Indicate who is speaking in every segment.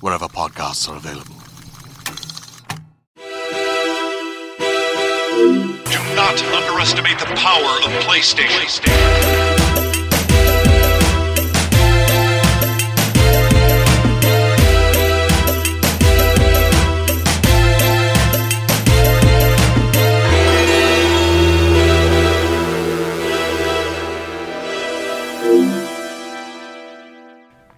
Speaker 1: wherever podcasts are available.
Speaker 2: Do not underestimate the power of PlayStation.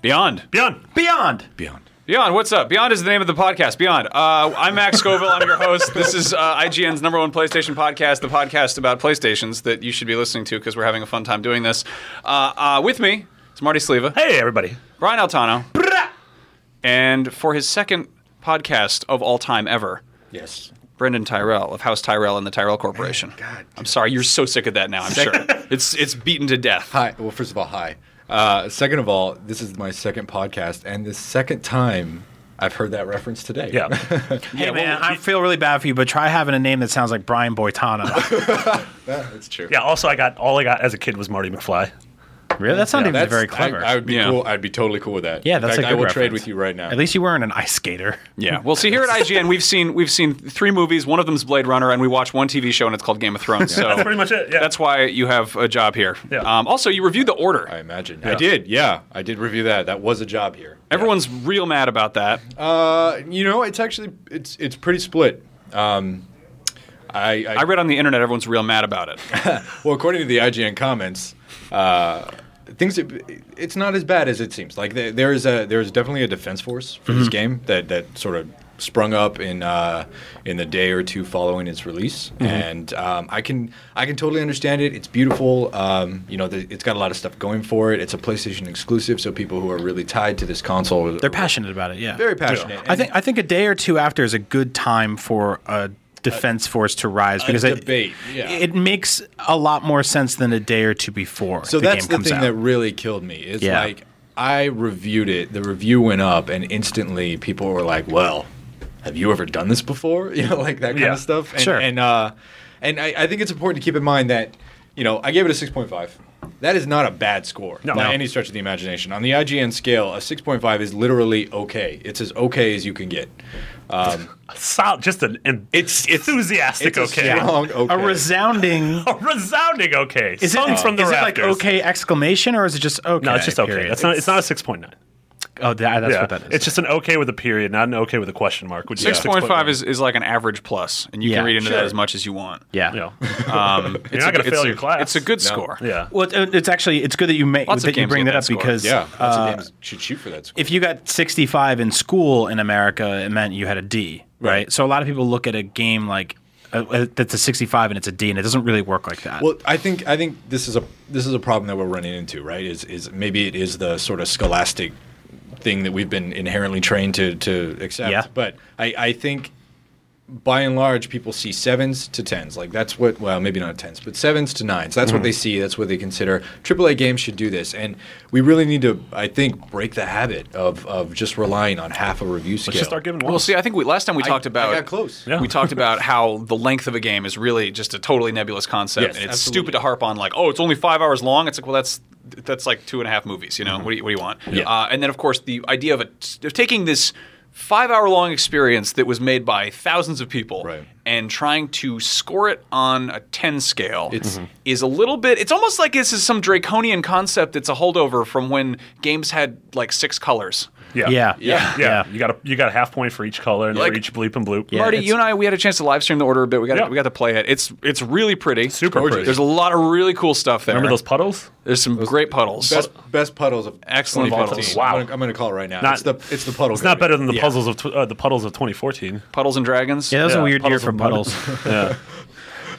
Speaker 3: Beyond.
Speaker 4: Beyond.
Speaker 5: Beyond.
Speaker 4: Beyond.
Speaker 3: Beyond, what's up? Beyond is the name of the podcast. Beyond. Uh, I'm Max Scoville. I'm your host. This is uh, IGN's number one PlayStation podcast, the podcast about PlayStations that you should be listening to because we're having a fun time doing this. Uh, uh, with me, it's Marty Sleva,
Speaker 4: Hey, everybody.
Speaker 3: Brian Altano, and for his second podcast of all time ever,
Speaker 4: Yes.
Speaker 3: Brendan Tyrell of House Tyrell and the Tyrell Corporation.
Speaker 4: God.
Speaker 3: I'm sorry, you're so sick of that now, I'm sure. it's, it's beaten to death.
Speaker 6: Hi. Well, first of all, hi. Uh, second of all, this is my second podcast, and the second time I've heard that reference today.
Speaker 4: Yeah.
Speaker 5: Hey man, I feel really bad for you, but try having a name that sounds like Brian Boitano.
Speaker 6: that's true.
Speaker 4: yeah. Also, I got all I got as a kid was Marty McFly.
Speaker 5: really? That sounded
Speaker 6: That's
Speaker 5: very clever.
Speaker 6: I, I would be
Speaker 3: Yeah.
Speaker 6: cool. I'd be totally cool with that.
Speaker 5: yeah,
Speaker 6: In
Speaker 5: that's
Speaker 6: fact,
Speaker 5: a
Speaker 6: I
Speaker 5: good
Speaker 6: will trade
Speaker 5: reference.
Speaker 6: with you right now.
Speaker 5: At least you weren't an ice skater.
Speaker 3: Yeah. Well, see, here at IGN, we've seen we've seen three movies. One of them's Blade Runner, and we watch one TV show, and it's called Game of Thrones. So
Speaker 4: That's pretty much it, yeah.
Speaker 3: That's why you have a job here.
Speaker 4: Yeah.
Speaker 3: Um, also, you reviewed The Order.
Speaker 6: I imagine. I did. Yeah, I did review that. That was a job here.
Speaker 3: Everyone's real mad about that.
Speaker 6: Uh, you know, it's actually it's it's pretty split. Um, I, I,
Speaker 3: I read on the internet everyone's real mad about it.
Speaker 6: well, according to the IGN comments, uh, things it's not as bad as it seems. Like there- there is a there is definitely a defense force for
Speaker 5: Mm-hmm.
Speaker 6: this game that that sort of sprung up in uh, in the day or two following its release,
Speaker 5: Mm-hmm.
Speaker 6: and um, I can I can totally understand it. It's beautiful. Um, you know, the, it's got a lot of stuff going for it. It's a PlayStation exclusive, so people who are really tied to this console
Speaker 5: They're passionate about it. Yeah.
Speaker 6: very passionate.
Speaker 5: I think I think a day or two after is a good time for a defense force to rise because it-
Speaker 6: debate, yeah.
Speaker 5: it makes a lot more sense than a day or two before.
Speaker 6: So
Speaker 5: the
Speaker 6: that's
Speaker 5: game
Speaker 6: the
Speaker 5: comes
Speaker 6: thing
Speaker 5: out.
Speaker 6: that really killed me. Is
Speaker 5: Yeah.
Speaker 6: like I reviewed it. The review went up, and instantly people were like, "Well, have you ever done this before?" You know, like that kind
Speaker 4: Yeah.
Speaker 6: of stuff. And,
Speaker 5: Sure.
Speaker 6: And uh, and I, I think it's important to keep in mind that you know I gave it a six point five. That is not a bad score
Speaker 4: No.
Speaker 6: by
Speaker 4: No.
Speaker 6: any stretch of the imagination. On the IGN scale, a 6.5 is literally okay. It's as okay as you can get.
Speaker 4: Sol- just an, an it's enthusiastic
Speaker 6: It's a
Speaker 4: okay.
Speaker 6: strong okay.
Speaker 5: a resounding.
Speaker 4: A resounding okay.
Speaker 5: Is it,
Speaker 4: Sung from the
Speaker 5: is it like
Speaker 4: rafters.
Speaker 5: okay exclamation or is it just okay?
Speaker 4: No, it's just okay.
Speaker 5: period?
Speaker 4: That's not. It's not a six point nine.
Speaker 5: Oh, that, that's
Speaker 4: yeah.
Speaker 5: what that is.
Speaker 4: It's just an okay with a period, not an okay with a question mark. Which
Speaker 3: Six
Speaker 4: is
Speaker 3: point five is, is like an average plus, and you
Speaker 5: Yeah,
Speaker 3: can read into that
Speaker 6: sure.
Speaker 3: as much as you want.
Speaker 5: yeah.
Speaker 4: Yeah.
Speaker 3: Um,
Speaker 4: You're not gonna fail your class.
Speaker 3: It's a good score.
Speaker 4: yeah.
Speaker 5: Well, it- it's actually it's good that you make
Speaker 3: Lots of
Speaker 5: that you
Speaker 3: games
Speaker 5: bring
Speaker 3: get
Speaker 5: that
Speaker 3: that
Speaker 5: up
Speaker 3: score.
Speaker 5: because
Speaker 6: Yeah, that's
Speaker 5: uh,
Speaker 6: a game should shoot for that score.
Speaker 5: if you got 65 in school in America, it meant you had a D, right?
Speaker 6: Right.
Speaker 5: So a lot of people look at a game like uh, uh, that's a 65 and it's a D, and it doesn't really work like that.
Speaker 6: Well, I think I think this is a this is a problem that we're running into, right? Is is maybe it is the sort of scholastic thing that we've been inherently trained to to accept.
Speaker 5: Yeah.
Speaker 6: But I, I think by and large people see sevens to tens. Like that's what well, maybe not tens, but sevens to nines. That's
Speaker 4: Mm-hmm.
Speaker 6: what they see, that's what they consider. AAA games should do this. And we really need to I think break the habit of of just relying on half a review scale.
Speaker 4: Let's just start giving one.
Speaker 3: Well, see, I think we, last time we
Speaker 6: I-
Speaker 3: talked
Speaker 6: I
Speaker 3: about
Speaker 6: got close.
Speaker 4: Yeah.
Speaker 3: We talked about how the length of a game is really just a totally nebulous concept,
Speaker 6: Yes,
Speaker 3: and it's
Speaker 6: absolutely.
Speaker 3: stupid to harp on like, oh, it's only five hours long. It's like, well, that's that's like two and a half movies. You know, what, do you, what do you want?
Speaker 6: Mm-hmm. Yeah.
Speaker 3: Uh, and then of course the idea of, it, of taking this five hour long experience that was made by thousands of people
Speaker 6: Right.
Speaker 3: and trying to score it on a 10 scale
Speaker 6: It's- Mhm.
Speaker 3: is a little bit it's almost like this is some draconian concept that's a holdover from when games had like six colors
Speaker 4: Yeah.
Speaker 5: Yeah.
Speaker 4: Yeah.
Speaker 3: Yeah.
Speaker 4: You got a you got a half point for each color and
Speaker 3: Like-
Speaker 4: for each bleep and bloop.
Speaker 5: Yeah.
Speaker 3: Marty,
Speaker 5: it's-
Speaker 3: you and I, we had a chance to live stream the order a bit. We got
Speaker 4: Yeah.
Speaker 3: we got to play it. It's it's really pretty.
Speaker 4: Super
Speaker 3: Gorgeous.
Speaker 4: pretty.
Speaker 3: There's a lot of really cool stuff there.
Speaker 4: Remember those puddles?
Speaker 3: There's some great puddles.
Speaker 6: Best best puddles of
Speaker 3: Excellent
Speaker 6: 2015.
Speaker 3: puddles.
Speaker 4: Wow.
Speaker 6: I'm gonna, I'm gonna call it right now.
Speaker 4: Not-
Speaker 6: it's the it's the puddle.
Speaker 4: It's not better than the
Speaker 3: Yeah.
Speaker 4: puzzles of tw- uh, the puddles of 2014.
Speaker 3: puddles and dragons.
Speaker 5: Yeah, that was
Speaker 4: Yeah,
Speaker 5: a weird year
Speaker 4: puddles
Speaker 5: for
Speaker 4: and
Speaker 5: puddles.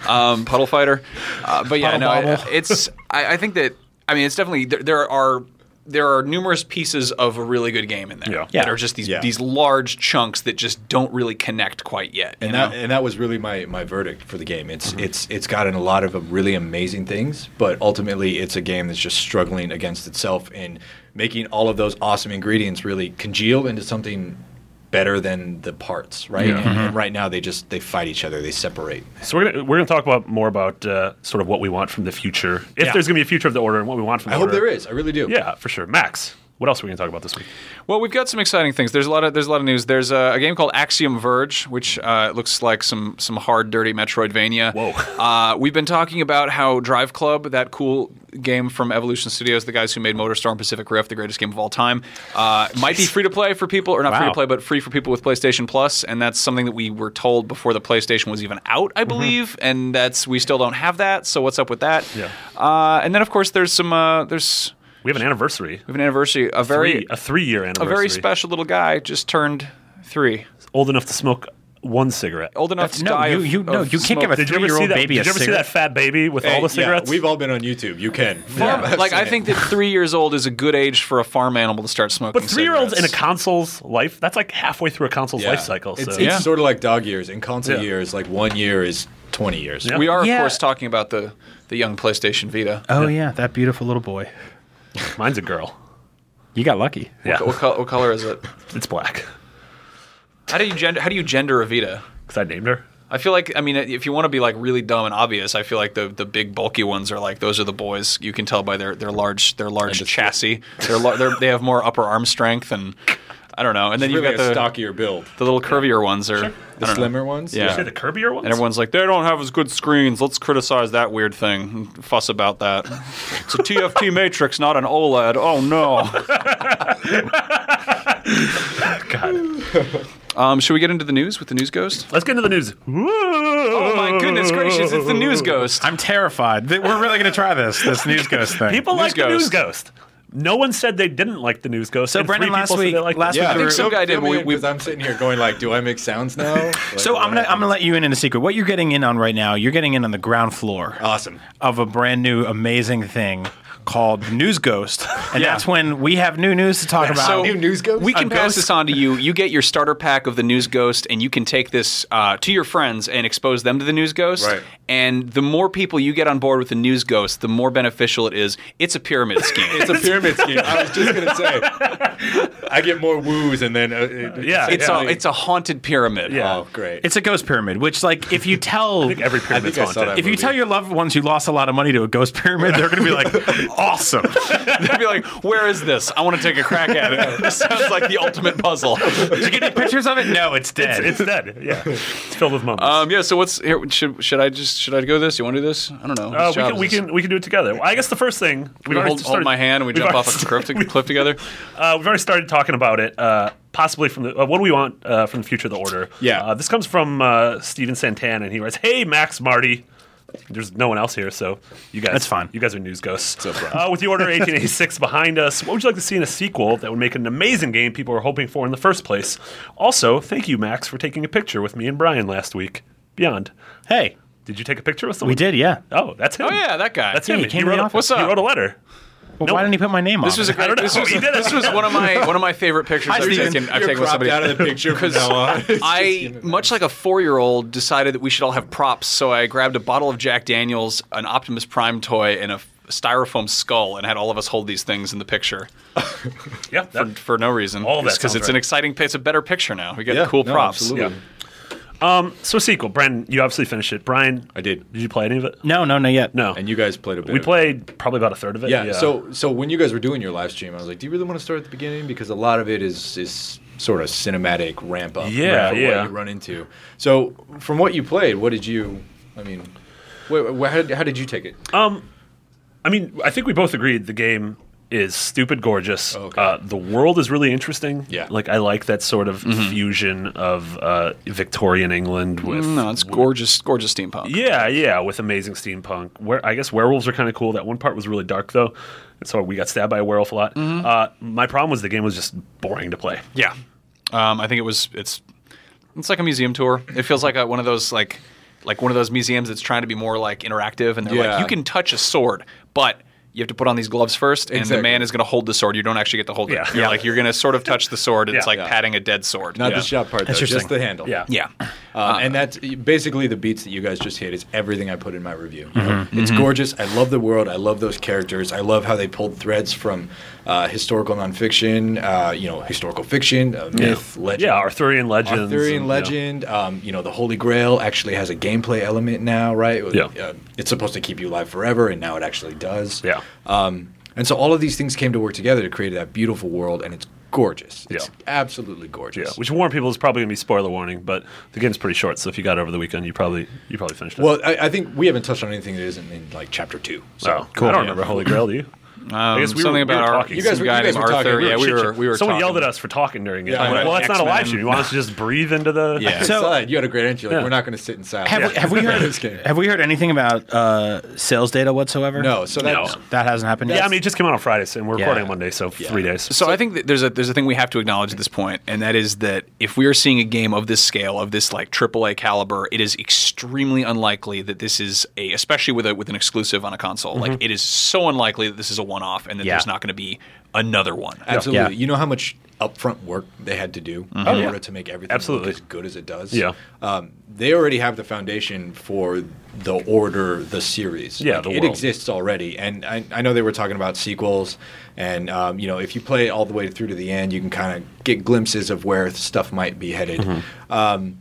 Speaker 3: um, puddle fighter. Uh, but yeah,
Speaker 5: Puddle
Speaker 3: no, I,
Speaker 5: bobble.
Speaker 3: it's. I, I think that. I mean, it's definitely there, there are there are numerous pieces of a really good game in there
Speaker 4: Yeah.
Speaker 3: that
Speaker 5: Yeah.
Speaker 3: are just these
Speaker 6: Yeah.
Speaker 3: these large chunks that just don't really connect quite yet. you
Speaker 6: And that
Speaker 3: know?
Speaker 6: and that was really my, my verdict for the game. It's it's it's gotten a lot of uh, really amazing things, but ultimately it's a game that's just struggling against itself and making all of those awesome ingredients really congeal into something better than the parts, right? And, and right now they just they fight each other, they separate.
Speaker 4: So we're gonna we're gonna talk about more about uh, sort of what we want from the future, if
Speaker 3: Yeah.
Speaker 4: there's gonna be a future of the order and what we want from.
Speaker 6: I
Speaker 4: the
Speaker 6: hope
Speaker 4: order.
Speaker 6: there is. I really do.
Speaker 4: Yeah, for sure. Max, what else are we gonna talk about this week?
Speaker 3: Well, we've got some exciting things. There's a lot of there's a lot of news. There's a, a game called Axiom Verge, which uh, looks like some some hard, dirty Metroidvania.
Speaker 4: Whoa.
Speaker 3: Uh, we've been talking about how Drive Club, that cool game from Evolution Studios, the guys who made MotorStorm Pacific Rift, the greatest game of all time, uh, might be free to play for people, or not free to
Speaker 4: Wow.
Speaker 3: play, but free for people with PlayStation Plus, and that's something that we were told before the PlayStation was even out,
Speaker 4: Mm-hmm.
Speaker 3: I believe, and that's we still don't have that. So what's up with that?
Speaker 4: Yeah.
Speaker 3: Uh, and then of course there's some uh, there's
Speaker 4: We have an anniversary.
Speaker 3: we have an anniversary, a very
Speaker 4: Three- a three-year
Speaker 3: a
Speaker 4: anniversary.
Speaker 3: very special little guy just turned three.
Speaker 4: Old enough to smoke one cigarette.
Speaker 3: Old enough
Speaker 5: That's-
Speaker 3: to
Speaker 5: no,
Speaker 3: die.
Speaker 5: you-
Speaker 3: of-
Speaker 5: you- no,
Speaker 3: of
Speaker 5: you can't give
Speaker 3: smoke.
Speaker 5: a
Speaker 4: Did you ever see
Speaker 5: three-year-old
Speaker 4: that?
Speaker 5: baby
Speaker 4: Did
Speaker 5: a
Speaker 4: you ever see
Speaker 5: cigarette?
Speaker 4: that fat baby with all the
Speaker 6: Hey, yeah,
Speaker 4: cigarettes?
Speaker 6: we've all been on YouTube. You can.
Speaker 3: Farm-
Speaker 6: I've
Speaker 3: like
Speaker 6: seen
Speaker 3: I
Speaker 6: it.
Speaker 3: think that three years old is a good age for a farm animal to start smoking.
Speaker 4: but three-year-olds in a
Speaker 3: cigarettes.
Speaker 4: console's life—that's like halfway through a console's
Speaker 6: Yeah.
Speaker 4: life cycle. So
Speaker 6: It's, it's
Speaker 3: Yeah.
Speaker 6: sort of like dog years. In console
Speaker 4: Yeah.
Speaker 6: years, like one year is twenty years.
Speaker 4: Yeah.
Speaker 3: we are of
Speaker 5: Yeah.
Speaker 3: course talking about the the young PlayStation Vita.
Speaker 5: oh yeah, that beautiful little boy.
Speaker 4: mine's a girl.
Speaker 5: You got lucky.
Speaker 4: Yeah,
Speaker 3: What, col- what color is it?
Speaker 4: it's black
Speaker 3: How do you gender? How do you gender a Vita?
Speaker 4: because I named her.
Speaker 3: I feel like I mean, if you want to be like really dumb and obvious, I feel like the the big bulky ones are like those are the boys. You can tell by their their large their large chassis. They're, lar- they're they have more upper arm strength and I don't know. And then
Speaker 6: Really
Speaker 3: you've got
Speaker 6: a
Speaker 3: the
Speaker 6: stockier build.
Speaker 3: the little curvier ones are I
Speaker 6: The
Speaker 3: don't know.
Speaker 6: slimmer ones.
Speaker 3: Yeah.
Speaker 4: Say the curvier ones.
Speaker 3: And everyone's like, they don't have as good screens. Let's criticize that weird thing, and fuss about that. It's a TFT matrix, not an OLED. Oh no.
Speaker 4: God.
Speaker 3: Um, should we get into the news with the news ghost?
Speaker 4: Let's get into the news. Oh
Speaker 3: Oh my goodness gracious! It's the news ghost.
Speaker 5: I'm terrified. Th- We're really gonna try this this news ghost thing.
Speaker 4: People like the
Speaker 3: ghost.
Speaker 4: news ghost. No one said they didn't like the news ghost.
Speaker 5: So,
Speaker 4: and
Speaker 5: Brendan,
Speaker 4: three
Speaker 5: last
Speaker 4: people said
Speaker 5: week-
Speaker 4: they liked
Speaker 5: last
Speaker 4: it.
Speaker 5: week
Speaker 6: Yeah,
Speaker 5: we
Speaker 3: think some guy did. We- we-
Speaker 6: Because I'm sitting here going like, do I make sounds now? Like,
Speaker 5: So
Speaker 6: what
Speaker 5: I'm gonna I'm gonna
Speaker 6: happens?
Speaker 5: let you in in a secret. What you're getting in on right now, you're getting in on the ground floor
Speaker 6: awesome.
Speaker 5: of a brand new amazing thing called News Ghost, and that's when we have new news to talk about.
Speaker 3: So
Speaker 6: new news ghost?
Speaker 3: we
Speaker 6: A
Speaker 3: can pass
Speaker 6: ghost?
Speaker 3: this on to you. You get your starter pack of the news ghost, and you can take this uh, to your friends and expose them to the news ghost.
Speaker 6: Right.
Speaker 3: And the more people you get on board with the news ghost, the more beneficial it is. It's a pyramid scheme.
Speaker 6: It's a pyramid scheme. I was just gonna say. I get more woos and then uh, it-
Speaker 4: Yeah.
Speaker 3: it's
Speaker 4: yeah.
Speaker 3: a it's a haunted pyramid.
Speaker 4: Yeah.
Speaker 6: Oh, great.
Speaker 5: it's a ghost pyramid, which like if you tell
Speaker 4: every pyramid's
Speaker 6: I saw
Speaker 4: haunted.
Speaker 6: that.
Speaker 5: if you tell your loved ones you lost a lot of money to a ghost pyramid, they're gonna be like, awesome.
Speaker 3: They'd be like, "Where is this? I want to take a crack at it. This sounds like the ultimate puzzle."
Speaker 5: Did you get any pictures of it? No, it's dead.
Speaker 4: It's dead. Yeah. It's filled with mummies.
Speaker 3: Um, yeah. So what's here? Should should I just should I go this? You want to do this? I don't know.
Speaker 4: Uh,
Speaker 3: Whose
Speaker 4: we
Speaker 3: job
Speaker 4: can
Speaker 3: is
Speaker 4: we
Speaker 3: this?
Speaker 4: can we can do it together. Well, I guess the first thing we've
Speaker 3: We
Speaker 4: already
Speaker 3: hold, hold
Speaker 4: started-
Speaker 3: my hand and we
Speaker 4: we've
Speaker 3: jump
Speaker 4: already
Speaker 3: off a
Speaker 4: started-
Speaker 3: cliff, to, cliff together.
Speaker 4: Uh, we've already started talking about it. Uh, possibly from the uh, what do we want uh, from the future of the order?
Speaker 6: Yeah.
Speaker 4: Uh, this comes from uh, Steven Santan, and he writes, "Hey, Max, Marty." There's no one else here, so you guys.
Speaker 5: That's fine.
Speaker 4: You guys are news ghosts. uh, with the Order 1886 behind us, what would you like to see in a sequel that would make an amazing game people were hoping for in the first place? Also, thank you, Max, for taking a picture with me and Brian last week. Beyond.
Speaker 5: hey,
Speaker 4: Did you take a picture with someone?
Speaker 5: we did, yeah.
Speaker 4: Oh, that's him.
Speaker 3: Oh, yeah, that guy.
Speaker 4: That's
Speaker 5: Yeah,
Speaker 4: him.
Speaker 5: he came to the
Speaker 4: wrote a,
Speaker 5: office. What's
Speaker 4: He
Speaker 3: up?
Speaker 4: wrote a letter.
Speaker 5: Well, Why didn't he put my name on?
Speaker 3: This was a
Speaker 5: it?
Speaker 4: I
Speaker 3: great.
Speaker 4: don't know.
Speaker 3: This was,
Speaker 4: He did it.
Speaker 3: this was one of my one of my favorite pictures I've
Speaker 5: Steven,
Speaker 3: taken. I've
Speaker 6: You're
Speaker 3: taken with
Speaker 6: cropped
Speaker 3: somebody.
Speaker 6: out of the picture from now on.
Speaker 3: I, much like a four-year-old, decided that we should all have props. So I grabbed a bottle of Jack Daniels, an Optimus Prime toy, and a f- styrofoam skull, and had all of us hold these things in the picture
Speaker 4: Yeah, that-
Speaker 3: for no reason.
Speaker 4: All that
Speaker 3: because
Speaker 4: sounds
Speaker 3: it's an
Speaker 4: right.
Speaker 3: exciting. It's a better picture now. We get
Speaker 6: Yeah,
Speaker 3: cool
Speaker 6: no,
Speaker 3: props.
Speaker 6: absolutely.
Speaker 4: So sequel, Brendan, you obviously finished it. Brian,
Speaker 6: I did.
Speaker 4: Did you play any of it?
Speaker 5: no, no, no, yet.
Speaker 4: No.
Speaker 6: And you guys played a bit.
Speaker 4: we
Speaker 6: of it.
Speaker 4: played probably about a third of it.
Speaker 6: Yeah, So so when you guys were doing your live stream, I was like, do you really want to start at the beginning? Because a lot of it is is sort of cinematic ramp up.
Speaker 4: Yeah,
Speaker 6: for
Speaker 4: yeah.
Speaker 6: What you run into. So from what you played, what did you? I mean, wh- wh- how, did, how did you take it?
Speaker 4: I mean, I think we both agreed the game is stupid gorgeous.
Speaker 6: Okay.
Speaker 4: Uh, the world is really interesting.
Speaker 6: Yeah. Mm-hmm.
Speaker 4: like I like that sort of fusion of uh, Victorian England with
Speaker 3: Mm, No, it's gorgeous, gorgeous steampunk.
Speaker 4: yeah, yeah, with amazing steampunk. Where I guess werewolves are kind of cool. That one part was really dark though, and so we got stabbed by a werewolf a lot.
Speaker 6: Mm-hmm.
Speaker 4: Uh, my problem was the game was just boring to play.
Speaker 3: Yeah, um, I think it was. It's it's like a museum tour. It feels like a, one of those like like one of those museums that's trying to be more like interactive, and they're
Speaker 6: Yeah.
Speaker 3: like, you can touch a sword, but you have to put on these gloves first, and the
Speaker 6: Exactly.
Speaker 3: man is going to hold the sword. You don't actually get to hold
Speaker 4: Yeah.
Speaker 3: it. You're
Speaker 4: Yeah.
Speaker 3: like you're going to sort of touch the sword. It's
Speaker 4: Yeah.
Speaker 3: like
Speaker 6: Yeah.
Speaker 3: patting a dead sword.
Speaker 6: Not
Speaker 3: yeah.
Speaker 6: the shot part, though,
Speaker 4: That's your
Speaker 6: just
Speaker 4: thing.
Speaker 6: the handle.
Speaker 4: Yeah.
Speaker 3: yeah.
Speaker 6: Um,
Speaker 4: Ah.
Speaker 6: and that's basically the beats that you guys just hit is everything I put in my review. you know?
Speaker 4: Mm-hmm.
Speaker 6: It's gorgeous. I love the world. I love those characters. I love how they pulled threads from uh, historical nonfiction, uh, you know, historical fiction, uh, myth, legend.
Speaker 4: Yeah, Arthurian legends.
Speaker 6: Arthurian
Speaker 4: and, you know.
Speaker 6: legend. Um, you know, the Holy Grail actually has a gameplay element now, right?
Speaker 4: Yeah.
Speaker 6: Uh, it's supposed to keep you alive forever, and now it actually does.
Speaker 4: Yeah.
Speaker 6: Um, and so all of these things came to work together to create that beautiful world, and it's gorgeous. It's
Speaker 4: Yeah.
Speaker 6: absolutely
Speaker 4: Yeah,
Speaker 6: gorgeous.
Speaker 4: we should warn people. It's probably gonna be spoiler warning, but the game's pretty short, so if you got it over the weekend, you probably you probably finished it.
Speaker 6: well, I, I think we haven't touched on anything that isn't in like chapter two. So Uh,
Speaker 4: so I don't remember Holy Grail. Do you? I guess
Speaker 3: Um, something about our-
Speaker 4: talking.
Speaker 3: You guys
Speaker 6: were-
Speaker 3: guy named
Speaker 6: were talking.
Speaker 3: Arthur, yeah, we were-
Speaker 6: chit-chatting.
Speaker 3: we were-
Speaker 4: Someone yelled at
Speaker 3: talking.
Speaker 4: us for talking during it.
Speaker 6: Yeah,
Speaker 4: I'm like,
Speaker 6: right.
Speaker 4: well, that's not a live
Speaker 3: X-Men.
Speaker 4: stream. You want us to just breathe into the?
Speaker 6: Yeah.
Speaker 5: So-
Speaker 6: Inside, you had a great answer. Like,
Speaker 4: Yeah.
Speaker 6: We're not going to sit in silence.
Speaker 5: Have, we, have we heard?
Speaker 6: This game.
Speaker 5: Have we heard anything about uh, sales data whatsoever?
Speaker 6: No, so that's
Speaker 4: No.
Speaker 5: that hasn't happened.
Speaker 4: Yeah,
Speaker 5: yet?
Speaker 4: I mean, it just came out on Friday, and we're
Speaker 5: Yeah.
Speaker 4: recording on Monday, so three days.
Speaker 3: So, I think that there's a there's a thing we have to acknowledge at this point, and that is that if we are seeing a game of this scale, of this like AAA caliber, it is extremely unlikely that this is a, especially with a with an exclusive on a console,
Speaker 4: Mm-hmm.
Speaker 3: like it is so unlikely that this is a one off, and that
Speaker 5: Yeah.
Speaker 3: there's not going to be another one.
Speaker 6: absolutely.
Speaker 5: Yeah.
Speaker 6: You know how much upfront work they had to do in
Speaker 4: yeah.
Speaker 6: order to make everything
Speaker 4: Absolutely.
Speaker 6: look as good as it does.
Speaker 4: Yeah.
Speaker 6: Um, they already have the foundation for the order, the series.
Speaker 4: Yeah,
Speaker 6: Like,
Speaker 4: the
Speaker 6: it
Speaker 4: world.
Speaker 6: exists already, and I, I know they were talking about sequels, and um, you know if you play it all the way through to the end, you can kind of get glimpses of where stuff might be headed. Um,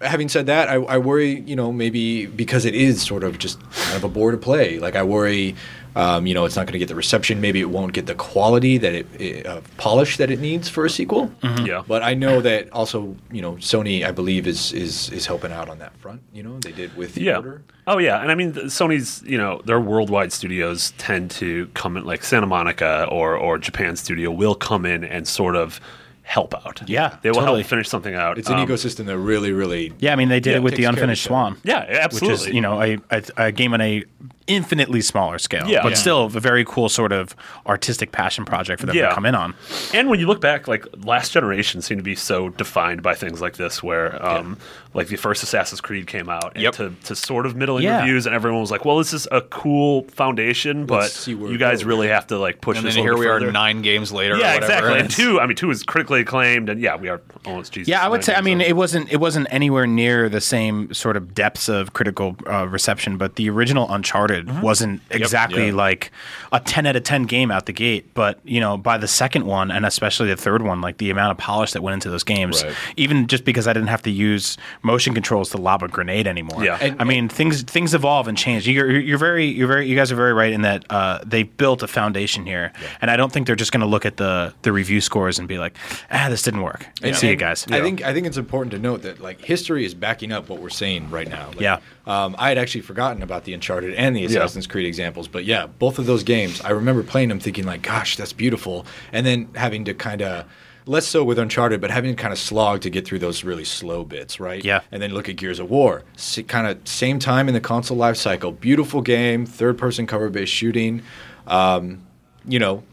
Speaker 6: having said that, I, I worry, you know, maybe because it is sort of just kind of a bore to play. Like I worry, um, you know, it's not going to get the reception. Maybe it won't get the quality that it, it uh, polish that it needs for a sequel.
Speaker 3: Mm-hmm.
Speaker 4: Yeah.
Speaker 6: But I know that also, you know, Sony, I believe, is is is helping out on that front. You know, they did with the
Speaker 4: yeah.
Speaker 6: order.
Speaker 4: Oh yeah, and I mean, th- Sony's you know their worldwide studios tend to come in like Santa Monica or or Japan studio will come in and sort of help out.
Speaker 5: Yeah,
Speaker 4: they will
Speaker 5: totally.
Speaker 4: help finish something out.
Speaker 6: It's an
Speaker 4: Um,
Speaker 6: ecosystem that really, really.
Speaker 5: Yeah, I mean, they did
Speaker 6: Yeah,
Speaker 5: it with
Speaker 6: takes
Speaker 5: the
Speaker 6: care of
Speaker 5: unfinished
Speaker 6: itself.
Speaker 5: Swan.
Speaker 4: Yeah, absolutely.
Speaker 5: Which is you know a, a, a game on a infinitely smaller scale,
Speaker 4: Yeah.
Speaker 5: but
Speaker 4: Yeah.
Speaker 5: still a very cool sort of artistic passion project for them
Speaker 4: Yeah.
Speaker 5: to come in on.
Speaker 4: And when you look back, like last generation seemed to be so defined by things like this, where um, like the first Assassin's Creed came out and
Speaker 3: Yep.
Speaker 4: to, to sort of middling
Speaker 5: Yeah.
Speaker 4: reviews, and everyone was like, "Well, this is a cool foundation,
Speaker 6: Let's
Speaker 4: but
Speaker 6: see where
Speaker 4: you
Speaker 6: it
Speaker 4: guys
Speaker 6: goes."
Speaker 4: really have to like push
Speaker 3: and
Speaker 4: this."
Speaker 3: then
Speaker 4: a
Speaker 3: here
Speaker 4: little
Speaker 3: we
Speaker 4: further.
Speaker 3: are nine games later.
Speaker 4: Yeah,
Speaker 3: or whatever,
Speaker 4: exactly. And
Speaker 3: it's-
Speaker 4: two, I mean, two is critically acclaimed, and yeah, we are. Oh, it's Jesus.
Speaker 5: Yeah, I would say. I
Speaker 4: Nine
Speaker 5: mean,
Speaker 4: games,
Speaker 5: it wasn't it wasn't anywhere near the same sort of depths of critical uh, reception, but the original Uncharted wasn't exactly
Speaker 6: Yeah.
Speaker 5: like a ten out of ten game out the gate. But you know, by the second one, and especially the third one, like the amount of polish that went into those games,
Speaker 6: Right.
Speaker 5: even just because I didn't have to use motion controls to lob a grenade anymore.
Speaker 4: Yeah. And-
Speaker 5: I mean, things things evolve and change. You're, you're very you're very you guys are very right in that uh, they built a foundation here, and I don't think they're just going to look at the the review scores and be like, ah, this didn't work. See you guys.
Speaker 6: I think I think it's important to note that like history is backing up what we're saying right now. Like,
Speaker 5: Yeah.
Speaker 6: um, I had actually forgotten about the Uncharted and the Assassin's Creed examples, but yeah, both of those games, I remember playing them, thinking like, "Gosh, that's beautiful," and then having to kind of less so with Uncharted, but having to kind of slog to get through those really slow bits, right?
Speaker 5: Yeah.
Speaker 6: And then look at Gears of War, kind of same time in the console life cycle, beautiful game, third person cover based shooting. Um, you know,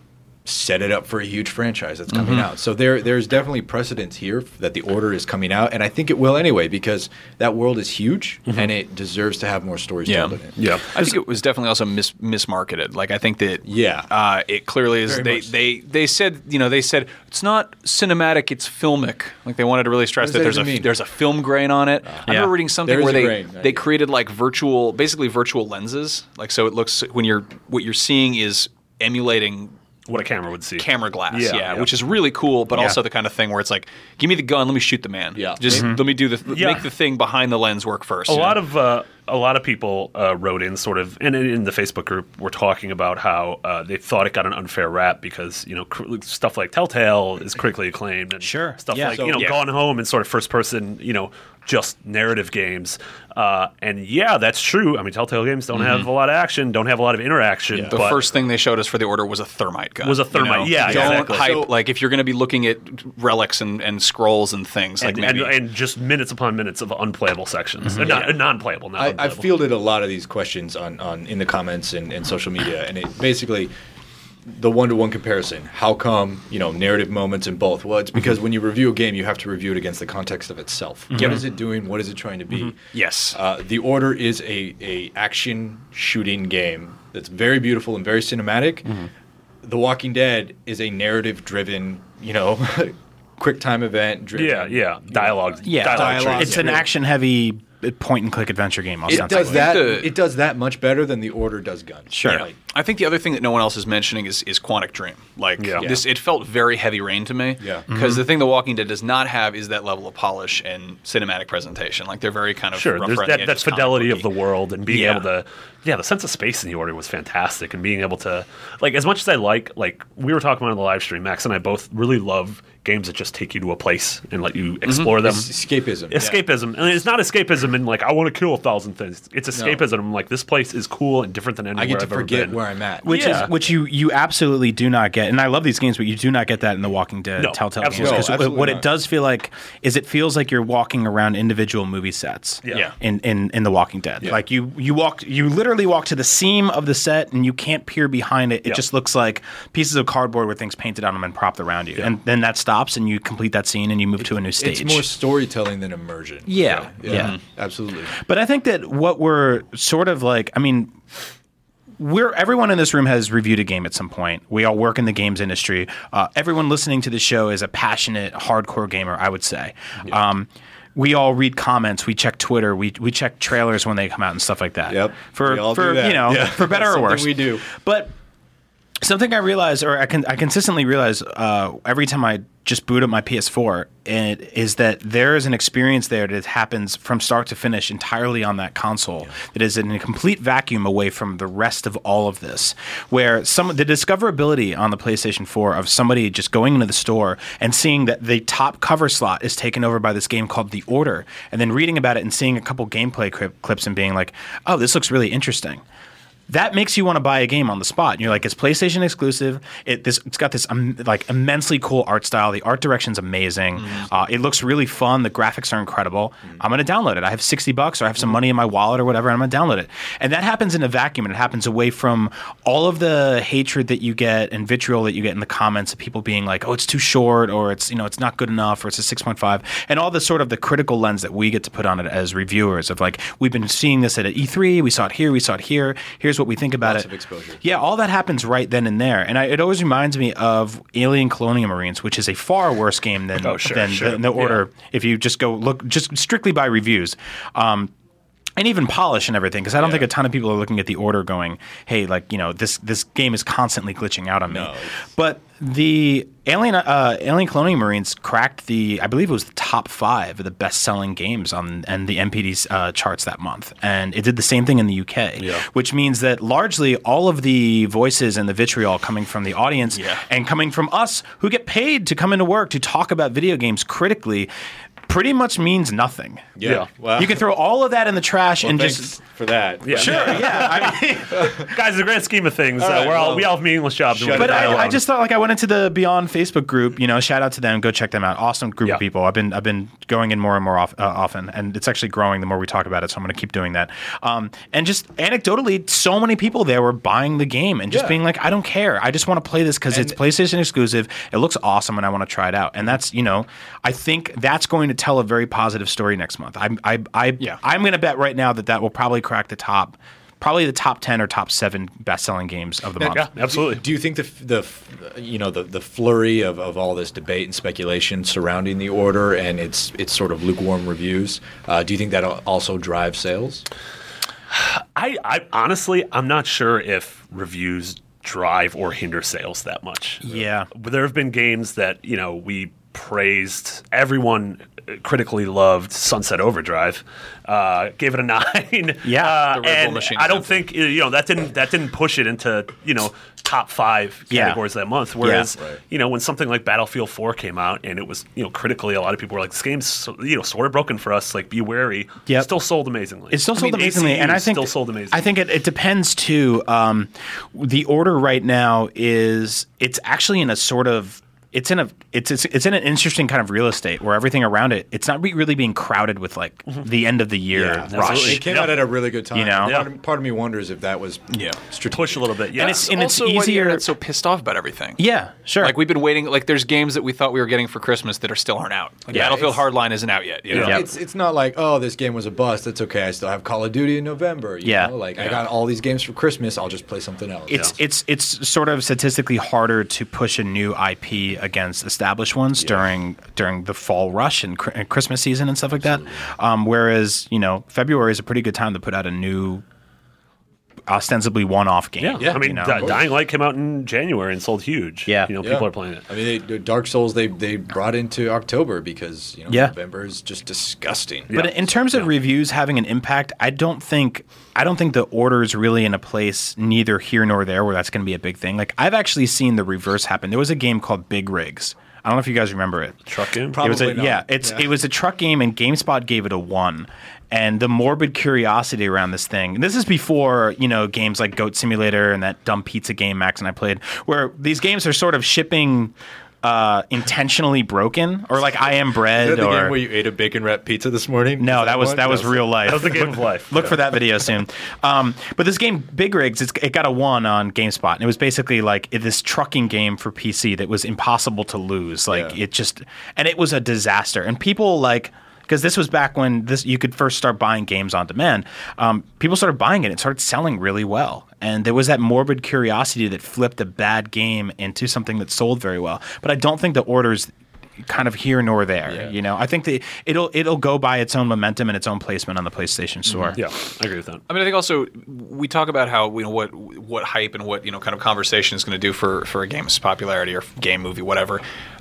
Speaker 6: set it up for a huge franchise that's coming out. So there, there's definitely precedence here f- that the order is coming out, and I think it will anyway because that world is huge and it deserves to have more stories
Speaker 3: Yeah.
Speaker 6: told in it.
Speaker 4: Yeah.
Speaker 3: I think it was definitely also mis- mismarketed. Like I think that
Speaker 6: Yeah.
Speaker 3: uh, it clearly is.
Speaker 6: Very
Speaker 3: They,
Speaker 6: much so.
Speaker 3: they they said you know they said it's not cinematic, it's filmic. Like they wanted to really stress
Speaker 6: does
Speaker 3: that,
Speaker 6: that
Speaker 3: there's a
Speaker 6: even mean? Ah.
Speaker 3: there's a film grain on it. I remember
Speaker 5: Yeah.
Speaker 3: reading something
Speaker 6: There is
Speaker 3: where
Speaker 6: a
Speaker 3: they
Speaker 6: grain, I
Speaker 3: they
Speaker 6: guess.
Speaker 3: created like virtual, basically virtual lenses. Like so it looks when you're what you're seeing is emulating
Speaker 4: what a camera would see.
Speaker 3: camera glass, yeah,
Speaker 4: Yeah, yeah.
Speaker 3: which is really cool, but also the kind of thing where it's like, give me the gun, let me shoot the man.
Speaker 6: Yeah. Mm-hmm.
Speaker 3: just let me do the
Speaker 4: Yeah.
Speaker 3: make the thing behind the lens work first.
Speaker 4: A lot of uh, a lot of people uh, wrote in, sort of, and in, in the Facebook group, were talking about how uh, they thought it got an unfair rap because you know cr- stuff like Telltale is critically acclaimed, and
Speaker 5: Sure.
Speaker 4: stuff
Speaker 5: Yeah.
Speaker 4: like
Speaker 5: So-
Speaker 4: you know
Speaker 5: yeah.
Speaker 4: Gone Home and sort of first person, you know, just narrative games. Uh, and yeah, that's true. I mean, Telltale games don't have a lot of action, don't have a lot of interaction.
Speaker 3: The
Speaker 4: but
Speaker 3: first thing they showed us for the order was a thermite gun.
Speaker 4: Was a thermite- yeah,
Speaker 3: Don't
Speaker 4: exactly.
Speaker 3: hype.
Speaker 6: So-
Speaker 3: like if you're going to be looking at relics and, and scrolls and things, like
Speaker 4: and,
Speaker 3: maybe
Speaker 4: and, and just minutes upon minutes of unplayable sections, Uh, not, uh, non-playable. Not
Speaker 6: I, I
Speaker 4: unplayable.
Speaker 6: fielded a lot of these questions on, on in the comments and, and social media, and it basically the one to one comparison. How come you know narrative moments in both? Well, it's because when you review a game, you have to review it against the context of itself. What is it doing? What is it trying to be?
Speaker 3: yes,
Speaker 6: Uh, the Order is a, a action shooting game that's very beautiful and very cinematic.
Speaker 4: Mm-hmm.
Speaker 6: The Walking Dead is a narrative driven, you know, quick time event. Driven.
Speaker 4: yeah, yeah, dialogue,
Speaker 5: Yeah,
Speaker 4: dialogue.
Speaker 6: Dialogue.
Speaker 4: trees.
Speaker 5: It's an action-heavy point-and-click adventure game.
Speaker 6: It
Speaker 5: ostensibly.
Speaker 6: does that.
Speaker 3: the-
Speaker 6: it does that much better than the Order does guns.
Speaker 5: Sure.
Speaker 6: Like,
Speaker 3: I think the other thing that no one else is mentioning is is Quantic Dream. Like
Speaker 4: Yeah. Mm-hmm.
Speaker 3: this, it felt very heavy rain to me.
Speaker 6: Yeah.
Speaker 3: Because the thing The Walking Dead does not have is that level of polish and cinematic presentation. Like they're very kind of
Speaker 4: Sure,
Speaker 3: rough
Speaker 4: there's
Speaker 3: around
Speaker 4: that,
Speaker 3: the
Speaker 4: that
Speaker 3: edges, comic
Speaker 4: fidelity of
Speaker 3: booky.
Speaker 4: the world and being
Speaker 3: Yeah.
Speaker 4: able to, yeah, the sense of space in the order was fantastic, and being able to, like, as much as I like, like we were talking about on the live stream, Max and I both really love games that just take you to a place and let you explore them.
Speaker 6: Mm-hmm. it's escapism. yeah.
Speaker 4: escapism, and it's not escapism in like I want to kill a thousand things. It's escapism. I'm like this place is cool and different than anywhere
Speaker 6: I get to
Speaker 4: have ever
Speaker 6: forget
Speaker 4: been.
Speaker 6: where I'm at.
Speaker 5: which
Speaker 4: Yeah.
Speaker 5: is which you you absolutely do not get and i love these games but you do not get that in the walking dead
Speaker 4: No,
Speaker 5: telltale
Speaker 4: absolutely
Speaker 5: games
Speaker 6: not.
Speaker 5: what- what
Speaker 6: Absolutely
Speaker 5: it does feel like is it feels like you're walking around individual movie sets
Speaker 4: Yeah.
Speaker 5: in in, in the walking dead like you you walk you literally walk to the seam of the set and you can't peer behind it it
Speaker 4: Yeah.
Speaker 5: just looks like pieces of cardboard with things painted on them and propped around you and then that stops and you complete that scene and you move to a new stage
Speaker 6: It's more storytelling than immersion.
Speaker 5: Yeah, yeah.
Speaker 6: Absolutely.
Speaker 5: But I think that what we're sort of like, I mean, we're everyone in this room has reviewed a game at some point. We all work in the games industry. Uh, everyone listening to the show is a passionate, hardcore gamer. I would say. Um, we all read comments. We check Twitter. We, we check trailers when they come out and stuff like that.
Speaker 6: Yep.
Speaker 5: For
Speaker 6: We all
Speaker 5: for
Speaker 6: do that.
Speaker 5: you know
Speaker 6: Yeah.
Speaker 5: for better or
Speaker 6: Something
Speaker 5: worse
Speaker 6: we do.
Speaker 5: But something I realize, or I can I consistently realize uh, every time I just boot up my PS4, and it is that there is an experience there that happens from start to finish entirely on that console that is in a complete vacuum away from the rest of all of this. Where some the discoverability on the PlayStation 4 of somebody just going into the store and seeing that the top cover slot is taken over by this game called The Order, and then reading about it and seeing a couple gameplay cri- clips and being like, "Oh, this looks really interesting." that makes you want to buy a game on the spot. And you're like, it's PlayStation exclusive. It this it's got this um, like immensely cool art style. The art direction's amazing. Uh, it looks really fun. The graphics are incredible. I'm gonna download it. I have 60 bucks or I have some money in my wallet or whatever. And I'm gonna download it. And that happens in a vacuum. And it happens away from all of the hatred that you get and vitriol that you get in the comments of people being like, oh, it's too short or it's you know it's not good enough or it's a 6.5 and all the sort of the critical lens that we get to put on it as reviewers of like we've been seeing this at E3, we saw it here, we saw it here. Here's what we think about it.
Speaker 6: of exposure.
Speaker 5: Yeah, all that happens right then and there. And I, it always reminds me of Alien Colonial Marines, which is a far worse game than,
Speaker 4: Oh, sure,
Speaker 5: than
Speaker 4: sure.
Speaker 5: The, the Order. If you just go look, just strictly by reviews. Um, and even polish and everything, because I don't think a ton of people are looking at the order going, "Hey, like you know, this this game is constantly glitching out on me." But the Alien uh, Alien Colonial Marines cracked the, I believe it was the top five of the best selling games on and the MPD's uh, charts that month, and it did the same thing in the UK, which means that largely all of the voices and the vitriol coming from the audience and coming from us who get paid to come into work to talk about video games critically. Pretty much means nothing.
Speaker 6: Yeah. Yeah. Wow.
Speaker 5: You can throw all of that in the trash and
Speaker 6: Thanks
Speaker 5: just
Speaker 6: for that.
Speaker 4: Yeah.
Speaker 5: sure, yeah. I mean,
Speaker 4: Guys, in the grand scheme of things, uh,
Speaker 6: right,
Speaker 4: we're all
Speaker 6: well,
Speaker 4: we all have meaningless jobs. and we're
Speaker 6: shut
Speaker 4: gonna
Speaker 5: but
Speaker 6: it
Speaker 4: die
Speaker 6: down.
Speaker 5: I, I
Speaker 4: alone.
Speaker 5: just thought like I went into the Beyond Facebook group. You know, shout out to them. Go check them out. Awesome group
Speaker 4: Yeah.
Speaker 5: of people. I've been I've been going in more and more off, uh, often, and it's actually growing the more we talk about it. So I'm going to keep doing that. Um, and just anecdotally, so many people there were buying the game and just
Speaker 6: Yeah.
Speaker 5: being like, I don't care. I just want to play this because it's PlayStation exclusive. It looks awesome, and I want to try it out. And that's you know, I think that's going to tell a very positive story next month. I'm I, I I'm going to bet right now that that will probably crack the top. Probably the top ten or top seven best-selling games of the month.
Speaker 4: yeah, absolutely.
Speaker 6: Do you think the f- the f- you know the, the flurry of, of all this debate and speculation surrounding the order and its its sort of lukewarm reviews? Uh, do you think that will also drive sales?
Speaker 4: I, I honestly, I'm not sure if reviews drive or hinder sales that much.
Speaker 5: Yeah.
Speaker 4: But there have been games that you know we praised. Everyone critically loved Sunset Overdrive. Uh, gave it a nine.
Speaker 5: Yeah.
Speaker 4: Uh,
Speaker 3: The Red Bull
Speaker 4: and
Speaker 3: Machine
Speaker 4: I
Speaker 3: Gun
Speaker 4: don't think you know that didn't that didn't push it into you know top five
Speaker 5: Yeah.
Speaker 4: categories that month. Whereas
Speaker 6: Right.
Speaker 4: you know when something like Battlefield 4 came out and it was you know critically a lot of people were like this game's so, you know sort of broken for us. Like be wary.
Speaker 5: Yep.
Speaker 4: Still sold amazingly.
Speaker 5: It still
Speaker 4: I
Speaker 5: sold
Speaker 4: mean,
Speaker 5: amazingly,
Speaker 4: ACU
Speaker 5: and I think
Speaker 4: still sold amazingly.
Speaker 5: I think it, it depends too. Um, the order right now is it's actually in a sort of it's in a it's, it's it's in an interesting kind of real estate where everything around it it's not re- really being crowded with like the end of the year rush.
Speaker 4: absolutely.
Speaker 6: It came
Speaker 4: Mm-hmm. Yeah.
Speaker 6: out at a really good time.
Speaker 5: You know?
Speaker 6: part, of, part of me wonders if that was yeah
Speaker 4: push a little bit. Yeah.
Speaker 5: it's- and
Speaker 3: also why the
Speaker 5: easier-
Speaker 3: internet's so pissed off about everything.
Speaker 5: Yeah, sure.
Speaker 3: Like we've been waiting. Like there's games that we thought we were getting for Christmas that are still aren't out. Like
Speaker 5: Yeah,
Speaker 3: Battlefield
Speaker 6: it's-
Speaker 3: Hardline isn't out yet. you know?
Speaker 4: Yeah.
Speaker 6: It's it's not like oh this game was a bust. That's okay. I still have Call of Duty in November. you
Speaker 5: Yeah.
Speaker 6: know? like I
Speaker 3: Yeah.
Speaker 6: got all these games for Christmas. I'll just play something else.
Speaker 5: it's it's it's sort of statistically harder to push a new IP against established ones during during the fall rush and, cr- and Christmas season and stuff like that. Um, whereas you know February is a pretty good time to put out a new, ostensibly one-off game.
Speaker 4: yeah. I
Speaker 5: you
Speaker 4: mean,
Speaker 5: know?
Speaker 4: Di- Dying Light came out in January and sold huge.
Speaker 5: Yeah.
Speaker 4: You know,
Speaker 6: Yeah.
Speaker 4: people are playing it.
Speaker 6: I mean, they, Dark Souls they they brought into October because you know
Speaker 5: Yeah.
Speaker 6: November is just disgusting.
Speaker 5: But in terms of reviews having an impact, I don't think I don't think the order is really in a place neither here nor there where that's going to be a big thing. Like I've actually seen the reverse happen. There was a game called Big Rigs. I don't know if you guys remember it.
Speaker 4: Truck game.
Speaker 6: Probably
Speaker 5: it was a,
Speaker 6: not.
Speaker 5: Yeah, it's it was a truck game, and GameSpot gave it a one. And the morbid curiosity around this thing. and This is before you know games like Goat Simulator and that dumb pizza game Max and I played, where these games are sort of shipping uh, intentionally broken, or like I am bread,
Speaker 6: Is that the
Speaker 5: or
Speaker 6: game where you ate a bacon wrap pizza this morning?
Speaker 5: no,
Speaker 6: Is
Speaker 5: that was
Speaker 6: one?
Speaker 5: that was real life.
Speaker 4: That was the game of life.
Speaker 5: Look for that video soon. Um, but this game, Big Rigs, it's, it got a one on GameSpot, and it was basically like it- this trucking game for PC that was impossible to lose. Like
Speaker 6: Yeah.
Speaker 5: it just, and it was a disaster. And people like because this was back when this you could first start buying games on demand. Um, people started buying it; it started selling really well. And there was that morbid curiosity that flipped a bad game into something that sold very well. But I don't think the orders kind of here nor there. You know, I think that it'll it'll go by its own momentum and its own placement on the PlayStation Store.
Speaker 4: Yeah, I agree with that.
Speaker 3: I mean, I think also we talk about how you know what what hype and what you know kind of conversation is going to do for for a game's popularity or game movie whatever.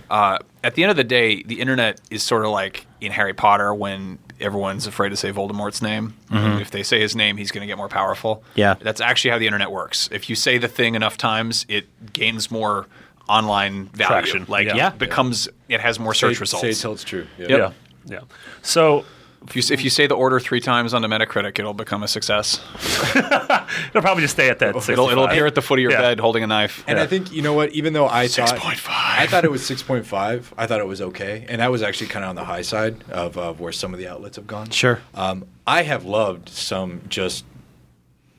Speaker 3: Uh, at the end of the day, the internet is sort of like in Harry Potter when everyone's afraid to say Voldemort's name. If they say his name, he's going to get more powerful.
Speaker 5: Yeah.
Speaker 3: that's actually how the internet works. If you say the thing enough times, it gains more online value.
Speaker 4: Traction.
Speaker 3: Like
Speaker 4: Yeah.
Speaker 5: Yeah.
Speaker 3: it becomes it has more
Speaker 6: Say,
Speaker 3: search
Speaker 6: Say
Speaker 3: results.
Speaker 6: till it's true.
Speaker 3: Yep.
Speaker 4: Yeah. Yeah. So
Speaker 3: If you if you say the order three times on the Metacritic, it'll become a success.
Speaker 4: it'll probably just stay at that. 65.
Speaker 3: It'll, it'll appear at the foot of your
Speaker 4: Yeah.
Speaker 3: bed holding a knife.
Speaker 6: And I
Speaker 4: Yeah.
Speaker 6: think you know what? Even though I thought
Speaker 3: 6.5.
Speaker 6: I thought it was six point five. I thought it was okay, and that was actually kind of on the high side of, of where some of the outlets have gone.
Speaker 5: Sure.
Speaker 6: Um, I have loved some just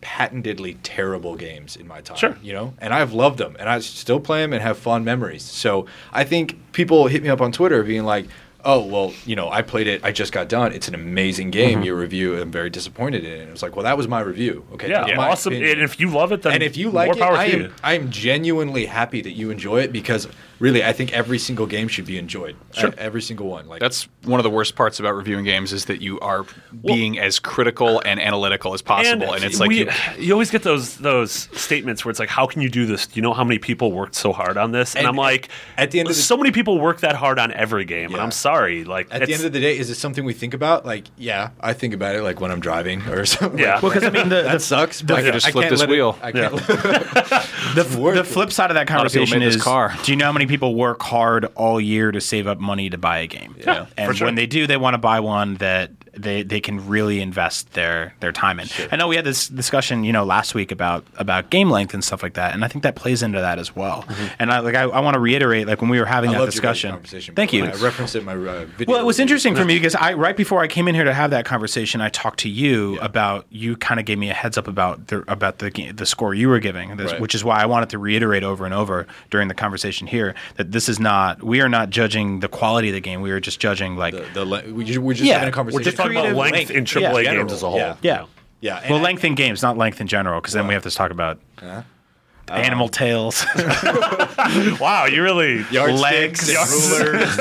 Speaker 6: patentedly terrible games in my time.
Speaker 4: Sure.
Speaker 6: You know, and I've loved them, and I still play them and have fond memories. So I think people hit me up on Twitter being like. Oh well, you know, I played it. I just got done. It's an amazing
Speaker 4: Mm-hmm.
Speaker 6: game. Your review, I'm very disappointed in it. And it was like, well, that was my review. Okay,
Speaker 4: Yeah,
Speaker 6: that's my
Speaker 4: awesome.
Speaker 6: opinion.
Speaker 4: And if you love it, then
Speaker 6: And if you like
Speaker 4: more
Speaker 6: it,
Speaker 4: power
Speaker 6: I
Speaker 4: to
Speaker 6: am,
Speaker 4: you.
Speaker 6: I am genuinely happy that you enjoy it because really, I think every single game should be enjoyed. Sure. Every single one. Like
Speaker 3: That's one of the worst parts about reviewing games is that you are being as critical and analytical as possible, and, it's like
Speaker 4: we-
Speaker 3: you,
Speaker 4: you always get those those statements where it's like, "How can you do this? Do you know how many people worked so hard on this?" And,
Speaker 6: And
Speaker 4: I'm like,
Speaker 6: at the end of the-
Speaker 4: so many people work that hard on every game, and
Speaker 6: Yeah.
Speaker 4: I'm sorry, like
Speaker 6: at the end of the day, is it something we think about? Like, yeah, I think about it like when I'm driving or something.
Speaker 4: Yeah.
Speaker 5: Well, because I mean, the,
Speaker 6: that
Speaker 5: the,
Speaker 6: sucks. But
Speaker 3: could just flip
Speaker 6: can't
Speaker 3: this
Speaker 6: let it-
Speaker 3: wheel.
Speaker 6: I can't the,
Speaker 5: the flip side of that
Speaker 3: of people
Speaker 5: conversation
Speaker 3: made this
Speaker 5: is:
Speaker 3: car.
Speaker 5: Do you know how many people work hard all year to save up money to buy a game?
Speaker 4: Yeah,
Speaker 5: and
Speaker 4: for sure.
Speaker 5: when they do, they want to buy one that they, they can really invest their their time in. I know we had this discussion, you know, last week about about game length and stuff like that, and I think that plays into that as well. And I like I, I want to reiterate, like when we were having that discussion. Thank you.
Speaker 6: I referenced it in my uh, video.
Speaker 5: Well, it was
Speaker 6: review.
Speaker 5: interesting for me because I right before I came in here to have that conversation, I talked to you about you kind of gave me a heads up about the about the ga- the score you were giving, this-
Speaker 6: Right.
Speaker 5: which is why I wanted to reiterate over and over during the conversation here that this is not we are not judging the quality of the game. We are just judging like
Speaker 6: The, the, le- we ju- we're just
Speaker 5: Yeah.
Speaker 6: having a
Speaker 5: We're
Speaker 6: conversation.
Speaker 5: just
Speaker 4: talking about
Speaker 5: creative
Speaker 4: length
Speaker 5: length,
Speaker 4: in AAA
Speaker 6: yeah.
Speaker 4: games as a whole.
Speaker 6: Yeah.
Speaker 5: yeah.
Speaker 6: yeah. and
Speaker 5: Well,
Speaker 6: I-
Speaker 5: length in games, not length in general, because then we have to talk about Animal
Speaker 6: Uh,
Speaker 5: Tales,
Speaker 4: Wow, you really
Speaker 5: legs,
Speaker 6: Rulers.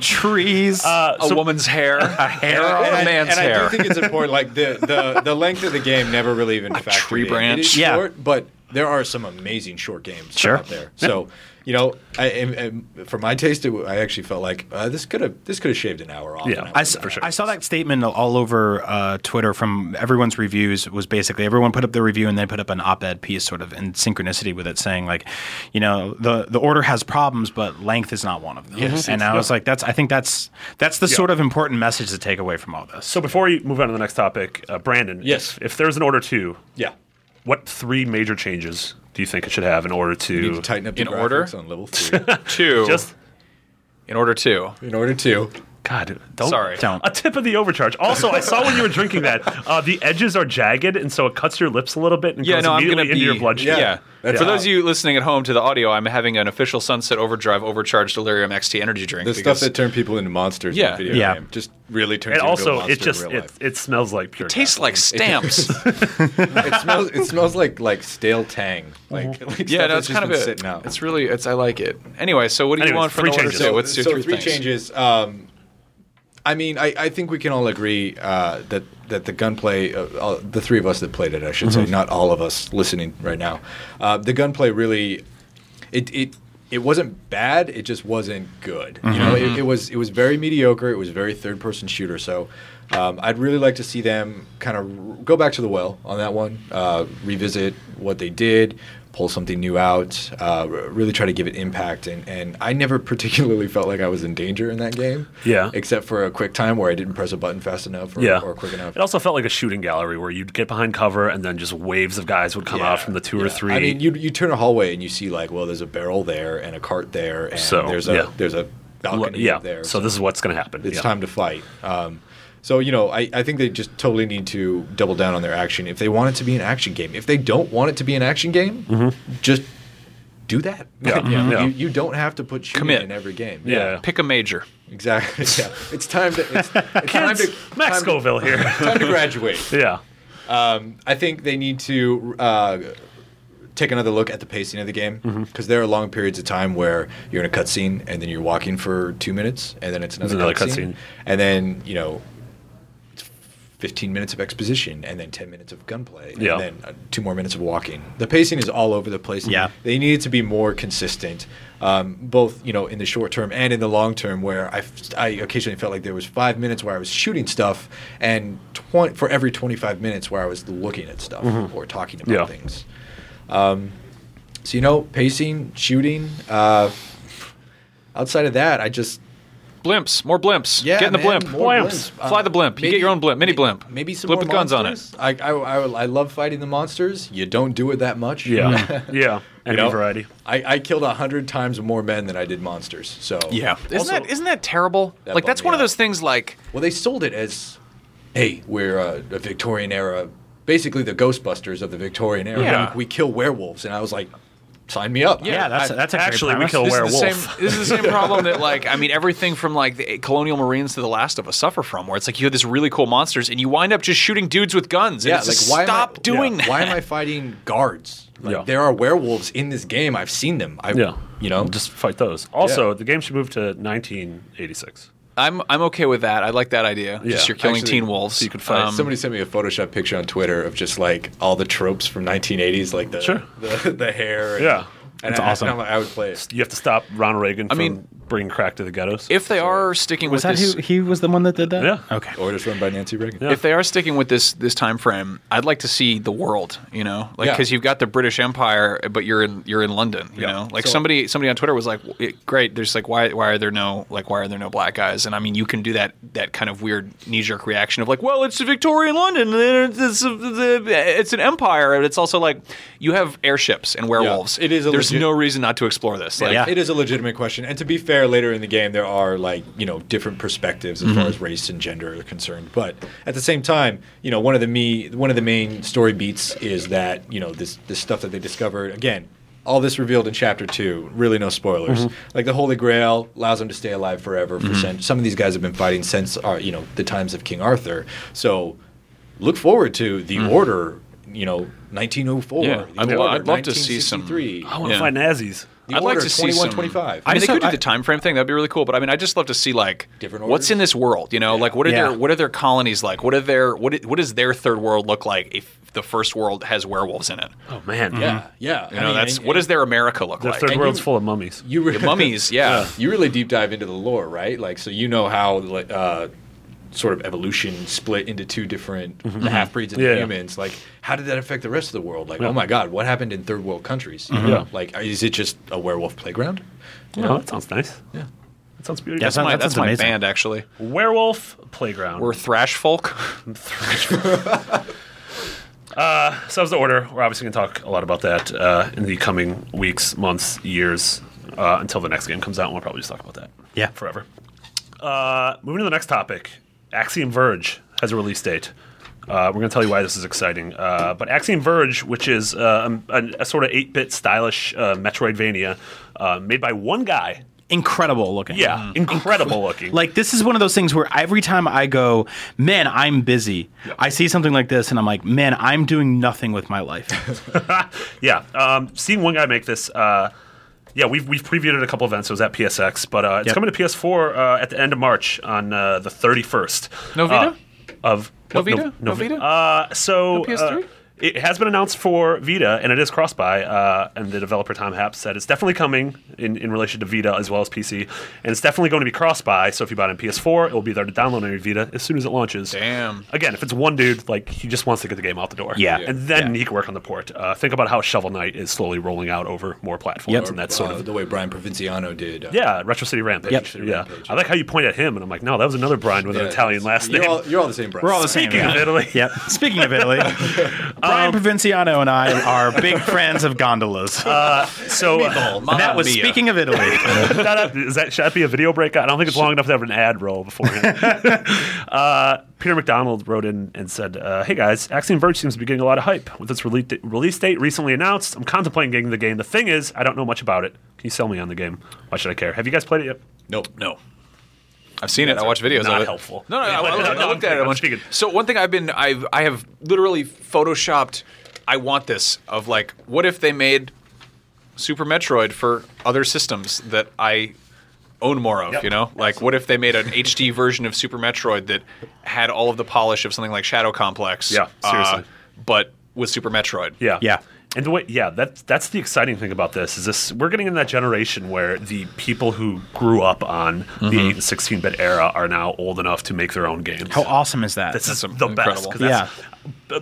Speaker 5: trees.
Speaker 6: Uh,
Speaker 3: a woman's hair, a hair
Speaker 6: And I-
Speaker 3: on a
Speaker 6: and I-
Speaker 3: man's
Speaker 6: and
Speaker 3: hair.
Speaker 6: I do think it's important. Like the, the, the length of the game never really even factored
Speaker 3: tree
Speaker 6: in. It
Speaker 3: branch.
Speaker 6: is
Speaker 5: Yeah.
Speaker 6: short, but there are some amazing short games
Speaker 5: Sure.
Speaker 6: out there. So, you know, I, and- and for my taste, it, w- I actually felt like uh, this could have this could have shaved an hour off.
Speaker 4: Yeah.
Speaker 6: and I
Speaker 5: I,
Speaker 6: would've
Speaker 5: s-
Speaker 6: been
Speaker 5: I saw that statement all over uh, Twitter from everyone's reviews. Was basically everyone put up their review and they put up an op-ed piece, sort of in synchronicity with it, saying like, you know, the the order has problems, but length is not one of them. and I was like, that's I think that's that's the sort of important message to take away from all this.
Speaker 4: So before you move on to the next topic, uh, Brandon,
Speaker 6: Yes.
Speaker 4: if, if there's an order two,
Speaker 6: Yeah.
Speaker 4: what three major changes do you think it should have in order to,
Speaker 6: Need to tighten up the
Speaker 3: In
Speaker 6: graphics
Speaker 3: order?
Speaker 6: on level three.
Speaker 3: Two.
Speaker 4: just
Speaker 3: in order two.
Speaker 6: in order to
Speaker 4: God, don't
Speaker 3: Sorry.
Speaker 5: Don't.
Speaker 4: A tip of the overcharge. Also, I saw when you were drinking that uh, the edges are jagged, and so it cuts your lips a little bit and
Speaker 3: Yeah,
Speaker 4: goes
Speaker 3: no, I'm
Speaker 4: immediately
Speaker 3: gonna
Speaker 4: into
Speaker 3: be
Speaker 4: your bloodstream.
Speaker 3: Yeah,
Speaker 6: Yeah. That's
Speaker 3: for
Speaker 6: how-
Speaker 3: those of you listening at home to the audio, I'm having an official Sunset Overdrive Overcharged Delirium XT energy drink.
Speaker 6: the stuff
Speaker 3: because
Speaker 6: that turned people into monsters. in
Speaker 3: Yeah.
Speaker 6: a video
Speaker 5: Yeah.
Speaker 6: game just really turns.
Speaker 4: And
Speaker 6: you into a
Speaker 4: also,
Speaker 6: monster
Speaker 4: it just
Speaker 6: in real
Speaker 4: it,
Speaker 6: life.
Speaker 4: it smells like pure.
Speaker 3: tastes like stamps.
Speaker 6: it smells. It smells like like stale tang. Like, like
Speaker 3: yeah, no,
Speaker 6: stuff
Speaker 3: it's kind
Speaker 6: that's just
Speaker 3: of
Speaker 6: been
Speaker 3: a,
Speaker 6: sitting out.
Speaker 3: It's really it's I like it. Anyway, so what do you
Speaker 4: Anyways,
Speaker 3: want from
Speaker 4: three
Speaker 3: the order
Speaker 4: changes.
Speaker 3: two?
Speaker 4: So-
Speaker 3: What's your
Speaker 6: so
Speaker 3: three,
Speaker 6: three
Speaker 3: things?
Speaker 6: changes. Um, I mean, I, I think we can all agree uh, that that the gunplay, uh, all, the three of us that played it, I should
Speaker 3: Mm-hmm.
Speaker 6: say, not all of us listening right now, uh, the gunplay really, it it it wasn't bad. It just wasn't good. You know,
Speaker 4: Mm-hmm.
Speaker 6: it, it was it was very mediocre. It was very third person shooter. So. Um, I'd really like to see them kind of r- go back to the well on that one, uh, revisit what they did, pull something new out, uh, r- really try to give it impact. And, and I never particularly felt like I was in danger in that game.
Speaker 4: Yeah.
Speaker 6: Except for a quick time where I didn't press a button fast enough or,
Speaker 4: Yeah.
Speaker 6: or quick enough.
Speaker 4: It also felt like a shooting gallery where you'd get behind cover and then just waves of guys would come out
Speaker 6: Yeah,
Speaker 4: from the two
Speaker 6: yeah.
Speaker 4: or three.
Speaker 6: I mean, you you turn a hallway and you see like, well, there's a barrel there and a cart there, and
Speaker 4: So,
Speaker 6: there's a
Speaker 4: yeah.
Speaker 6: there's a balcony
Speaker 4: yeah.
Speaker 6: up there.
Speaker 4: so, this is what's going to happen.
Speaker 6: it's
Speaker 4: yeah.
Speaker 6: time to fight. Um, so you know, I, I think they just totally need to double down on their action if they want it to be an action game. If they don't want it to be an action game, just do that.
Speaker 4: Mm-hmm. Yeah.
Speaker 6: Like,
Speaker 4: Yeah. Yeah.
Speaker 6: You, you don't have to put shooting
Speaker 3: Commit.
Speaker 6: in every game.
Speaker 4: Yeah.
Speaker 3: Pick a major.
Speaker 6: exactly. Yeah, it's time to it's, it's time
Speaker 4: Kids,
Speaker 6: to
Speaker 4: Max
Speaker 6: time,
Speaker 4: Scoville here.
Speaker 6: time to graduate.
Speaker 4: yeah.
Speaker 6: I think they need to uh, take another look at the pacing of the game because
Speaker 4: Mm-hmm.
Speaker 6: there are long periods of time where you're in a cutscene and then you're walking for two minutes and then it's another,
Speaker 4: another
Speaker 6: cutscene,
Speaker 4: cutscene.
Speaker 6: and then you know. it's 15 minutes of exposition and then 10 minutes of gunplay and
Speaker 4: Yeah.
Speaker 6: then uh, two more minutes of walking the pacing is all over the place
Speaker 5: Yeah.
Speaker 6: they need to be more consistent um, both you know in the short term and in the long term where I, f- I occasionally felt like there was five minutes where i was shooting stuff and 20, for every 25 minutes where i was looking at stuff or talking about
Speaker 4: Yeah.
Speaker 6: things um, so you know pacing shooting uh, outside of that i just
Speaker 3: Blimps, more blimps.
Speaker 6: yeah,
Speaker 3: Get in the
Speaker 6: man,
Speaker 3: blimp.
Speaker 6: more
Speaker 4: Blimps.
Speaker 6: blimps. Uh,
Speaker 3: Fly the blimp. You get your own blimp, mini
Speaker 6: may-
Speaker 3: blimp.
Speaker 6: Maybe some
Speaker 3: Blimp
Speaker 6: more
Speaker 3: with guns on it.
Speaker 6: monsters. on it. I, I, I, I love fighting the monsters. You don't do it that much.
Speaker 4: Yeah. yeah. Any
Speaker 6: know?
Speaker 4: variety.
Speaker 6: I, I killed a hundred times more men than I did monsters. So
Speaker 3: Isn't that isn't that terrible?
Speaker 6: That
Speaker 3: like that's
Speaker 6: bummed
Speaker 3: one
Speaker 6: me
Speaker 3: of
Speaker 6: out.
Speaker 3: those things like
Speaker 6: Well, they sold it as, hey, we're uh, a Victorian era, basically the Ghostbusters of the Victorian era.
Speaker 3: Yeah.
Speaker 6: We kill werewolves, and I was like, sign me up.
Speaker 5: yeah, that's that's a great
Speaker 4: Actually, we
Speaker 5: premise.
Speaker 4: kill
Speaker 3: this
Speaker 4: werewolf.
Speaker 3: is the same this is the same problem that like I mean everything from like the colonial marines to the last of us suffer from where it's like you have this really cool monsters and you wind up just shooting dudes with guns and
Speaker 6: yeah,
Speaker 3: it's
Speaker 6: like
Speaker 3: just
Speaker 6: why am I-
Speaker 3: stop doing
Speaker 6: yeah,
Speaker 3: that.
Speaker 6: Why am I fighting guards? Like,
Speaker 4: Yeah.
Speaker 6: There are werewolves in this game. I've seen them. I,
Speaker 4: Yeah.
Speaker 6: you know,
Speaker 4: just fight those. Also, the game should move to 1986.
Speaker 3: I'm I'm okay with that. I like that idea. just
Speaker 4: Yeah.
Speaker 3: you're killing
Speaker 6: Actually,
Speaker 3: teen wolves.
Speaker 4: so you could fight
Speaker 3: Um,
Speaker 6: Somebody sent me a Photoshop picture on Twitter of just like all the tropes from 1980s, like the
Speaker 4: Sure.
Speaker 6: the, the hair. And,
Speaker 4: Yeah.
Speaker 6: and
Speaker 5: That's
Speaker 6: I, and
Speaker 5: awesome.
Speaker 6: I'm like, I would play it.
Speaker 4: You have to stop Ronald Reagan from
Speaker 3: mean-
Speaker 4: bringing crack to the ghettos.
Speaker 3: if they are sticking
Speaker 5: Was
Speaker 3: with
Speaker 5: that
Speaker 3: this,
Speaker 5: who he was the one that did that?
Speaker 4: Yeah.
Speaker 5: Okay.
Speaker 6: Or just run by Nancy Reagan.
Speaker 4: Yeah.
Speaker 3: if they are sticking with this this time frame, I'd like to see the world. You know, like
Speaker 6: Yeah.
Speaker 3: because you've got the British Empire, but you're in you're in London. You know, like somebody somebody on Twitter was like, w- it- "Great, there's like why why are there no like why are there no black guys?" And I mean, you can do that that kind of weird knee jerk reaction of like, "Well, it's Victorian London, and it's it's, it's an empire, and it's also like you have airships and werewolves.
Speaker 6: It is a
Speaker 3: there's
Speaker 6: legit-
Speaker 3: no reason not to explore this. Like,
Speaker 5: Yeah.
Speaker 6: It is a legitimate question. And to be fair, later in the game, there are like, you know, different perspectives as
Speaker 3: Mm-hmm.
Speaker 6: far as race and gender are concerned. But at the same time, you know, one of the me one of the main story beats is that, you know, this this stuff that they discovered again, all this revealed in chapter two, really no spoilers.
Speaker 3: Mm-hmm.
Speaker 6: Like the Holy Grail allows them to stay alive forever for cent- some of these guys have been fighting since uh, you know, the times of King Arthur. So look forward to the order, you know, 1904.
Speaker 3: Mm-hmm. Yeah.
Speaker 6: the
Speaker 3: I'd lo-
Speaker 6: Order,
Speaker 3: I'd love to see some-
Speaker 6: 1963.
Speaker 4: I want to
Speaker 3: Yeah.
Speaker 4: fight Nazis.
Speaker 6: The
Speaker 3: I'd like
Speaker 6: order
Speaker 3: to see
Speaker 6: 21,
Speaker 3: some.
Speaker 6: 25.
Speaker 3: I mean, they
Speaker 5: Just
Speaker 3: could do
Speaker 5: have-
Speaker 3: the time frame thing. That'd be really cool. But I mean, I'd just love to see like
Speaker 6: Different
Speaker 3: what's in
Speaker 6: orders?
Speaker 3: this world. You know, like what are
Speaker 5: Yeah.
Speaker 3: their what are their colonies like? What are their what i- what does their third world look like if the first world has werewolves in it?
Speaker 4: Oh man,
Speaker 6: yeah, yeah.
Speaker 3: You know, that's what does their America look
Speaker 4: the
Speaker 3: like?
Speaker 4: third
Speaker 3: And
Speaker 4: world's
Speaker 6: you-
Speaker 4: full of mummies.
Speaker 6: you re-
Speaker 3: the mummies, yeah.
Speaker 6: You really deep dive into the lore, right? Like, so you know how like, uh, sort of evolution split into two different the half breeds and
Speaker 4: Yeah.
Speaker 6: the humans. Like, how did that affect the rest of the world? Like, oh my God, what happened in third world countries? You know?
Speaker 4: Yeah.
Speaker 6: Like, is it just a werewolf playground?
Speaker 4: Oh, that sounds nice. Yeah, that sounds beautiful.
Speaker 5: Yes,
Speaker 3: That's my,
Speaker 5: That
Speaker 3: that's
Speaker 5: sounds
Speaker 3: my
Speaker 5: amazing.
Speaker 3: band actually.
Speaker 4: Werewolf playground.
Speaker 3: We're thrash folk.
Speaker 4: So that was the order. We're obviously going to talk a lot about that uh, in the coming weeks, months, years, uh, until the next game comes out. And we'll probably just talk about that.
Speaker 5: Yeah.
Speaker 4: forever. Uh, moving to the next topic, Axiom Verge has a release date. Uh, we're going to tell you why this is exciting. Uh, but Axiom Verge, which is uh, um, a, a sort of 8 bit stylish uh, Metroidvania uh, made by one guy.
Speaker 5: Incredible looking.
Speaker 4: Yeah, incredible looking.
Speaker 5: Like this is one of those things where every time I go, man, I'm busy. I see something like this and I'm like, man, I'm doing nothing with my life.
Speaker 4: yeah, um, seeing one guy make this. Uh, yeah, we've we've previewed it at a couple events. It was at PSX, but uh, it's
Speaker 5: Yep.
Speaker 4: coming to PS4 uh, at the end of March on uh, the 31st.
Speaker 3: Novita?
Speaker 4: Uh, of what?
Speaker 3: Novita?
Speaker 4: No-
Speaker 3: Novita?
Speaker 4: Uh, so
Speaker 3: No PS3?
Speaker 4: uh, it has been announced for Vita, and it is cross-buy. Uh, and the developer Tom Happ said it's definitely coming in, in relation to Vita as well as PC, and it's definitely going to be cross-buy. So if you buy it on PS4, it will be there to download on your Vita as soon as it launches.
Speaker 3: Damn.
Speaker 4: Again, if it's one dude, like he just wants to get the game out the door.
Speaker 5: Yeah. Yeah.
Speaker 4: And then he can work on the port. Uh, think about how Shovel Knight is slowly rolling out over more platforms,
Speaker 5: Yep.
Speaker 4: and that's sort
Speaker 6: Uh,
Speaker 4: of
Speaker 6: the way Brian Provinciano did. Uh,
Speaker 4: yeah, Retro City Rampage.
Speaker 5: Yep.
Speaker 4: yeah, I like how you point at him, and I'm like, no, that was another Brian with an Italian last
Speaker 6: you're
Speaker 4: name.
Speaker 6: All, you're all the same, Brian.
Speaker 5: We're all the same.
Speaker 4: Speaking
Speaker 5: yeah.
Speaker 4: of Italy,
Speaker 5: Yep. Speaking of Italy, Brian Provinciano and I are big fans of gondolas.
Speaker 4: so uh,
Speaker 5: and that was speaking of Italy.
Speaker 4: that, is that should that be a video break? I don't think it's long enough to have an ad roll beforehand. uh, Peter McDonald wrote in and said, uh, "Hey guys, Axiom Verge seems to be getting a lot of hype with its release, release date recently announced. I'm contemplating getting the game. The thing is, I don't know much about it. Can you sell me on the game? Why should I care? Have you guys played it yet?
Speaker 6: Nope.
Speaker 3: No. I've seen it. I watch videos
Speaker 4: not
Speaker 3: of it.
Speaker 4: helpful.
Speaker 3: No, no, I, I, looked- I looked at it a bunch.
Speaker 4: Speaking-
Speaker 3: So one thing I've been, I've, I have literally photoshopped. I want this of like, what if they made Super Metroid for other systems that I own more of? You know, like what if they made an HD version of Super Metroid that had all of the polish of something like Shadow Complex? uh,
Speaker 4: Yeah, seriously.
Speaker 3: but with Super Metroid.
Speaker 4: Yeah.
Speaker 5: Yeah.
Speaker 4: And the way, yeah, that's that's the exciting thing about this is this we're getting in that generation where the people who grew up on the eight and sixteen bit era are now old enough to make their own games.
Speaker 5: Mm-hmm. How awesome is that?
Speaker 4: this is the
Speaker 3: That's
Speaker 4: best.
Speaker 3: incredible.
Speaker 4: 'cause that's-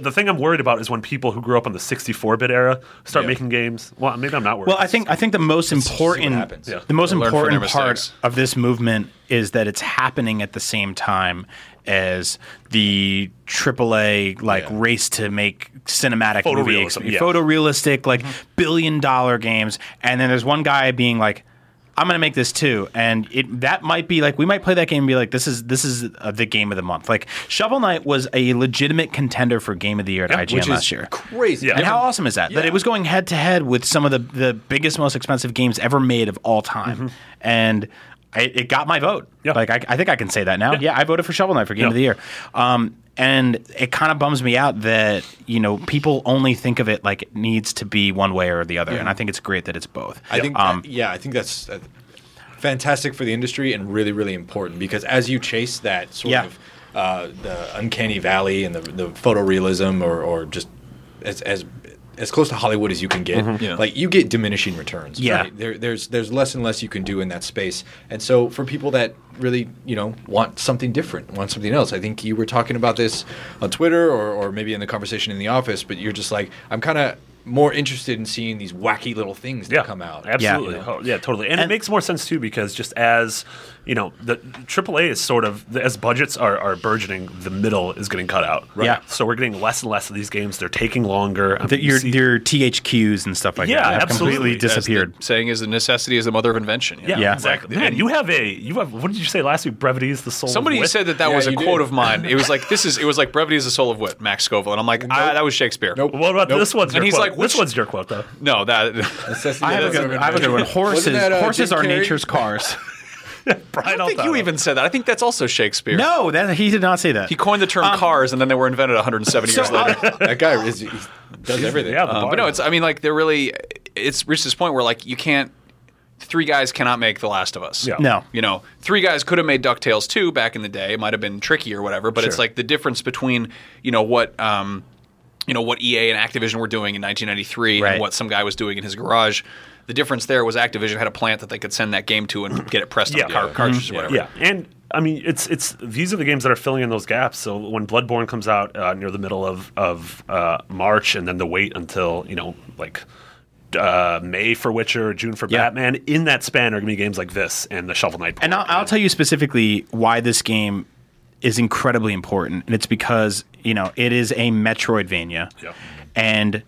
Speaker 4: The thing I'm worried about is when people who grew up on the 64-bit era start making games. Well, maybe I'm not worried.
Speaker 5: Well, I think I think the most important
Speaker 6: happens. Yeah.
Speaker 5: the most
Speaker 3: They learn from their
Speaker 5: important part
Speaker 3: mistakes.
Speaker 5: of this movement is that it's happening at the same time as the AAA like
Speaker 6: Yeah.
Speaker 5: race to make cinematic movie
Speaker 4: Photorealism,
Speaker 5: exp-
Speaker 4: yeah.
Speaker 5: photorealistic like
Speaker 6: Mm-hmm.
Speaker 5: billion dollar games, and then there's one guy being like. I'm gonna make this too, and it that might be like we might play that game and be like this is this is uh, the game of the month. Like Shovel Knight was a legitimate contender for game of the year at IGN
Speaker 6: Which is
Speaker 5: last year.
Speaker 6: crazy.
Speaker 4: Yeah.
Speaker 5: And how awesome is that? That it was going head to head with some of the, the biggest, most expensive games ever made of all time. And I, it got my vote.
Speaker 4: Mm-hmm. Yeah.
Speaker 5: Like, I, I think I can say that now. Yeah, I voted for Shovel Knight for Game of
Speaker 4: Yeah.
Speaker 5: the Year. Um, and it kind of bums me out that, you know, people only think of it like it needs to be one way or the other. And I think it's great that it's both.
Speaker 6: I think,
Speaker 5: Um,
Speaker 6: yeah, I think that's uh, fantastic for the industry and really, really important because as you chase that sort
Speaker 5: Yeah.
Speaker 6: of uh, the uncanny valley and the, the photorealism or, or just as, as as close to Hollywood as you can get, like you get diminishing returns.
Speaker 5: Mm-hmm. Yeah.
Speaker 6: there, there's there's less and less you can do in that space, and so for people that really you know want something different, want something else, I think you were talking about this on Twitter or, or maybe in the conversation in the office, but you're just like I'm kind of more interested in seeing these wacky little things that
Speaker 4: yeah,
Speaker 6: come out.
Speaker 4: Absolutely.
Speaker 5: Yeah.
Speaker 4: Yeah, yeah totally. And, it
Speaker 5: And-
Speaker 4: makes more sense too because just as you know, the AAA is sort of as budgets are, are burgeoning, the middle is getting cut out. Right.
Speaker 5: Yeah.
Speaker 4: So we're getting less and less of these games. They're taking longer. I
Speaker 5: that
Speaker 4: mean,
Speaker 5: your,
Speaker 4: you see-
Speaker 5: your THQs and stuff like
Speaker 4: Yeah,
Speaker 5: that have
Speaker 4: absolutely.
Speaker 5: completely
Speaker 4: That's the-
Speaker 5: disappeared.
Speaker 3: Saying is the necessity is the mother of invention. you
Speaker 4: yeah,
Speaker 3: know?
Speaker 5: Yeah.
Speaker 4: exactly.
Speaker 3: Like,
Speaker 4: Man,
Speaker 3: and-
Speaker 4: you have a you have what did you say last week? Brevity is the soul. of
Speaker 3: Somebody
Speaker 4: wit?
Speaker 3: said that that
Speaker 6: Yeah,
Speaker 3: was a
Speaker 6: you
Speaker 3: quote
Speaker 6: did.
Speaker 3: of mine. It was like this is it was like brevity is the soul of wit, Max Scoville, and I'm like ah, that was Shakespeare.
Speaker 6: Nope.
Speaker 4: What about
Speaker 6: Nope.
Speaker 4: this one's?
Speaker 3: And
Speaker 4: Your
Speaker 3: he's
Speaker 4: quote.
Speaker 3: like,
Speaker 4: this
Speaker 3: which-
Speaker 4: one's your quote though.
Speaker 3: No, that
Speaker 5: I have, a good, I have a good one. Horses,
Speaker 6: that, uh,
Speaker 5: horses
Speaker 6: Jim
Speaker 5: are
Speaker 6: Carrey?
Speaker 5: nature's cars.
Speaker 4: Brian,
Speaker 3: I don't think
Speaker 4: Altano.
Speaker 3: you even said that. I think that's also Shakespeare.
Speaker 5: no, that, he did not say that.
Speaker 3: He coined the term cars, and then they were invented 170 years
Speaker 5: So,
Speaker 3: later.
Speaker 5: uh,
Speaker 6: that guy is, he does everything.
Speaker 4: Yeah, the
Speaker 3: Um, but
Speaker 4: bar-
Speaker 3: no, it's. I mean, like they're really. It's reached this point where like you can't. three guys cannot make The Last of Us.
Speaker 4: Yeah.
Speaker 5: No.
Speaker 3: You know, three guys could have made DuckTales 2 back in the day. It might have been tricky or whatever, but it's
Speaker 4: Sure.
Speaker 3: like the difference between, you know, what um, you know, what EA and Activision were doing in 1993
Speaker 5: Right.
Speaker 3: and what some guy was doing in his garage. The difference there was Activision had a plant that they could send that game to and get it pressed
Speaker 4: Yeah.
Speaker 3: on car-
Speaker 5: Mm-hmm.
Speaker 4: Mhm.
Speaker 3: cartridges or whatever.
Speaker 4: Yeah, and I mean, it's it's these are the games that are filling in those gaps. So when Bloodborne comes out uh, near the middle of of uh, March, and then the wait until you know like uh, May for Witcher, June for
Speaker 5: Yeah.
Speaker 4: Batman, in that span are going to be games like this and the Shovel Knight.
Speaker 5: And I'll, I'll tell you specifically why this game is incredibly important, and it's because you know it is a Metroidvania,
Speaker 4: Yeah.
Speaker 5: and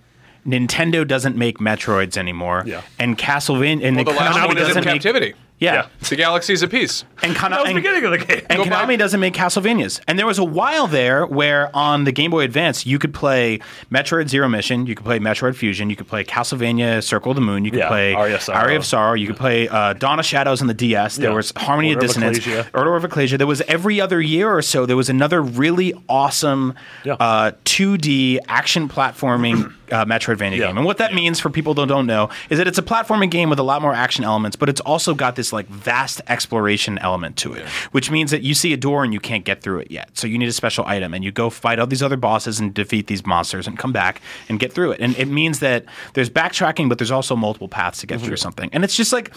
Speaker 5: Nintendo doesn't make Metroids anymore,
Speaker 4: Yeah.
Speaker 5: and Castlevania and
Speaker 3: Well, the last
Speaker 5: Konami
Speaker 3: one is in
Speaker 5: doesn't
Speaker 4: e-
Speaker 5: make-
Speaker 3: captivity.
Speaker 5: yeah.
Speaker 4: Yeah.
Speaker 3: The galaxy's a piece.
Speaker 5: and Konami
Speaker 4: that was the beginning of the game.
Speaker 5: And
Speaker 3: Go
Speaker 5: Konami
Speaker 3: buy-
Speaker 5: doesn't make Castlevanias. And there was a while there where on the Game Boy Advance you could play Metroid Zero Mission, you could play Metroid Fusion, you could play Castlevania Circle of the Moon, you could
Speaker 4: Yeah,
Speaker 5: play
Speaker 4: Aria of Sorrow.
Speaker 5: Aria of Sorrow, you could play uh, Dawn of Shadows on the DS. There
Speaker 4: Yeah.
Speaker 5: was Harmony
Speaker 4: Order
Speaker 5: of
Speaker 4: of
Speaker 5: Dissonance,
Speaker 4: Ecclesia.
Speaker 5: Order of Ecclesia. There was every other year or so there was another really awesome
Speaker 4: Yeah.
Speaker 5: uh, 2D action platforming uh, Metroidvania
Speaker 4: Yeah.
Speaker 5: game. And what that means for people that don't know is that it's a platforming game with a lot more action elements, but it's also got this like vast exploration element to it, which means that you see a door and you can't get through it yet. So you need a special item and you go fight all these other bosses and defeat these monsters and come back and get through it. And it means that there's backtracking, but there's also multiple paths to get
Speaker 4: Mm-hmm.
Speaker 5: through something. And it's just like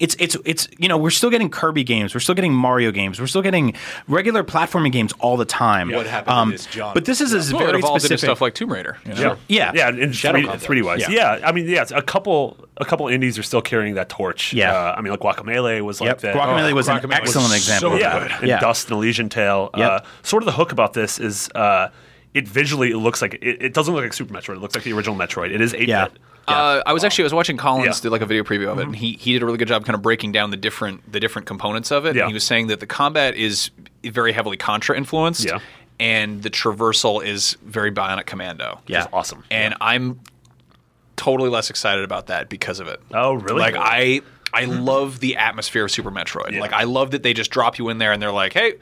Speaker 5: it's it's it's you know we're still getting Kirby games, we're still getting Mario games, we're still getting regular platforming games all the time. Um,
Speaker 6: What happened to this genre?
Speaker 5: But this is a
Speaker 3: Well, it
Speaker 5: very
Speaker 3: evolved
Speaker 5: specific.
Speaker 3: into stuff like Tomb Raider. you know?
Speaker 5: Yeah.
Speaker 4: yeah, in
Speaker 6: Shadow
Speaker 4: three,
Speaker 6: Complex.
Speaker 4: 3D wise. Yeah. I mean, yeah, a couple a couple indies are still carrying that torch.
Speaker 5: Yeah.
Speaker 4: Uh, I mean, like Guacamele was like
Speaker 5: yep.
Speaker 4: that. Oh.
Speaker 5: Guacamole was an
Speaker 3: Oh, Guacamole was
Speaker 5: excellent example.
Speaker 4: So
Speaker 5: of
Speaker 4: yeah,
Speaker 5: that.
Speaker 4: and
Speaker 5: yeah.
Speaker 4: Dust and Elysian Tale. Uh,
Speaker 5: Yep.
Speaker 4: sort of the hook about this is uh, it visually it looks like it, it doesn't look like Super Metroid. It looks like the original Metroid. It is eight
Speaker 5: Yeah.
Speaker 4: bit.
Speaker 3: Uh, I was actually I was watching Collins
Speaker 4: Yeah. Mm-hmm.
Speaker 3: do like a video preview of it, and he he did a really good job kind of breaking down the different the different components of it.
Speaker 4: Yeah.
Speaker 3: And he was saying that the combat is very heavily Contra influenced,
Speaker 4: Yeah.
Speaker 3: and the traversal is very Bionic Commando.
Speaker 4: Yeah. Which is awesome.
Speaker 3: And I'm totally less excited about that because of it.
Speaker 4: Oh, really? Hmm.
Speaker 3: Like I I love the atmosphere of Super Metroid. Like I love that they just drop you in there and they're like, hey.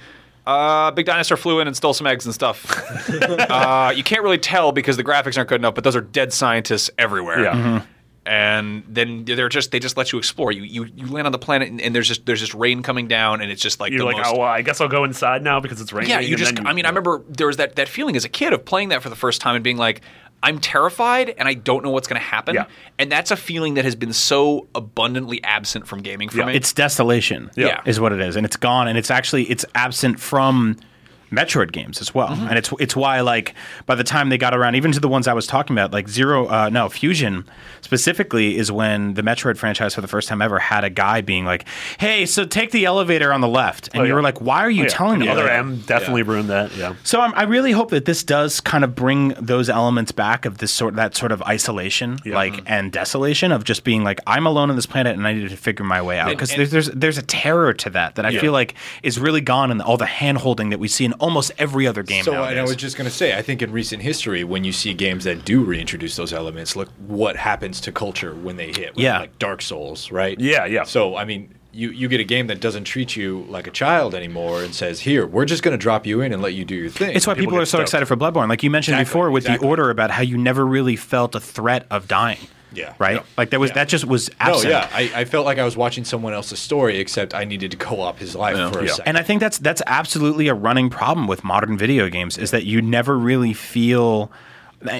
Speaker 3: Uh, big dinosaur flew in and stole some eggs and stuff. uh, you can't really tell because the graphics aren't good enough, but those are dead scientists everywhere
Speaker 4: Yeah. Mhm.
Speaker 3: and then they're just they just let you explore. You you, you land on the planet and, and there's just there's just rain coming down and it's just like
Speaker 4: You're
Speaker 3: the
Speaker 4: like,
Speaker 3: most,
Speaker 4: oh, well, I guess I'll go inside now because it's raining.
Speaker 3: yeah. You
Speaker 4: and
Speaker 3: just
Speaker 4: then
Speaker 3: I mean I remember there was that that feeling as a kid of playing that for the first time and being like. I'm terrified and I don't know what's going to happen.
Speaker 4: Yeah.
Speaker 3: And that's a feeling that has been so abundantly absent from gaming for
Speaker 4: Yeah.
Speaker 3: me.
Speaker 5: It's desolation.
Speaker 3: Yeah.
Speaker 5: Is what it is. And it's gone and it's actually it's absent from Metroid games as well.
Speaker 4: Mm-hmm.
Speaker 5: And it's it's why like by the time they got around even to the ones I was talking about, like Zero uh no, Fusion specifically is when the Metroid franchise for the first time ever had a guy being like, Hey, so take the elevator on the left. And
Speaker 4: Oh,
Speaker 5: you
Speaker 4: yeah.
Speaker 5: were like, Why are you
Speaker 4: Yeah.
Speaker 5: telling
Speaker 4: And
Speaker 5: me?
Speaker 4: Other
Speaker 5: that?
Speaker 4: M definitely ruined that. Yeah.
Speaker 5: So I'm, I really hope that this does kind of bring those elements back of this sort that sort of isolation, like
Speaker 6: Mm-hmm.
Speaker 5: and desolation of just being like I'm alone on this planet and I need to figure my way out because
Speaker 3: and-
Speaker 5: there's, there's there's a terror to that that I feel like is really gone in all the hand holding that we see in almost every other game.
Speaker 6: So,
Speaker 5: nowadays.
Speaker 6: and I was just going to say, I think in recent history, when you see games that do reintroduce those elements, look what happens to culture when they hit.
Speaker 5: Yeah.
Speaker 6: Like Dark Souls, right?
Speaker 4: Yeah, yeah.
Speaker 6: So, I mean, you, you get a game that doesn't treat you like a child anymore and says, here, we're just going to drop you in and let you do your thing.
Speaker 5: It's why people, are so
Speaker 4: stoked.
Speaker 5: excited for Bloodborne. Like you mentioned
Speaker 6: Exactly,
Speaker 5: before with the
Speaker 6: exactly.
Speaker 5: order about how you never really felt a threat of dying.
Speaker 6: Yeah.
Speaker 5: Right?
Speaker 6: Yeah.
Speaker 5: Like that was that just was
Speaker 6: No,
Speaker 5: absent.
Speaker 6: yeah. I, I felt like I was watching someone else's story, except I needed to co op his life for a
Speaker 4: Yeah.
Speaker 6: second.
Speaker 5: And I think that's that's absolutely a running problem with modern video games is that you never really feel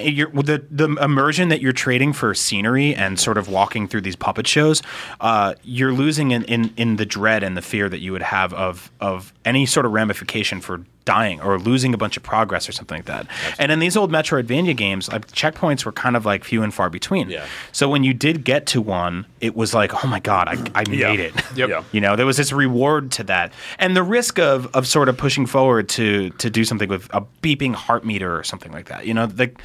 Speaker 5: you the the immersion that you're trading for scenery and sort of walking through these puppet shows. Uh, you're losing in, in in the dread and the fear that you would have of of any sort of ramification for dying or losing a bunch of progress or something like that. And in these old Metroidvania games, like checkpoints were kind of like few and far between.
Speaker 6: Yeah.
Speaker 5: So when you did get to one, it was like, oh my god, I, I made
Speaker 4: Yeah.
Speaker 5: it.
Speaker 4: Yep. Yeah.
Speaker 5: You know, there was this reward to that, and the risk of of sort of pushing forward to to do something with a beeping heart meter or something like that. You know, like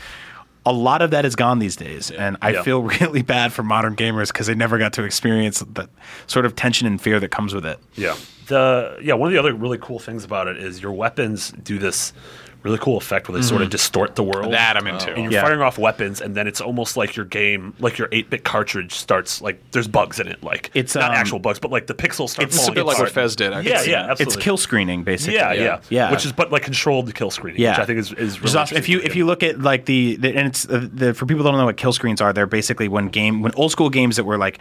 Speaker 5: a lot of that is gone these days, and I
Speaker 4: Yeah.
Speaker 5: feel really bad for modern gamers because they never got to experience the sort of tension and fear that comes with it.
Speaker 4: Yeah. The yeah, one of the other really cool things about it is your weapons do this really cool effect where they
Speaker 5: Mm-hmm.
Speaker 4: sort of distort the world.
Speaker 3: That I'm into.
Speaker 4: And you're
Speaker 5: Yeah.
Speaker 4: firing off weapons, and then it's almost like your game, like your 8-bit cartridge starts like there's bugs in it. Like
Speaker 5: It's, um,
Speaker 4: not actual bugs, but like the pixels start.
Speaker 3: It's a
Speaker 4: falling
Speaker 3: bit like what
Speaker 4: apart.
Speaker 3: Fez did, I
Speaker 4: Yeah,
Speaker 3: guess.
Speaker 4: yeah, absolutely.
Speaker 5: It's kill screening, basically.
Speaker 4: Yeah, yeah,
Speaker 5: yeah.
Speaker 4: Which is but like controlled kill screening,
Speaker 5: Yeah,
Speaker 4: which I think is is
Speaker 5: Which
Speaker 4: really
Speaker 5: awesome. If you if you look at like the, the and it's uh, the for people that don't know what kill screens are, they're basically when game when old school games that were like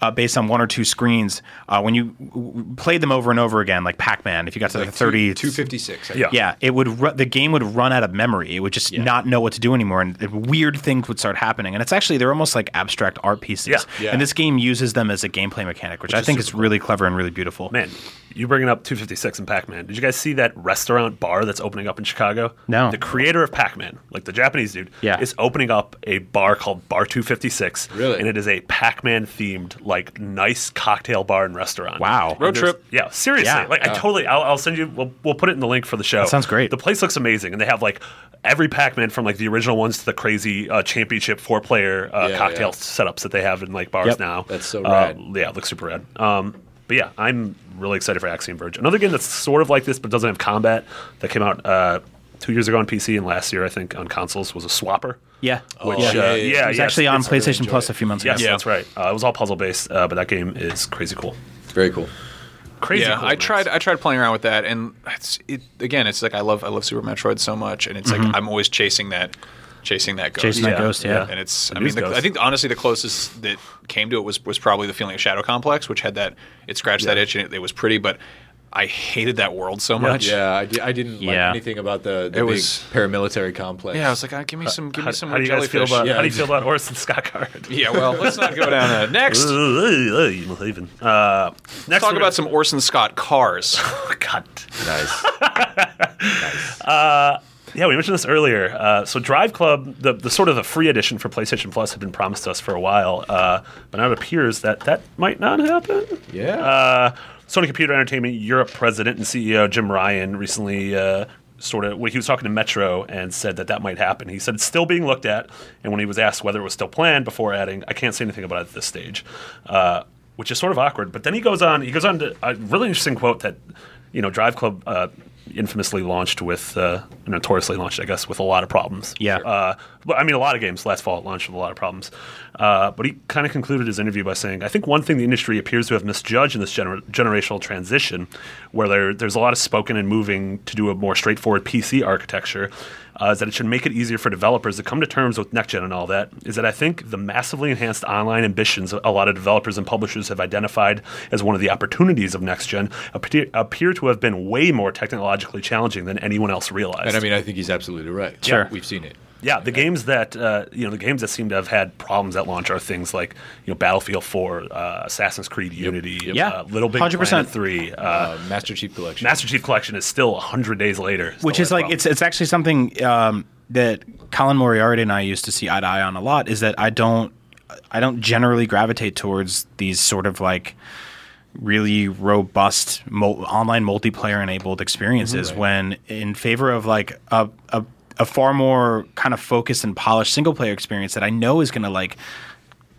Speaker 5: uh, based on one or two screens, uh, when you w- w- played them over and over again, like Pac Man, if you got to the thirty
Speaker 6: two fifty six.
Speaker 4: Yeah.
Speaker 5: yeah, it would ru- the game would run out of memory. It would just not know what to do anymore, and and weird things would start happening. And it's actually they're almost like abstract art pieces.
Speaker 4: Yeah.
Speaker 6: Yeah.
Speaker 5: And this game uses them as a gameplay mechanic, which, I think is really clever and really beautiful.
Speaker 4: man, you bringing up 256 and Pac-Man. Did you guys see that restaurant bar that's opening up in Chicago?
Speaker 5: No.
Speaker 4: The creator of Pac-Man, like the Japanese dude,
Speaker 5: Yeah.
Speaker 4: is opening up a bar called Bar 256.
Speaker 6: Really?
Speaker 4: And it is a Pac-Man themed, like nice cocktail bar and restaurant.
Speaker 5: Wow.
Speaker 3: Road trip.
Speaker 4: Yeah, seriously.
Speaker 5: Yeah.
Speaker 4: Like I totally, I'll, I'll send you. We'll, we'll put it in the link for the show. That
Speaker 5: sounds great.
Speaker 4: The place looks amazing, and they have like every Pac-Man from like the original ones to the crazy uh, championship four-player uh,
Speaker 6: Yeah,
Speaker 4: cocktail
Speaker 6: yeah.
Speaker 4: setups that they have in like bars
Speaker 5: Yep.
Speaker 4: now.
Speaker 6: That's so
Speaker 4: Uh,
Speaker 6: rad.
Speaker 4: yeah, it looks super rad. Um, but yeah, I'm really excited for Axiom Verge. Another game that's sort of like this but doesn't have combat that came out uh, two years ago on PC and last year I think on consoles was a Swapper.
Speaker 5: Oh, Yeah.
Speaker 4: Which,
Speaker 6: yeah,
Speaker 4: uh,
Speaker 6: yeah, yeah.
Speaker 4: yeah,
Speaker 6: It was
Speaker 4: yeah,
Speaker 5: It was
Speaker 4: it's-
Speaker 5: actually on
Speaker 4: it's-
Speaker 5: PlayStation
Speaker 6: enjoy
Speaker 5: Plus
Speaker 6: it.
Speaker 5: a few months
Speaker 4: Yes,
Speaker 5: ago.
Speaker 4: that's right. Uh, it was all puzzle based, uh, but that game is crazy cool.
Speaker 6: Very cool.
Speaker 4: Crazy
Speaker 3: yeah,
Speaker 4: cool.
Speaker 3: I
Speaker 4: man.
Speaker 3: tried. I tried playing around with that, and it's it again. It's like I love I love Super Metroid so much, and it's
Speaker 4: Mm-hmm.
Speaker 3: like I'm always chasing that, chasing that ghost.
Speaker 5: Chasing that
Speaker 4: Yeah,
Speaker 5: ghost, yeah.
Speaker 4: yeah.
Speaker 3: And it's I
Speaker 4: It
Speaker 3: mean
Speaker 4: is
Speaker 3: the,
Speaker 4: ghost.
Speaker 3: I think honestly the closest that came to it was was probably the feeling of Shadow Complex, which had that it scratched that itch and it, it was pretty, but I hated that world so much.
Speaker 6: Yeah, I, di- I didn't
Speaker 5: Yeah.
Speaker 6: like anything about the, the
Speaker 3: It
Speaker 6: big
Speaker 3: was-
Speaker 6: paramilitary complex.
Speaker 3: Yeah, I was like, ah, give me some, give
Speaker 4: How,
Speaker 3: me some
Speaker 4: how
Speaker 3: more
Speaker 4: do you guys feel
Speaker 3: jellyfish.
Speaker 4: about
Speaker 6: Yeah.
Speaker 4: How do you feel about Orson Scott Card?
Speaker 3: yeah, well, let's not go down that. Next, let's
Speaker 4: I'm leaving. Uh, next,
Speaker 3: talk
Speaker 4: we're
Speaker 3: about
Speaker 4: gonna-
Speaker 3: some Orson Scott cars.
Speaker 4: God.
Speaker 6: nice.
Speaker 4: Uh, Yeah, we mentioned this earlier. Uh, so, Drive Club, the, the sort of the free edition for PlayStation Plus, had been promised to us for a while, uh, but now it appears that that might not happen.
Speaker 6: Yeah.
Speaker 4: Uh, Sony Computer Entertainment Europe president and CEO Jim Ryan recently uh, sort of when he was talking to Metro and said that that might happen. He said it's still being looked at, and when he was asked whether it was still planned, before adding, "I can't say anything about it at this stage," uh, which is sort of awkward. But then he goes on. He goes on to a really interesting quote that you know Drive Club. Uh, Infamously launched with, uh, notoriously launched, I guess, with a lot of problems.
Speaker 5: Yeah.
Speaker 4: Uh, but I mean, a lot of games last fall launched with a lot of problems. Uh, but he kind of concluded his interview by saying, I think one thing the industry appears to have misjudged in this gener- generational transition, where there, there's a lot of spoken and moving to do a more straightforward PC architecture, uh, is that it should make it easier for developers to come to terms with next gen and all that. Is that I think the massively enhanced online ambitions a lot of developers and publishers have identified as one of the opportunities of next gen appear, appear to have been way more technologically challenging than anyone else realized.
Speaker 6: and I mean, I think he's absolutely right.
Speaker 5: Sure.
Speaker 6: We've seen it.
Speaker 4: Yeah, the games that uh, you know, the games that seem to have had problems at launch are things like you know Battlefield Four, uh, Assassin's Creed Unity,
Speaker 5: Yeah.
Speaker 4: uh, Little Big
Speaker 5: 100%.
Speaker 4: Planet Three. Uh,
Speaker 6: Uh, Master Chief Collection.
Speaker 4: Master Chief Collection is still hundred days later, still
Speaker 5: which is
Speaker 4: has
Speaker 5: like
Speaker 4: problems.
Speaker 5: it's it's actually something um, that Colin Moriarty and I used to see eye to eye on a lot. Is that I don't I don't generally gravitate towards these sort of like really robust mul- online multiplayer enabled experiences
Speaker 4: Mm-hmm.
Speaker 5: when in favor of like a, a a far more kind of focused and polished single player experience that I know is going to like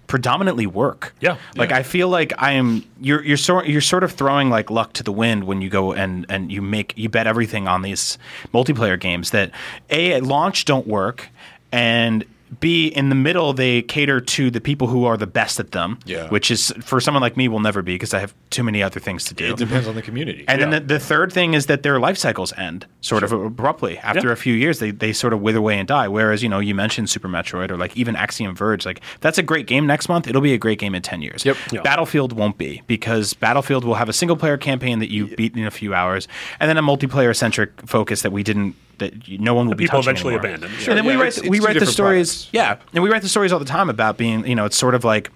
Speaker 5: predominantly work.
Speaker 4: Yeah.
Speaker 5: Like I feel like I am you're you're sort you're sort of throwing like luck to the wind when you go and and you make you bet everything on these multiplayer games that A at launch don't work and B in the middle they cater to the people who are the best at them,
Speaker 6: Yeah.
Speaker 5: which is for someone like me will never be because I have too many other things to do.
Speaker 6: It depends on the community.
Speaker 5: And then the, the third thing is that their life cycles end sort of abruptly. After
Speaker 4: Yeah.
Speaker 5: a few years, they, they sort of wither away and die. Whereas, you know, you mentioned Super Metroid or like even Axiom Verge, like that's a great game next month. It'll be a great game in 10 years.
Speaker 6: Yep.
Speaker 4: Yeah.
Speaker 5: Battlefield won't be because Battlefield will have a single player campaign that you beat in a few hours and then a multiplayer centric focus that we didn't, that you- no one will be
Speaker 4: people
Speaker 5: touching
Speaker 4: eventually
Speaker 5: anymore.
Speaker 4: abandon.
Speaker 5: And then
Speaker 6: Yeah,
Speaker 5: we write
Speaker 6: it's- it's
Speaker 5: we
Speaker 6: two
Speaker 5: write the
Speaker 6: different
Speaker 5: stories.
Speaker 6: products.
Speaker 5: Yeah, and we write the stories all the time about being you know it's sort of like,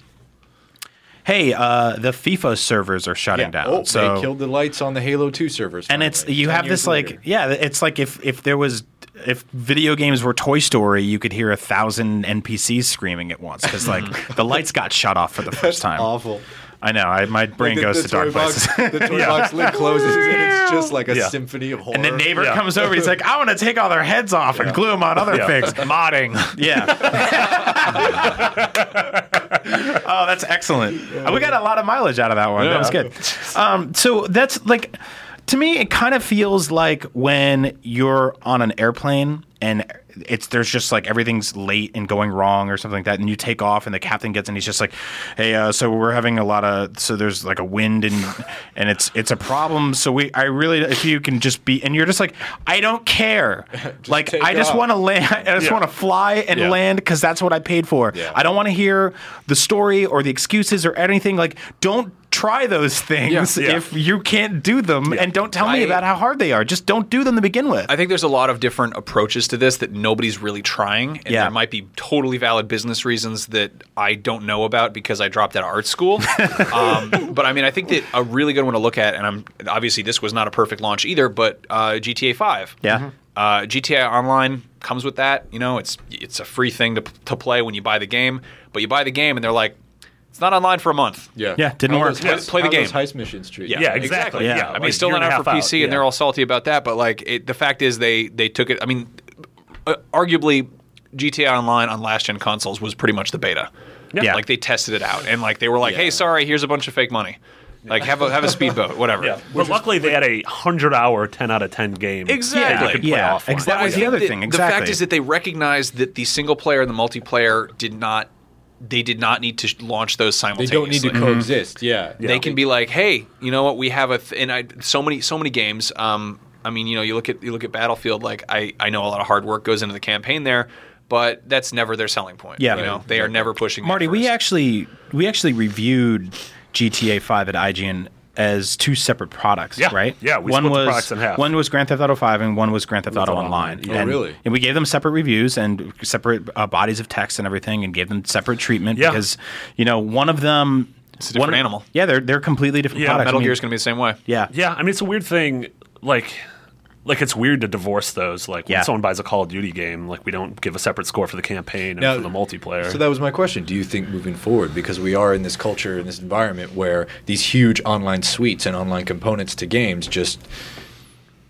Speaker 5: hey, uh, the FIFA servers are shutting
Speaker 6: yeah.
Speaker 5: down.
Speaker 6: oh,
Speaker 5: so
Speaker 6: they killed the lights on the Halo 2 servers.
Speaker 5: and
Speaker 6: finally,
Speaker 5: it's you
Speaker 6: 10
Speaker 5: have
Speaker 6: years
Speaker 5: this
Speaker 6: later.
Speaker 5: like yeah it's like if if there was if video games were Toy Story, you could hear a thousand NPCs screaming at once because like the lights got shut off for the first time.
Speaker 6: awful.
Speaker 5: I know. I, my brain
Speaker 6: The- the
Speaker 5: goes to dark
Speaker 6: toy box-
Speaker 5: places.
Speaker 6: the toy box lid closes and it's just like a
Speaker 4: Yeah.
Speaker 6: symphony of horror.
Speaker 5: and the neighbor
Speaker 4: Yeah.
Speaker 5: comes over. He's like, "I want to take all their heads off and glue them on other
Speaker 4: Yeah.
Speaker 5: things."
Speaker 4: modding.
Speaker 5: Yeah. oh, that's excellent. We got a lot of mileage out of that one. That was good. Um, so that's like to me, it kind of feels like when you're on an airplane and it's there's just like everything's late and going wrong or something like that, and you take off and the captain gets in, he's just like, "Hey, uh, so we're having a lot of so there's like a wind and and it's it's a problem. So we I really if you can just be and you're just like I don't care, like
Speaker 6: take
Speaker 5: I just
Speaker 6: off.
Speaker 5: want to land, I just
Speaker 4: Yeah.
Speaker 5: want to fly and
Speaker 6: Yeah.
Speaker 5: land because that's what I paid for.
Speaker 6: Yeah.
Speaker 5: I don't want to hear the story or the excuses or anything. Like don't try those things
Speaker 4: Yeah.
Speaker 5: if you can't do them and don't tell me
Speaker 3: I-
Speaker 5: about how hard they are just don't do them to begin with
Speaker 3: I think there's a lot of different approaches to this that nobody's really trying, and
Speaker 5: Yeah.
Speaker 3: there might be totally valid business reasons that I don't know about because I dropped out of art school. um, but I mean, I think that a really good one to look at, and I'm obviously this was not a perfect launch either, but uh, GTA Five.
Speaker 5: Yeah. Mhm.
Speaker 3: Uh, GTA Online comes with that. You know, it's it's a free thing to to play when you buy the game, but you buy the game and they're like, it's not online for a month.
Speaker 6: Yeah.
Speaker 5: Yeah, didn't
Speaker 6: How
Speaker 5: work.
Speaker 6: those
Speaker 4: Yeah,
Speaker 6: heist-
Speaker 3: play the
Speaker 6: how those
Speaker 3: game.
Speaker 6: heist missions treat. you.
Speaker 4: Yeah, exactly. Yeah,
Speaker 3: I mean,
Speaker 4: like
Speaker 3: still
Speaker 4: year
Speaker 3: not
Speaker 4: and a
Speaker 3: out for
Speaker 4: half out,
Speaker 3: PC,
Speaker 4: yeah.
Speaker 3: and they're all salty about that. But like, it, the fact is, they they took it. I mean, uh, arguably, GTA Online on last gen consoles was pretty much the beta.
Speaker 5: Yeah.
Speaker 3: like they tested it out, and like they were like, "Hey, sorry, here's a bunch of fake money. Like, have a have a speedboat, whatever."
Speaker 4: Yeah, but luckily they had a hundred-hour, ten out of ten game.
Speaker 3: Exactly.
Speaker 4: that you could play
Speaker 5: Yeah,
Speaker 4: offline.
Speaker 5: exactly. That
Speaker 3: I
Speaker 5: was the
Speaker 3: think
Speaker 5: other
Speaker 3: that
Speaker 5: thing,
Speaker 3: The
Speaker 5: exactly.
Speaker 3: fact is that they recognized that the single player and the multiplayer did not. They did not need to sh- launch those
Speaker 6: They
Speaker 3: simultaneously.
Speaker 6: don't need to
Speaker 5: Mm-hmm.
Speaker 6: coexist. Yeah.
Speaker 3: they can be like, hey, you know what? We have a th- and I so many so many games. Um, I mean, you know, you look at you look at Battlefield. Like, I I know a lot of hard work goes into the campaign there, but that's never their selling point.
Speaker 5: Yeah.
Speaker 3: you know, they are never pushing. that
Speaker 5: marty we
Speaker 3: first.
Speaker 5: actually we actually reviewed gta 5 at ign as two separate products
Speaker 4: Yeah,
Speaker 5: right
Speaker 4: yeah, we
Speaker 5: one
Speaker 4: split the
Speaker 5: was
Speaker 4: products in half.
Speaker 5: one was grand theft auto 5 and one was grand theft auto online
Speaker 4: Online,
Speaker 6: yeah. Oh,
Speaker 5: and,
Speaker 6: really?
Speaker 5: and we gave them separate reviews and separate uh, bodies of text and everything and gave them separate treatment
Speaker 4: Yeah.
Speaker 5: because you know one of them it's
Speaker 3: a different animal.
Speaker 5: yeah they're they're completely different
Speaker 4: Yeah,
Speaker 5: products I
Speaker 3: Metal
Speaker 5: mean,
Speaker 3: Gear is going to be the same way.
Speaker 5: yeah
Speaker 4: Yeah, I mean it's a weird thing. Like, like it's weird to divorce those. Like when
Speaker 5: Yeah.
Speaker 4: someone buys a Call of Duty game, like we don't give a separate score for the campaign and
Speaker 6: Now-
Speaker 4: for the multiplayer.
Speaker 6: So that was my question. Do you think moving forward, because we are in this culture in this environment where these huge online suites and online components to games just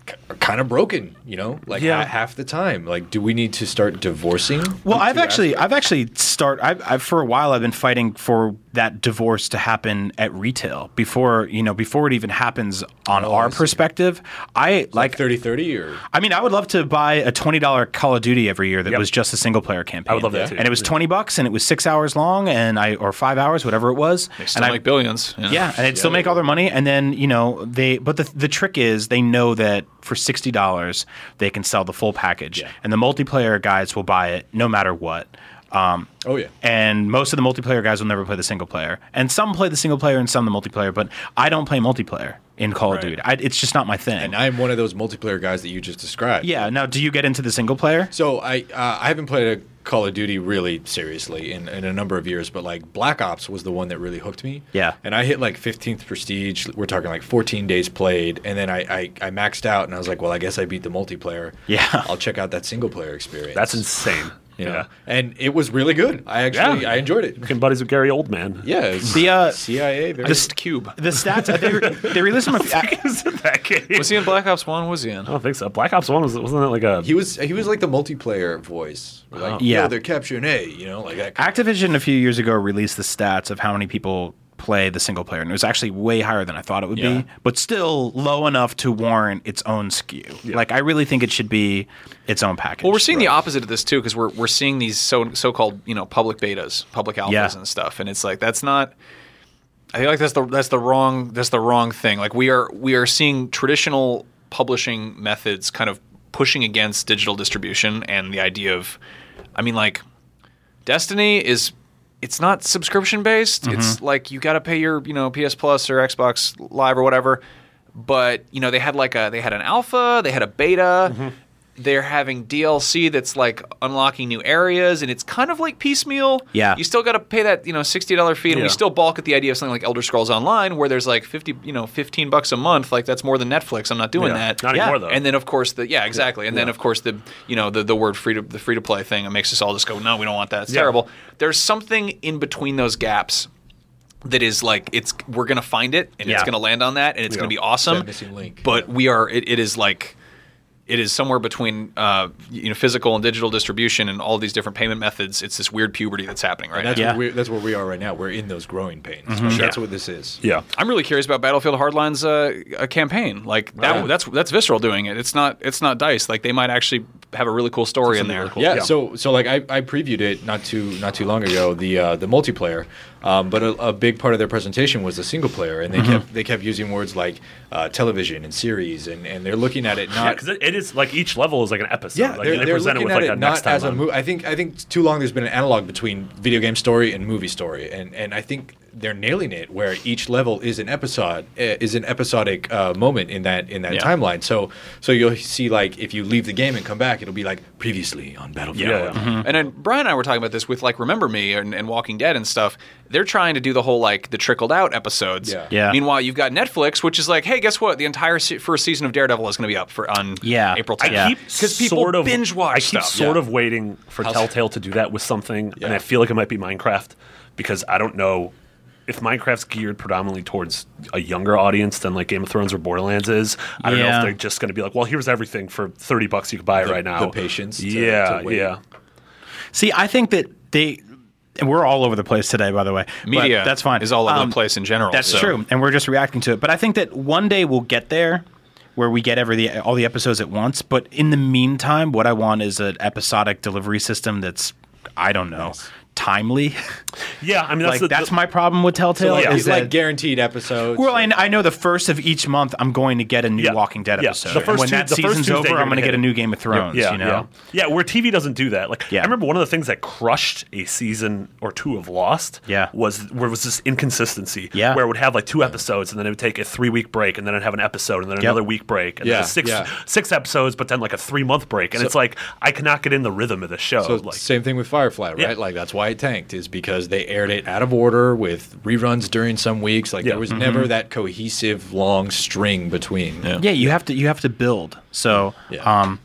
Speaker 6: k- are kind of broken, you know, like
Speaker 4: Yeah.
Speaker 6: ha- half the time. Like, do we need to start divorcing?
Speaker 5: Well,
Speaker 6: the
Speaker 5: I've
Speaker 6: two
Speaker 5: actually, I've actually start. I've, I've for a while, I've been fighting for that divorce to happen at retail before you know before it even happens on our
Speaker 6: I see.
Speaker 5: perspective. I
Speaker 6: like
Speaker 5: like.
Speaker 6: 30 30 or
Speaker 5: I mean, I would love to buy a twenty dollar Call of Duty every year that
Speaker 4: Yep.
Speaker 5: was just a single player campaign. I
Speaker 4: would love that too.
Speaker 5: And it was twenty bucks, and it was six hours long, and I or five hours, whatever it was.
Speaker 3: They
Speaker 5: and
Speaker 3: still
Speaker 5: I-
Speaker 3: make billions. you know?
Speaker 5: yeah, and they'd still make all their money, and then you know they. But the the trick is they know that for sixty dollars they can sell the full package, and the multiplayer guys will buy it no matter what. Um,
Speaker 6: Oh, yeah.
Speaker 5: and most of the multiplayer guys will never play the single player, and some play the single player and some the multiplayer. But I don't play multiplayer in Call of Duty. I, it's just not my thing.
Speaker 6: And I'm one of those multiplayer guys that you just described.
Speaker 5: yeah. Now, do you get into the single player?
Speaker 6: So I uh, I haven't played a Call of Duty really seriously in, in a number of years, but like Black Ops was the one that really hooked me.
Speaker 5: Yeah.
Speaker 6: And I hit like 15th prestige. We're talking like 14 days played, and then I I, I maxed out, and I was like, well, I guess I beat the multiplayer.
Speaker 5: Yeah.
Speaker 6: I'll check out that single player experience.
Speaker 4: That's insane.
Speaker 6: You know?
Speaker 4: yeah.
Speaker 6: And it was really good. I actually
Speaker 4: Yeah.
Speaker 6: I enjoyed it.
Speaker 4: Fucking buddies with Gary Oldman.
Speaker 6: Yeah. It's
Speaker 5: The, uh,
Speaker 6: CIA. Very
Speaker 5: the
Speaker 3: Cube.
Speaker 5: The stats they, re- they released them. A few, I-
Speaker 4: Is it that game?
Speaker 3: Was he in Black Ops One? Was he in?
Speaker 4: I don't think so. Black Ops One was wasn't that like a
Speaker 6: he was he was like the multiplayer voice. Like,
Speaker 5: Yeah.
Speaker 6: yeah. they're capturing A. You know, like that.
Speaker 5: Activision a few years ago released the stats of how many people play the single player, and it was actually way higher than I thought it would
Speaker 6: Yeah.
Speaker 5: be, but still low enough to warrant its own skew. Like I really think it should be its own package.
Speaker 3: Well, we're seeing the opposite of this too, because we're we're seeing these so so called you know public betas, public alphas,
Speaker 5: Yeah.
Speaker 3: and stuff, and it's like that's not. I feel like that's the that's the wrong that's the wrong thing. Like we are we are seeing traditional publishing methods kind of pushing against digital distribution and the idea of, I mean, like Destiny is it's not subscription based. It's like you got to pay your you know PS Plus or Xbox Live or whatever. But you know they had like a they had an alpha, they had a beta. They're having DLC that's like unlocking new areas, and it's kind of like piecemeal.
Speaker 5: Yeah.
Speaker 3: you still got to pay that you know sixty dollar fee, and we
Speaker 4: Yeah.
Speaker 3: still balk at the idea of something like Elder Scrolls Online, where there's like fifty you know fifteen bucks a month. Like that's more than Netflix. I'm not doing
Speaker 4: Yeah.
Speaker 3: that.
Speaker 4: Not
Speaker 5: Yeah.
Speaker 4: anymore though.
Speaker 3: And then of course the yeah exactly, and then of course the you know the the word free to the free to play thing it makes us all just go no we don't want that it's
Speaker 4: Yeah.
Speaker 3: terrible. There's something in between those gaps that is like it's we're gonna find it and
Speaker 5: Yeah.
Speaker 3: it's gonna land on that and it's
Speaker 4: Yeah.
Speaker 3: gonna be awesome.
Speaker 6: That missing link.
Speaker 3: But we are it, it is like it is somewhere between uh, you know physical and digital distribution and all these different payment methods. It's this weird puberty that's happening right
Speaker 6: That's,
Speaker 3: now.
Speaker 5: Yeah.
Speaker 6: where we, that's where we are right now. We're in those growing pains. That's what this is.
Speaker 4: Yeah.
Speaker 3: I'm really curious about Battlefield Hardline's uh, uh, campaign. Like that,
Speaker 6: Right.
Speaker 3: that's that's Visceral doing it. It's not it's not Dice. Like they might actually have a really cool story in there.
Speaker 6: Yeah, So so like I, I previewed it not too not too long ago the uh, the multiplayer, um, but a, a big part of their presentation was the single player, and they
Speaker 4: Mm-hmm.
Speaker 6: kept they kept using words like uh, television and series, and, and they're looking at it
Speaker 4: Yeah,
Speaker 6: not.
Speaker 4: because it, it is like each level is like an episode.
Speaker 6: Yeah,
Speaker 4: like,
Speaker 6: they're, they're
Speaker 4: present it
Speaker 6: looking
Speaker 4: with
Speaker 6: at
Speaker 4: like
Speaker 6: it
Speaker 4: a next
Speaker 6: not
Speaker 4: time
Speaker 6: as a
Speaker 4: on.
Speaker 6: movie. I think I think too long there's been an analog between video game story and movie story, and and I think they're nailing it where each level is an episode eh, is an episodic uh, moment in that in that
Speaker 3: Yeah.
Speaker 6: timeline. So so you'll see like if you leave the game and come back, it'll be like previously on Battlefield.
Speaker 4: Yeah, Mm-hmm. yeah.
Speaker 3: And then Brian and I were talking about this with like Remember Me and, and Walking Dead and stuff. They're trying to do the whole like the trickled out episodes.
Speaker 6: Yeah.
Speaker 5: Yeah.
Speaker 3: Meanwhile, you've got Netflix, which is like, hey, guess what? The entire se- first season of Daredevil is going to be up for on
Speaker 5: Yeah.
Speaker 3: April
Speaker 4: I
Speaker 3: 10th.
Speaker 5: Yeah.
Speaker 4: keep
Speaker 3: because people
Speaker 4: sort of
Speaker 3: binge watch
Speaker 4: I keep
Speaker 3: stuff.
Speaker 4: sort of waiting for Telltale to do that with something, and I feel like it might be Minecraft because I don't know if Minecraft's geared predominantly towards a younger audience than like Game of Thrones or Borderlands is. I don't know
Speaker 5: Yeah.
Speaker 4: if they're just going to be like, well, here's everything for thirty bucks you can buy it
Speaker 6: The-
Speaker 4: right now.
Speaker 6: the patience to-
Speaker 4: yeah,
Speaker 6: to wait.
Speaker 4: yeah.
Speaker 5: See, I think that they and we're all over the place today. By the way, but
Speaker 3: Media
Speaker 5: that's fine.
Speaker 3: is all over
Speaker 5: Um,
Speaker 3: the place in general.
Speaker 5: That's
Speaker 3: so-
Speaker 5: true, and we're just reacting to it. But I think that one day we'll get there, where we get every the, all the episodes at once. But in the meantime, what I want is an episodic delivery system that's I don't know timely.
Speaker 4: Yeah, I mean that's
Speaker 5: like
Speaker 4: the,
Speaker 5: that's my problem with Telltale.
Speaker 4: like,
Speaker 5: is
Speaker 6: It's
Speaker 5: that,
Speaker 6: like guaranteed episodes.
Speaker 5: well, I, kn- I know the first of each month I'm going to get a new
Speaker 4: Yeah.
Speaker 5: Walking Dead
Speaker 4: Yeah.
Speaker 5: episode.
Speaker 4: The first
Speaker 5: when
Speaker 4: Tues-
Speaker 5: that
Speaker 4: the first
Speaker 5: season's
Speaker 4: Tuesday
Speaker 5: over,
Speaker 4: you're
Speaker 5: I'm going
Speaker 4: gonna
Speaker 5: to get
Speaker 4: hit
Speaker 5: a
Speaker 4: it.
Speaker 5: new Game of Thrones.
Speaker 4: yeah,
Speaker 5: you know.
Speaker 4: yeah, yeah. Where TV doesn't do that. Like
Speaker 5: Yeah.
Speaker 4: I remember one of the things that crushed a season or two of Lost.
Speaker 5: Yeah.
Speaker 4: was where was this inconsistency.
Speaker 5: Yeah.
Speaker 4: where it would have like two episodes and then it would take a three week break and then it'd have an episode and then another week break and
Speaker 6: Yeah,
Speaker 4: then a six
Speaker 6: yeah.
Speaker 4: six episodes but then like a three month break and it's like I cannot get in the rhythm of the show.
Speaker 6: So
Speaker 4: like
Speaker 6: same thing with Firefly, right?
Speaker 4: Yeah.
Speaker 6: Like that's why it tanked is because they aired it out of order with reruns during some weeks. Like
Speaker 4: Yeah.
Speaker 6: there was never that cohesive long string between.
Speaker 5: Yeah, you have to you have to build. So
Speaker 6: Yeah.
Speaker 5: um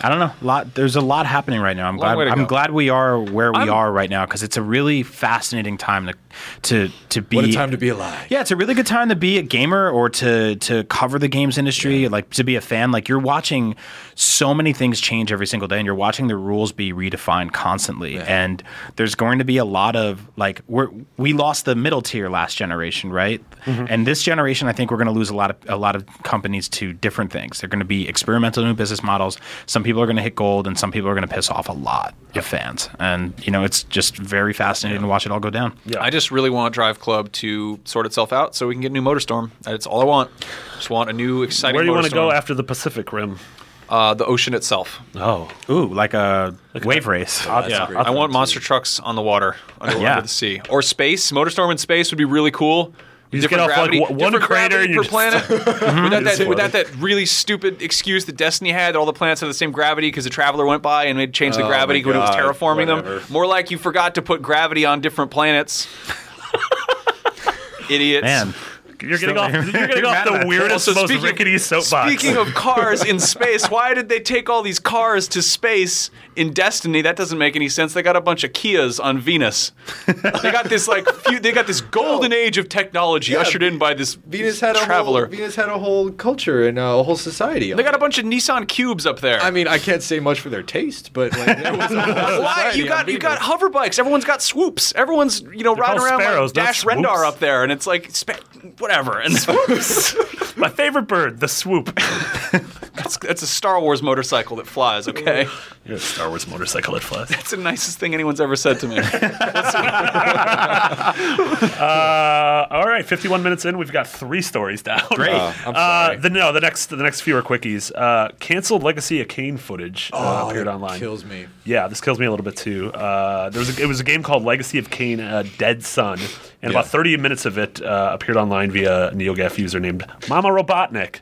Speaker 5: I don't know. Lot there's a lot happening right now. I'm glad
Speaker 3: way to
Speaker 5: I'm
Speaker 3: go.
Speaker 5: glad we are where we are right now because it's a really fascinating time to to to be
Speaker 6: What a time to be alive.
Speaker 5: yeah, it's a really good time to be a gamer or to to cover the games industry, like to be a fan. Like you're watching so many things change every single day, and you're watching the rules be redefined constantly. And there's going to be a lot of like we we lost the middle tier last generation, right? And this generation, I think we're going to lose a lot of a lot of companies to different things. They're going to be experimental new business models. Some people are going to hit gold, and some people are going to piss off a lot of fans. And you know, it's just very fascinating to watch it all go down.
Speaker 4: Yeah.
Speaker 3: I just really want Drive Club to sort itself out so we can get a new Motorstorm. That's all I want. Just want a new exciting.
Speaker 4: where do you want
Speaker 3: want
Speaker 4: to go after the Pacific Rim?
Speaker 3: Uh, the ocean itself.
Speaker 4: Oh,
Speaker 5: Ooh, like a wave race.
Speaker 3: Yeah,
Speaker 4: great.
Speaker 3: I want monster trucks on the water, under,
Speaker 5: Yeah.
Speaker 3: under the sea, or space. Motorstorm in space would be really cool.
Speaker 4: You just get off, like, one- one
Speaker 3: different
Speaker 4: crater
Speaker 3: gravity
Speaker 4: and Mhm.
Speaker 3: per
Speaker 4: you're
Speaker 3: planet. without, that,
Speaker 4: Just
Speaker 3: without that really stupid excuse that Destiny had, that all the planets have the same gravity because the Traveler went by and it changed the
Speaker 6: Oh
Speaker 3: gravity
Speaker 6: my
Speaker 3: when it was
Speaker 6: God,
Speaker 3: terraforming
Speaker 6: whatever.
Speaker 3: them. More like you forgot to put gravity on different planets. Idiots.
Speaker 5: Man,
Speaker 4: you're getting off. You're getting off the weirdest,
Speaker 3: Also,
Speaker 4: most
Speaker 3: speaking-
Speaker 4: rickety soapbox.
Speaker 3: Speaking of cars in space, why did they take all these cars to space in Destiny? That doesn't make any sense. They got a bunch of Kias on Venus. They got this like few, they got this golden age of technology ushered in by this
Speaker 6: Venus had a
Speaker 3: traveler.
Speaker 6: Whole, Venus had a whole culture and uh, a whole society.
Speaker 3: they got a bunch of Nissan cubes up there.
Speaker 6: I mean, I can't say much for their taste, but like, there was a whole
Speaker 3: why
Speaker 6: society
Speaker 3: you
Speaker 6: on
Speaker 3: got you
Speaker 6: Venus.
Speaker 3: got hover bikes? Everyone's got swoops. Everyone's you know riding
Speaker 4: called
Speaker 3: around
Speaker 4: sparrows,
Speaker 3: like
Speaker 4: not
Speaker 3: Dash
Speaker 4: swoops.
Speaker 3: Rendar up there, and it's like spa- whatever. And swoops.
Speaker 4: my favorite bird, the swoop.
Speaker 3: that's, that's a Star Wars motorcycle that flies. Okay.
Speaker 4: You're a Star Wars motorcycle at flash.
Speaker 3: That's the nicest thing anyone's ever said to me.
Speaker 4: Uh, all right, 51 minutes in, we've got three stories down. Great.
Speaker 6: Uh, I'm sorry.
Speaker 4: Uh, the, no, the next the next few are quickies. Uh, canceled Legacy of Kane footage uh, appeared online.
Speaker 6: Kills me.
Speaker 4: Yeah, this kills me a little bit too. Uh, there was a, it was a game called Legacy of Kane: uh, Dead Sun, and about 30 minutes of it uh, appeared online via a NeoGaf user named Mama Robotnik.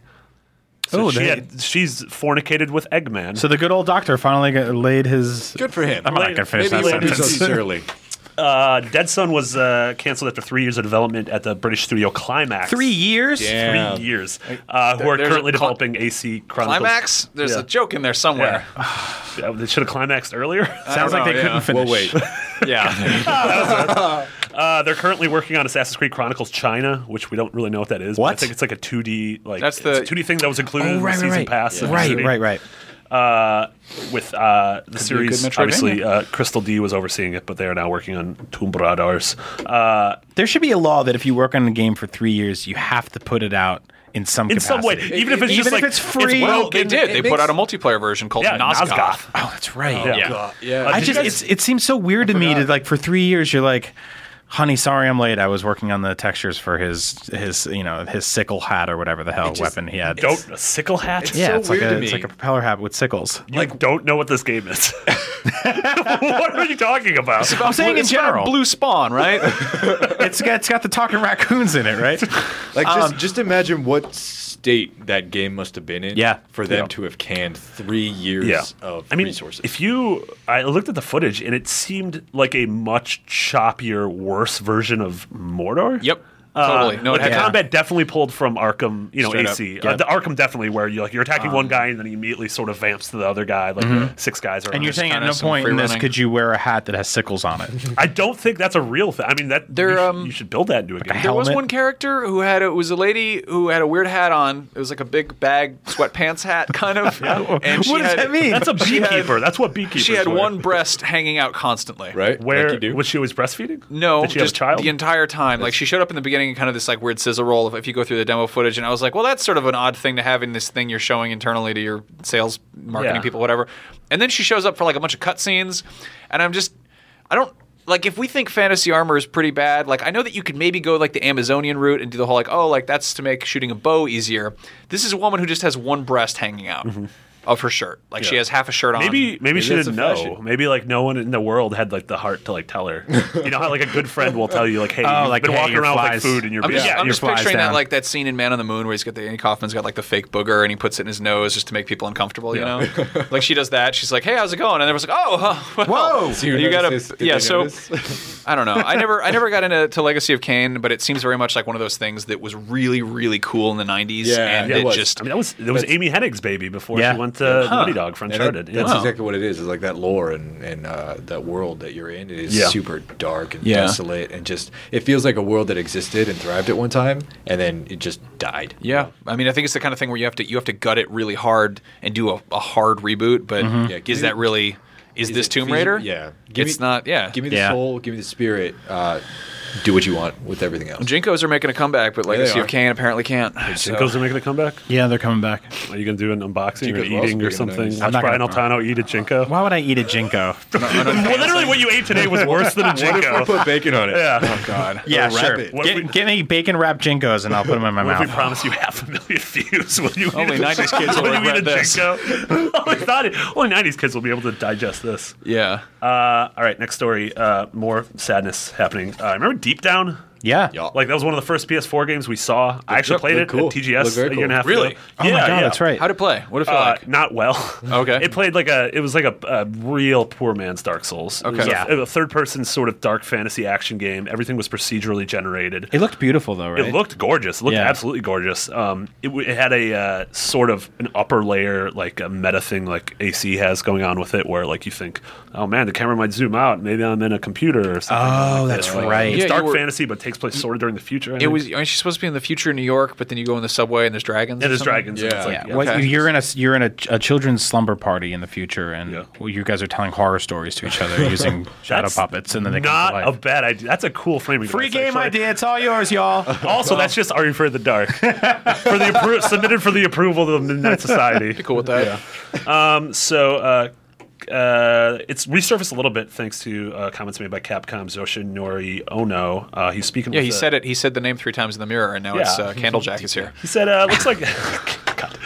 Speaker 4: So
Speaker 5: Oh,
Speaker 4: she
Speaker 5: they-
Speaker 4: had, she's fornicated with Eggman.
Speaker 5: So the good old doctor finally got laid his.
Speaker 6: Good for him.
Speaker 5: I'm not gonna finish
Speaker 6: Maybe
Speaker 5: that
Speaker 6: he won't do so
Speaker 5: sentence.
Speaker 6: sincerely.
Speaker 4: uh, Dead Sun was uh, canceled after three years of development at the British studio Climax.
Speaker 5: Three years.
Speaker 4: three
Speaker 6: Yeah.
Speaker 4: years, uh, who are
Speaker 3: there's a
Speaker 4: currently
Speaker 3: cli-
Speaker 4: developing AC Chronicles.
Speaker 3: Climax? There's
Speaker 4: Yeah.
Speaker 3: a joke in there somewhere.
Speaker 4: Yeah, they should have climaxed earlier.
Speaker 5: Sounds
Speaker 3: I don't
Speaker 5: like they
Speaker 3: know, yeah.
Speaker 5: couldn't finish.
Speaker 6: Well, wait.
Speaker 3: Yeah.
Speaker 4: Uh, they're currently working on Assassin's Creed Chronicles China, which we don't really know what that is. but I
Speaker 5: What?
Speaker 4: think it's like a 2D like
Speaker 3: That's
Speaker 4: that's
Speaker 3: the-
Speaker 4: the 2D thing that was included in the season pass. of the
Speaker 5: Oh, right,
Speaker 4: city.
Speaker 5: right, right.
Speaker 4: Uh, with uh, the series,
Speaker 3: good Metroidvania.
Speaker 4: obviously, uh, Crystal D was overseeing it, but they are now working on Tomb Raiders. Uh,
Speaker 5: There should be a law that if you work on a game for three years, you have to put it out in some
Speaker 4: in
Speaker 5: capacity.
Speaker 4: some way, even if it's
Speaker 5: even
Speaker 4: just
Speaker 5: if
Speaker 4: like
Speaker 5: it's free-
Speaker 4: well-
Speaker 3: Well, they did. They
Speaker 6: it
Speaker 3: put
Speaker 6: makes-
Speaker 3: out a multiplayer version called
Speaker 4: yeah,
Speaker 3: Nosgoth.
Speaker 4: Nazgoth.
Speaker 5: Oh, that's right.
Speaker 4: Yeah.
Speaker 6: yeah.
Speaker 4: Uh,
Speaker 5: I
Speaker 4: did you
Speaker 5: just
Speaker 4: guys-
Speaker 5: it's, it seems so weird to me to like for three years you're like, honey, sorry I'm late. I was working on the textures for his his you know his sickle hat or whatever the hell weapon he had.
Speaker 4: don't a sickle hat.
Speaker 5: yeah,
Speaker 6: so
Speaker 5: it's like
Speaker 6: weird
Speaker 5: a
Speaker 6: to
Speaker 5: it's
Speaker 6: me.
Speaker 5: like a propeller hat with sickles.
Speaker 4: You don't know what this game is. what are you talking about?
Speaker 5: I'm saying in
Speaker 3: It's about
Speaker 5: general,
Speaker 3: Blue Spawn, right?
Speaker 5: it's got it's got the talking raccoons in it, right?
Speaker 6: Like
Speaker 4: Um,
Speaker 6: just, just imagine what state that game must have been in.
Speaker 5: Yeah.
Speaker 6: For them
Speaker 4: Yeah.
Speaker 6: to have canned three years
Speaker 4: yeah.
Speaker 6: of
Speaker 4: I mean,
Speaker 6: resources.
Speaker 4: if you, I looked at the footage and it seemed like a much choppier, worse version of Mordor.
Speaker 3: Yep.
Speaker 4: Uh,
Speaker 3: Totally. No, it
Speaker 4: like the
Speaker 3: had to-
Speaker 4: combat definitely pulled from Arkham, you know,
Speaker 3: Straight up. Um,
Speaker 4: AC. Uh, the Arkham definitely, where you like you're attacking one guy and then he immediately sort of vamps to the other guy, like
Speaker 3: Mm-hmm.
Speaker 4: the six guys are.
Speaker 5: And you're
Speaker 4: on.
Speaker 5: saying at
Speaker 3: kinda
Speaker 5: no
Speaker 3: some
Speaker 5: point in
Speaker 3: free
Speaker 5: this
Speaker 3: running.
Speaker 5: could you wear a hat that has sickles on it.
Speaker 4: I don't think that's a real thing. I mean, that
Speaker 3: They're,
Speaker 4: you, sh-
Speaker 3: um,
Speaker 4: you should build that into a game.
Speaker 3: There was
Speaker 5: helmet.
Speaker 3: one character who had a, it was a lady who had a weird hat on. It was like a big bag sweatpants hat kind of. And she
Speaker 5: What does
Speaker 3: had,
Speaker 5: that mean?
Speaker 4: That's a
Speaker 3: She had-
Speaker 4: beekeeper. that's what beekeeper.
Speaker 3: She had one breast hanging out constantly.
Speaker 6: right?
Speaker 4: Where
Speaker 6: like you do.
Speaker 4: was she always breastfeeding?
Speaker 3: No,
Speaker 4: Did she
Speaker 3: just
Speaker 4: have a child?
Speaker 3: the entire time. Like she showed up in the beginning in kind of this like weird scissor roll. If, if you go through the demo footage, and I was like, well, that's sort of an odd thing to have in this thing you're showing internally to your sales marketing
Speaker 4: Yeah.
Speaker 3: people, whatever. And then she shows up for like a bunch of cutscenes, and I'm just, I don't. Like if we think fantasy armor is pretty bad, like I know that you could maybe go like the Amazonian route and do the whole like oh like that's to make shooting a bow easier. This is a woman who just has one breast hanging out of her shirt, like she has half a shirt on.
Speaker 4: Mm-hmm. Maybe maybe she
Speaker 6: that's
Speaker 4: didn't
Speaker 6: a
Speaker 4: know.
Speaker 6: fashion.
Speaker 4: Maybe like no one in the world had like the heart to like tell her. you know how like a good friend will tell you like, hey, you've
Speaker 5: like,
Speaker 4: been
Speaker 5: hey,
Speaker 4: walking
Speaker 5: your
Speaker 4: around
Speaker 5: flies-
Speaker 4: with like food in your
Speaker 3: I'm
Speaker 4: beard.
Speaker 3: just,
Speaker 4: yeah,
Speaker 3: I'm
Speaker 4: your
Speaker 3: just
Speaker 5: flies
Speaker 3: picturing that
Speaker 5: down.
Speaker 3: like that scene in Man on the Moon where he's got the Andy Kaufman's got like the fake booger and he puts it in his nose just to make people uncomfortable. You know, like she does that. She's like, "Hey, how's it going?" And everyone's like, "Oh, huh, well,
Speaker 6: So you
Speaker 3: you
Speaker 6: notice
Speaker 3: got
Speaker 6: this?
Speaker 3: to
Speaker 6: Did
Speaker 3: yeah."
Speaker 6: they
Speaker 3: So
Speaker 6: notice?
Speaker 3: I don't know. I never I never got into to Legacy of Kane, but it seems very much like one of those things that was really really cool in the '90s
Speaker 6: Yeah,
Speaker 3: and
Speaker 6: yeah, it
Speaker 3: it,
Speaker 6: was.
Speaker 3: just
Speaker 4: I mean, that was that was Amy Hennig's baby before
Speaker 5: Yeah.
Speaker 4: she went to Naughty Dog for
Speaker 6: And that-
Speaker 4: Uncharted.
Speaker 6: that's
Speaker 4: yeah.
Speaker 6: exactly what it is. It's like that lore and, and uh, that world that you're in. It is
Speaker 4: Yeah.
Speaker 6: super dark and
Speaker 3: Yeah.
Speaker 6: desolate, and just it feels like a world that existed and thrived at one time, and then it just died.
Speaker 3: yeah. I mean, I think it's the kind of thing where you have to you have to gut it really hard and do a, a hard reboot. But
Speaker 6: Yeah, give
Speaker 3: is
Speaker 6: me-
Speaker 3: that really is,
Speaker 6: Mm-hmm. Is
Speaker 3: this
Speaker 6: it
Speaker 3: Tomb
Speaker 6: feasible?
Speaker 3: Raider?
Speaker 6: Yeah,
Speaker 3: it's not. Yeah,
Speaker 6: Give me the
Speaker 5: Yeah.
Speaker 6: soul. Give me the spirit. Uh, do what you want with everything else.
Speaker 3: Jinkos are making a comeback, but Legacy
Speaker 6: are.
Speaker 3: of Kane apparently can't. So-
Speaker 4: Jinkos are making a comeback.
Speaker 5: yeah, they're coming back.
Speaker 4: Are you going to do an unboxing or
Speaker 6: Jinkos will
Speaker 4: eating
Speaker 6: also
Speaker 4: or
Speaker 6: be
Speaker 4: something?
Speaker 6: nice.
Speaker 4: Watch
Speaker 5: not
Speaker 4: Brian
Speaker 5: gonna-
Speaker 4: Altano eat a Jinko.
Speaker 5: Why would I eat a jinko?
Speaker 4: Well, literally, what you ate today was worse than a Jinko.
Speaker 6: Put bacon on it.
Speaker 4: Yeah.
Speaker 6: God. Or
Speaker 5: yeah,
Speaker 6: wrap
Speaker 5: sure.
Speaker 6: it.
Speaker 4: What if
Speaker 5: Get,
Speaker 4: we-
Speaker 5: get me bacon wrapped jinkos and I'll put them in my
Speaker 4: What if we
Speaker 5: mouth.
Speaker 4: promise you half a million views? Will you
Speaker 3: Only
Speaker 4: eat a-
Speaker 3: 90s kids will
Speaker 4: you eat a
Speaker 3: regret this.
Speaker 4: Jinko? only, not, only 90s kids will be able to digest this.
Speaker 3: yeah.
Speaker 4: Uh, all right, next story. Uh, more sadness happening. Uh, remember Deep Down?
Speaker 5: yeah. Oh
Speaker 6: Yeah.
Speaker 4: Like that was one of the first PS4 games we saw. I actually
Speaker 6: yep,
Speaker 4: played it
Speaker 6: looked cool.
Speaker 4: at TGS
Speaker 6: Looked
Speaker 4: a
Speaker 6: very
Speaker 4: year and
Speaker 6: cool.
Speaker 4: a half
Speaker 3: Really?
Speaker 4: ago.
Speaker 5: Oh my
Speaker 4: Yeah,
Speaker 5: god,
Speaker 4: yeah.
Speaker 5: that's right.
Speaker 3: How'd it play? What did it feel
Speaker 4: Uh,
Speaker 3: like?
Speaker 4: not well.
Speaker 3: Okay.
Speaker 4: it played like a. It was like a, a real poor man's Dark Souls. It was
Speaker 3: Okay.
Speaker 4: a-
Speaker 5: Yeah.
Speaker 4: a, third-person sort of dark fantasy action game. Everything was procedurally generated.
Speaker 5: It looked beautiful though, right?
Speaker 4: It looked gorgeous. It looked
Speaker 5: Yeah.
Speaker 4: absolutely gorgeous. Um, it, w- it had a uh, sort of an upper layer, like a meta thing, like AC has going on with it, where like you think, oh man, the camera might zoom out. Maybe I'm in a computer or something.
Speaker 5: Oh,
Speaker 4: like
Speaker 5: that's
Speaker 4: that. Like,
Speaker 5: right.
Speaker 4: It's
Speaker 3: Yeah, you
Speaker 4: dark
Speaker 3: were-
Speaker 4: fantasy, but takes place sort of during the future. I
Speaker 3: It
Speaker 4: think.
Speaker 3: was. Aren't you supposed to be in the future in New York? But then you go in the subway and there's dragons.
Speaker 4: Yeah,
Speaker 3: or
Speaker 4: there's
Speaker 3: something?
Speaker 4: dragons. and it's like-
Speaker 6: Yeah.
Speaker 4: yeah.
Speaker 5: What-
Speaker 3: okay.
Speaker 5: You're in a s- you're in a, a children's slumber party in the future, and
Speaker 4: Yeah.
Speaker 5: well, you guys are telling horror stories to each other using shadow
Speaker 4: That's
Speaker 5: puppets, and then they come
Speaker 4: Not
Speaker 5: to
Speaker 4: a
Speaker 5: life.
Speaker 4: bad idea. That's a cool framing.
Speaker 5: Free
Speaker 4: device,
Speaker 5: game
Speaker 4: actually.
Speaker 5: idea. Oh. It's all yours, y'all.
Speaker 4: Also, that's just Are You Afraid of the Dark for the appro- submitted for the approval of the Midnight Society.
Speaker 3: Cool with that.
Speaker 4: Um, so uh, uh, it's resurfaced a little bit thanks to uh, comments made by Capcom's Yoshinori Ono. Uh, he's speaking.
Speaker 3: Yeah,
Speaker 4: with
Speaker 3: he
Speaker 4: uh,
Speaker 3: said it. He said the name three times in the mirror, and now it's
Speaker 4: Yeah.
Speaker 3: uh, Candlejack is here.
Speaker 4: He said, uh, "Looks like." God.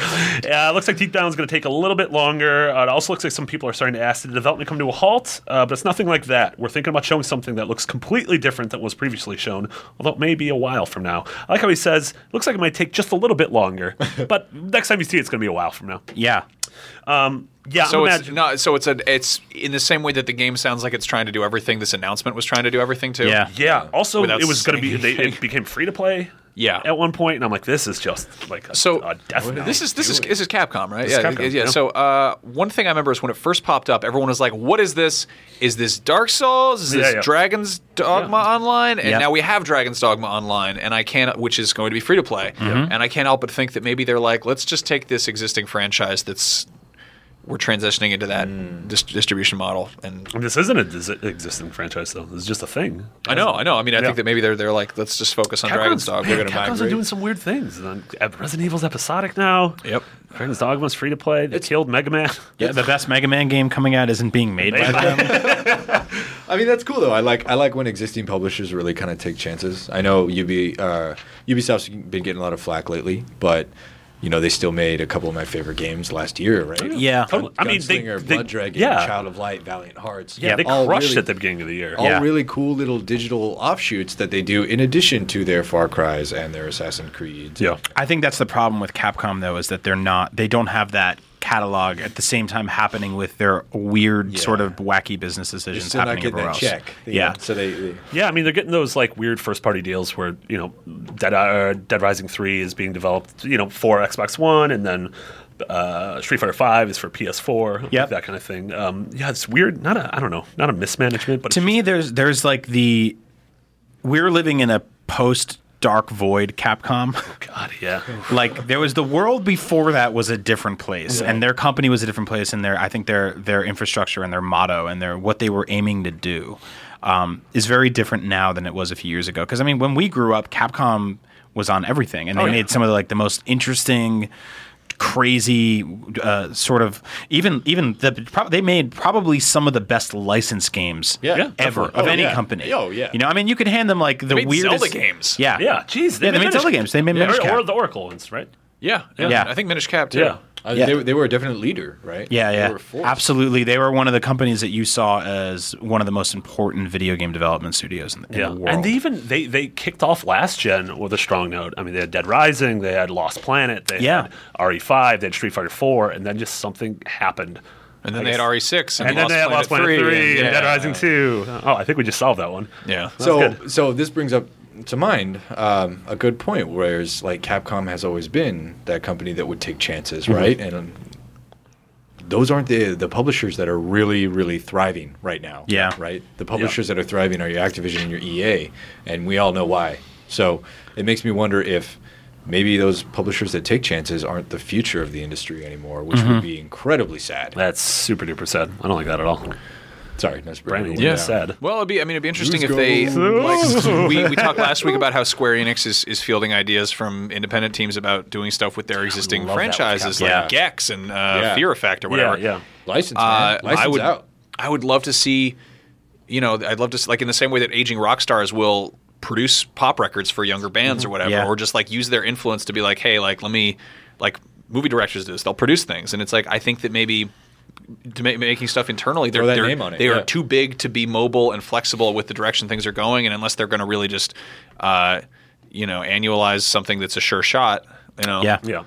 Speaker 4: Uh, looks like Deep Down is going to take a little bit longer. Uh, it also looks like some people are starting to ask, did the development come to a halt? Uh, but it's nothing like that. We're thinking about showing something that looks completely different than was previously shown, although it may be a while from now. I like how he says, looks like it might take just a little bit longer, but next time you see it, it's going to be a while from now.
Speaker 5: yeah,
Speaker 4: Um, yeah,
Speaker 3: So
Speaker 4: I'm
Speaker 3: it's
Speaker 4: imagin-
Speaker 3: not. So it's a. It's in the same way that the game sounds like it's trying to do everything. This announcement was trying to do everything too.
Speaker 5: Yeah.
Speaker 4: Yeah. Also,
Speaker 3: Without
Speaker 4: it was going to be.
Speaker 3: saying
Speaker 4: They,
Speaker 3: anything.
Speaker 4: it became free to play.
Speaker 3: Yeah.
Speaker 4: at one point, and I'm like, this is just like a,
Speaker 3: So
Speaker 4: a death knell.
Speaker 3: this is this is this is Capcom, right?
Speaker 4: This is
Speaker 3: yeah,
Speaker 4: Capcom,
Speaker 3: yeah.
Speaker 4: yeah.
Speaker 3: So uh, one thing I remember is when it first popped up, everyone was like, "What is this? Is this Dark Souls? Is this
Speaker 4: Yeah, yeah.
Speaker 3: Dragon's Dogma Online?" And
Speaker 5: Yeah.
Speaker 3: now we have Dragon's Dogma Online, and I can't, which is going to be free to play,
Speaker 4: Mm-hmm.
Speaker 3: and I can't help but think that maybe they're like, "Let's just take this existing franchise that's." We're transitioning into that
Speaker 4: Mm.
Speaker 3: dis- distribution model, and
Speaker 4: This isn't a dis- existing franchise though. This is just a thing.
Speaker 3: I know, I know. I mean, I
Speaker 4: Yeah.
Speaker 3: think that maybe they're they're like, let's just focus on Dragon's Dogma.
Speaker 4: man, Capcom's been doing some weird things. And then, uh, Resident Evil's episodic now.
Speaker 3: Yep.
Speaker 4: Dragon's Dogma's free to play. They killed Mega Man.
Speaker 5: Yeah, the best Mega Man game coming out isn't being made by them.
Speaker 6: I mean, that's cool though. I like I like when existing publishers really kind of take chances. I know UB, uh, Ubisoft's been getting a lot of flack lately, but you know they still made a couple of my favorite games last year, right?
Speaker 5: Yeah.
Speaker 4: Totally. Oh, I mean, they,
Speaker 6: Gunslinger,
Speaker 4: they-
Speaker 6: Blood Dragon,
Speaker 4: yeah,
Speaker 6: Child of Light, Valiant Hearts.
Speaker 4: yeah, they
Speaker 6: all
Speaker 4: crushed
Speaker 6: really-
Speaker 4: at the beginning of the year.
Speaker 6: all
Speaker 5: Yeah.
Speaker 6: really cool little digital offshoots that they do in addition to their Far Cries and their Assassin Creeds.
Speaker 4: Yeah.
Speaker 5: I think that's the problem with Capcom though is that they're not they don't have that catalog at the same time happening with their weird
Speaker 6: Yeah.
Speaker 5: sort of wacky business
Speaker 6: They're
Speaker 5: decisions
Speaker 6: still not
Speaker 5: happening
Speaker 6: getting
Speaker 5: everywhere
Speaker 6: that
Speaker 5: else.
Speaker 6: check. you
Speaker 5: yeah.
Speaker 6: know, So they, they
Speaker 4: Yeah, I mean they're getting those like weird first party deals where you know Dead uh, Dead Rising Three is being developed you know for Xbox One and then uh, Street Fighter Five is for PS4.
Speaker 5: Yep.
Speaker 4: that kind of thing. Um, yeah, it's weird. Not a I don't know, not a mismanagement, but
Speaker 5: to me there's there's like the we're living in a post dark void Capcom.
Speaker 4: God, yeah,
Speaker 5: like there was the world before that was a different place and their company was a different place and their i think their their infrastructure and their motto and their what they were aiming to do um, is very different now than it was a few years ago because i mean when we grew up capcom was on everything and they
Speaker 4: yeah.
Speaker 5: made some of the, like the most interesting crazy uh, sort of even even the prob they made probably some of the best licensed games
Speaker 6: Yeah. Yeah,
Speaker 5: ever
Speaker 6: definitely.
Speaker 5: of
Speaker 6: Oh,
Speaker 5: any
Speaker 6: yeah.
Speaker 5: company
Speaker 6: Oh, yeah.
Speaker 5: you know i mean you could hand them like the
Speaker 3: made Zelda
Speaker 5: weirdest
Speaker 3: games.
Speaker 5: yeah
Speaker 4: yeah. Jeez,
Speaker 5: yeah, they made
Speaker 4: Minish-
Speaker 5: Zelda games. They made Minish
Speaker 4: or, or
Speaker 5: Cap.
Speaker 4: the Oracle ones, right?
Speaker 3: Yeah, yeah,
Speaker 5: Yeah.
Speaker 3: I think Minish Cap too.
Speaker 4: Yeah.
Speaker 6: Uh,
Speaker 5: Yeah.
Speaker 6: they, were- they were a definite leader, right?
Speaker 5: Yeah,
Speaker 6: They
Speaker 5: yeah,
Speaker 6: were a force.
Speaker 5: absolutely. They were one of the companies that you saw as one of the most important video game development studios in, in
Speaker 4: yeah.
Speaker 5: the world.
Speaker 4: And they even they they kicked off last gen with a strong note. I mean, they had Dead Rising, they had Lost Planet, they
Speaker 5: Yeah.
Speaker 4: had RE5, they had Street Fighter 4, and then just something happened.
Speaker 3: And then
Speaker 4: I
Speaker 3: they had
Speaker 4: guess-
Speaker 3: RE6, and,
Speaker 4: And then they had Lost Planet 3, and
Speaker 3: yeah.
Speaker 4: Dead Rising 2. Oh, I think we just solved that one.
Speaker 3: Yeah.
Speaker 6: so
Speaker 4: good.
Speaker 6: so this brings up to mind um, a good point whereas like capcom has always been that company that would take
Speaker 5: Mm-hmm.
Speaker 6: chances right and um, those aren't the the publishers that are really really thriving right now
Speaker 5: Yeah.
Speaker 6: right the publishers that are thriving are your activision and your ea and we all know why so it makes me wonder if maybe those publishers that take chances aren't the future of the industry anymore which
Speaker 5: Mm-hmm.
Speaker 6: would be incredibly sad
Speaker 4: That's super duper sad. I don't like that at all.
Speaker 6: sorry that's
Speaker 4: Brandon,
Speaker 6: really
Speaker 4: yeah.
Speaker 6: down.
Speaker 4: sad.
Speaker 3: Well, it'd be. I mean, it'd be interesting if they. Like, we, we talked last week about how Square Enix is, is fielding ideas from independent teams about doing stuff with their existing
Speaker 4: love that with
Speaker 3: franchises,
Speaker 4: Capcom.
Speaker 3: like Gex and uh,
Speaker 6: Yeah.
Speaker 3: Fear Effect or
Speaker 4: Yeah,
Speaker 3: whatever.
Speaker 4: yeah.
Speaker 6: license,
Speaker 3: Uh,
Speaker 6: man. license
Speaker 3: I would.
Speaker 6: out
Speaker 3: I would love to see. You know, I'd love to s- like in the same way that aging rock stars will produce pop records for younger bands or whatever,
Speaker 5: Yeah.
Speaker 3: or just like use their influence to be like, hey, like let me like movie directors do this. They'll produce things, and it's like I think that maybe. To ma- making stuff internally, they're,
Speaker 6: Throw that
Speaker 3: they're
Speaker 6: name on it,
Speaker 3: they are
Speaker 6: yeah.
Speaker 3: too big to be mobile and flexible with the direction things are going. And unless they're going to really just, uh, you know, annualize something that's a sure shot, you know,
Speaker 5: yeah,
Speaker 4: Yeah.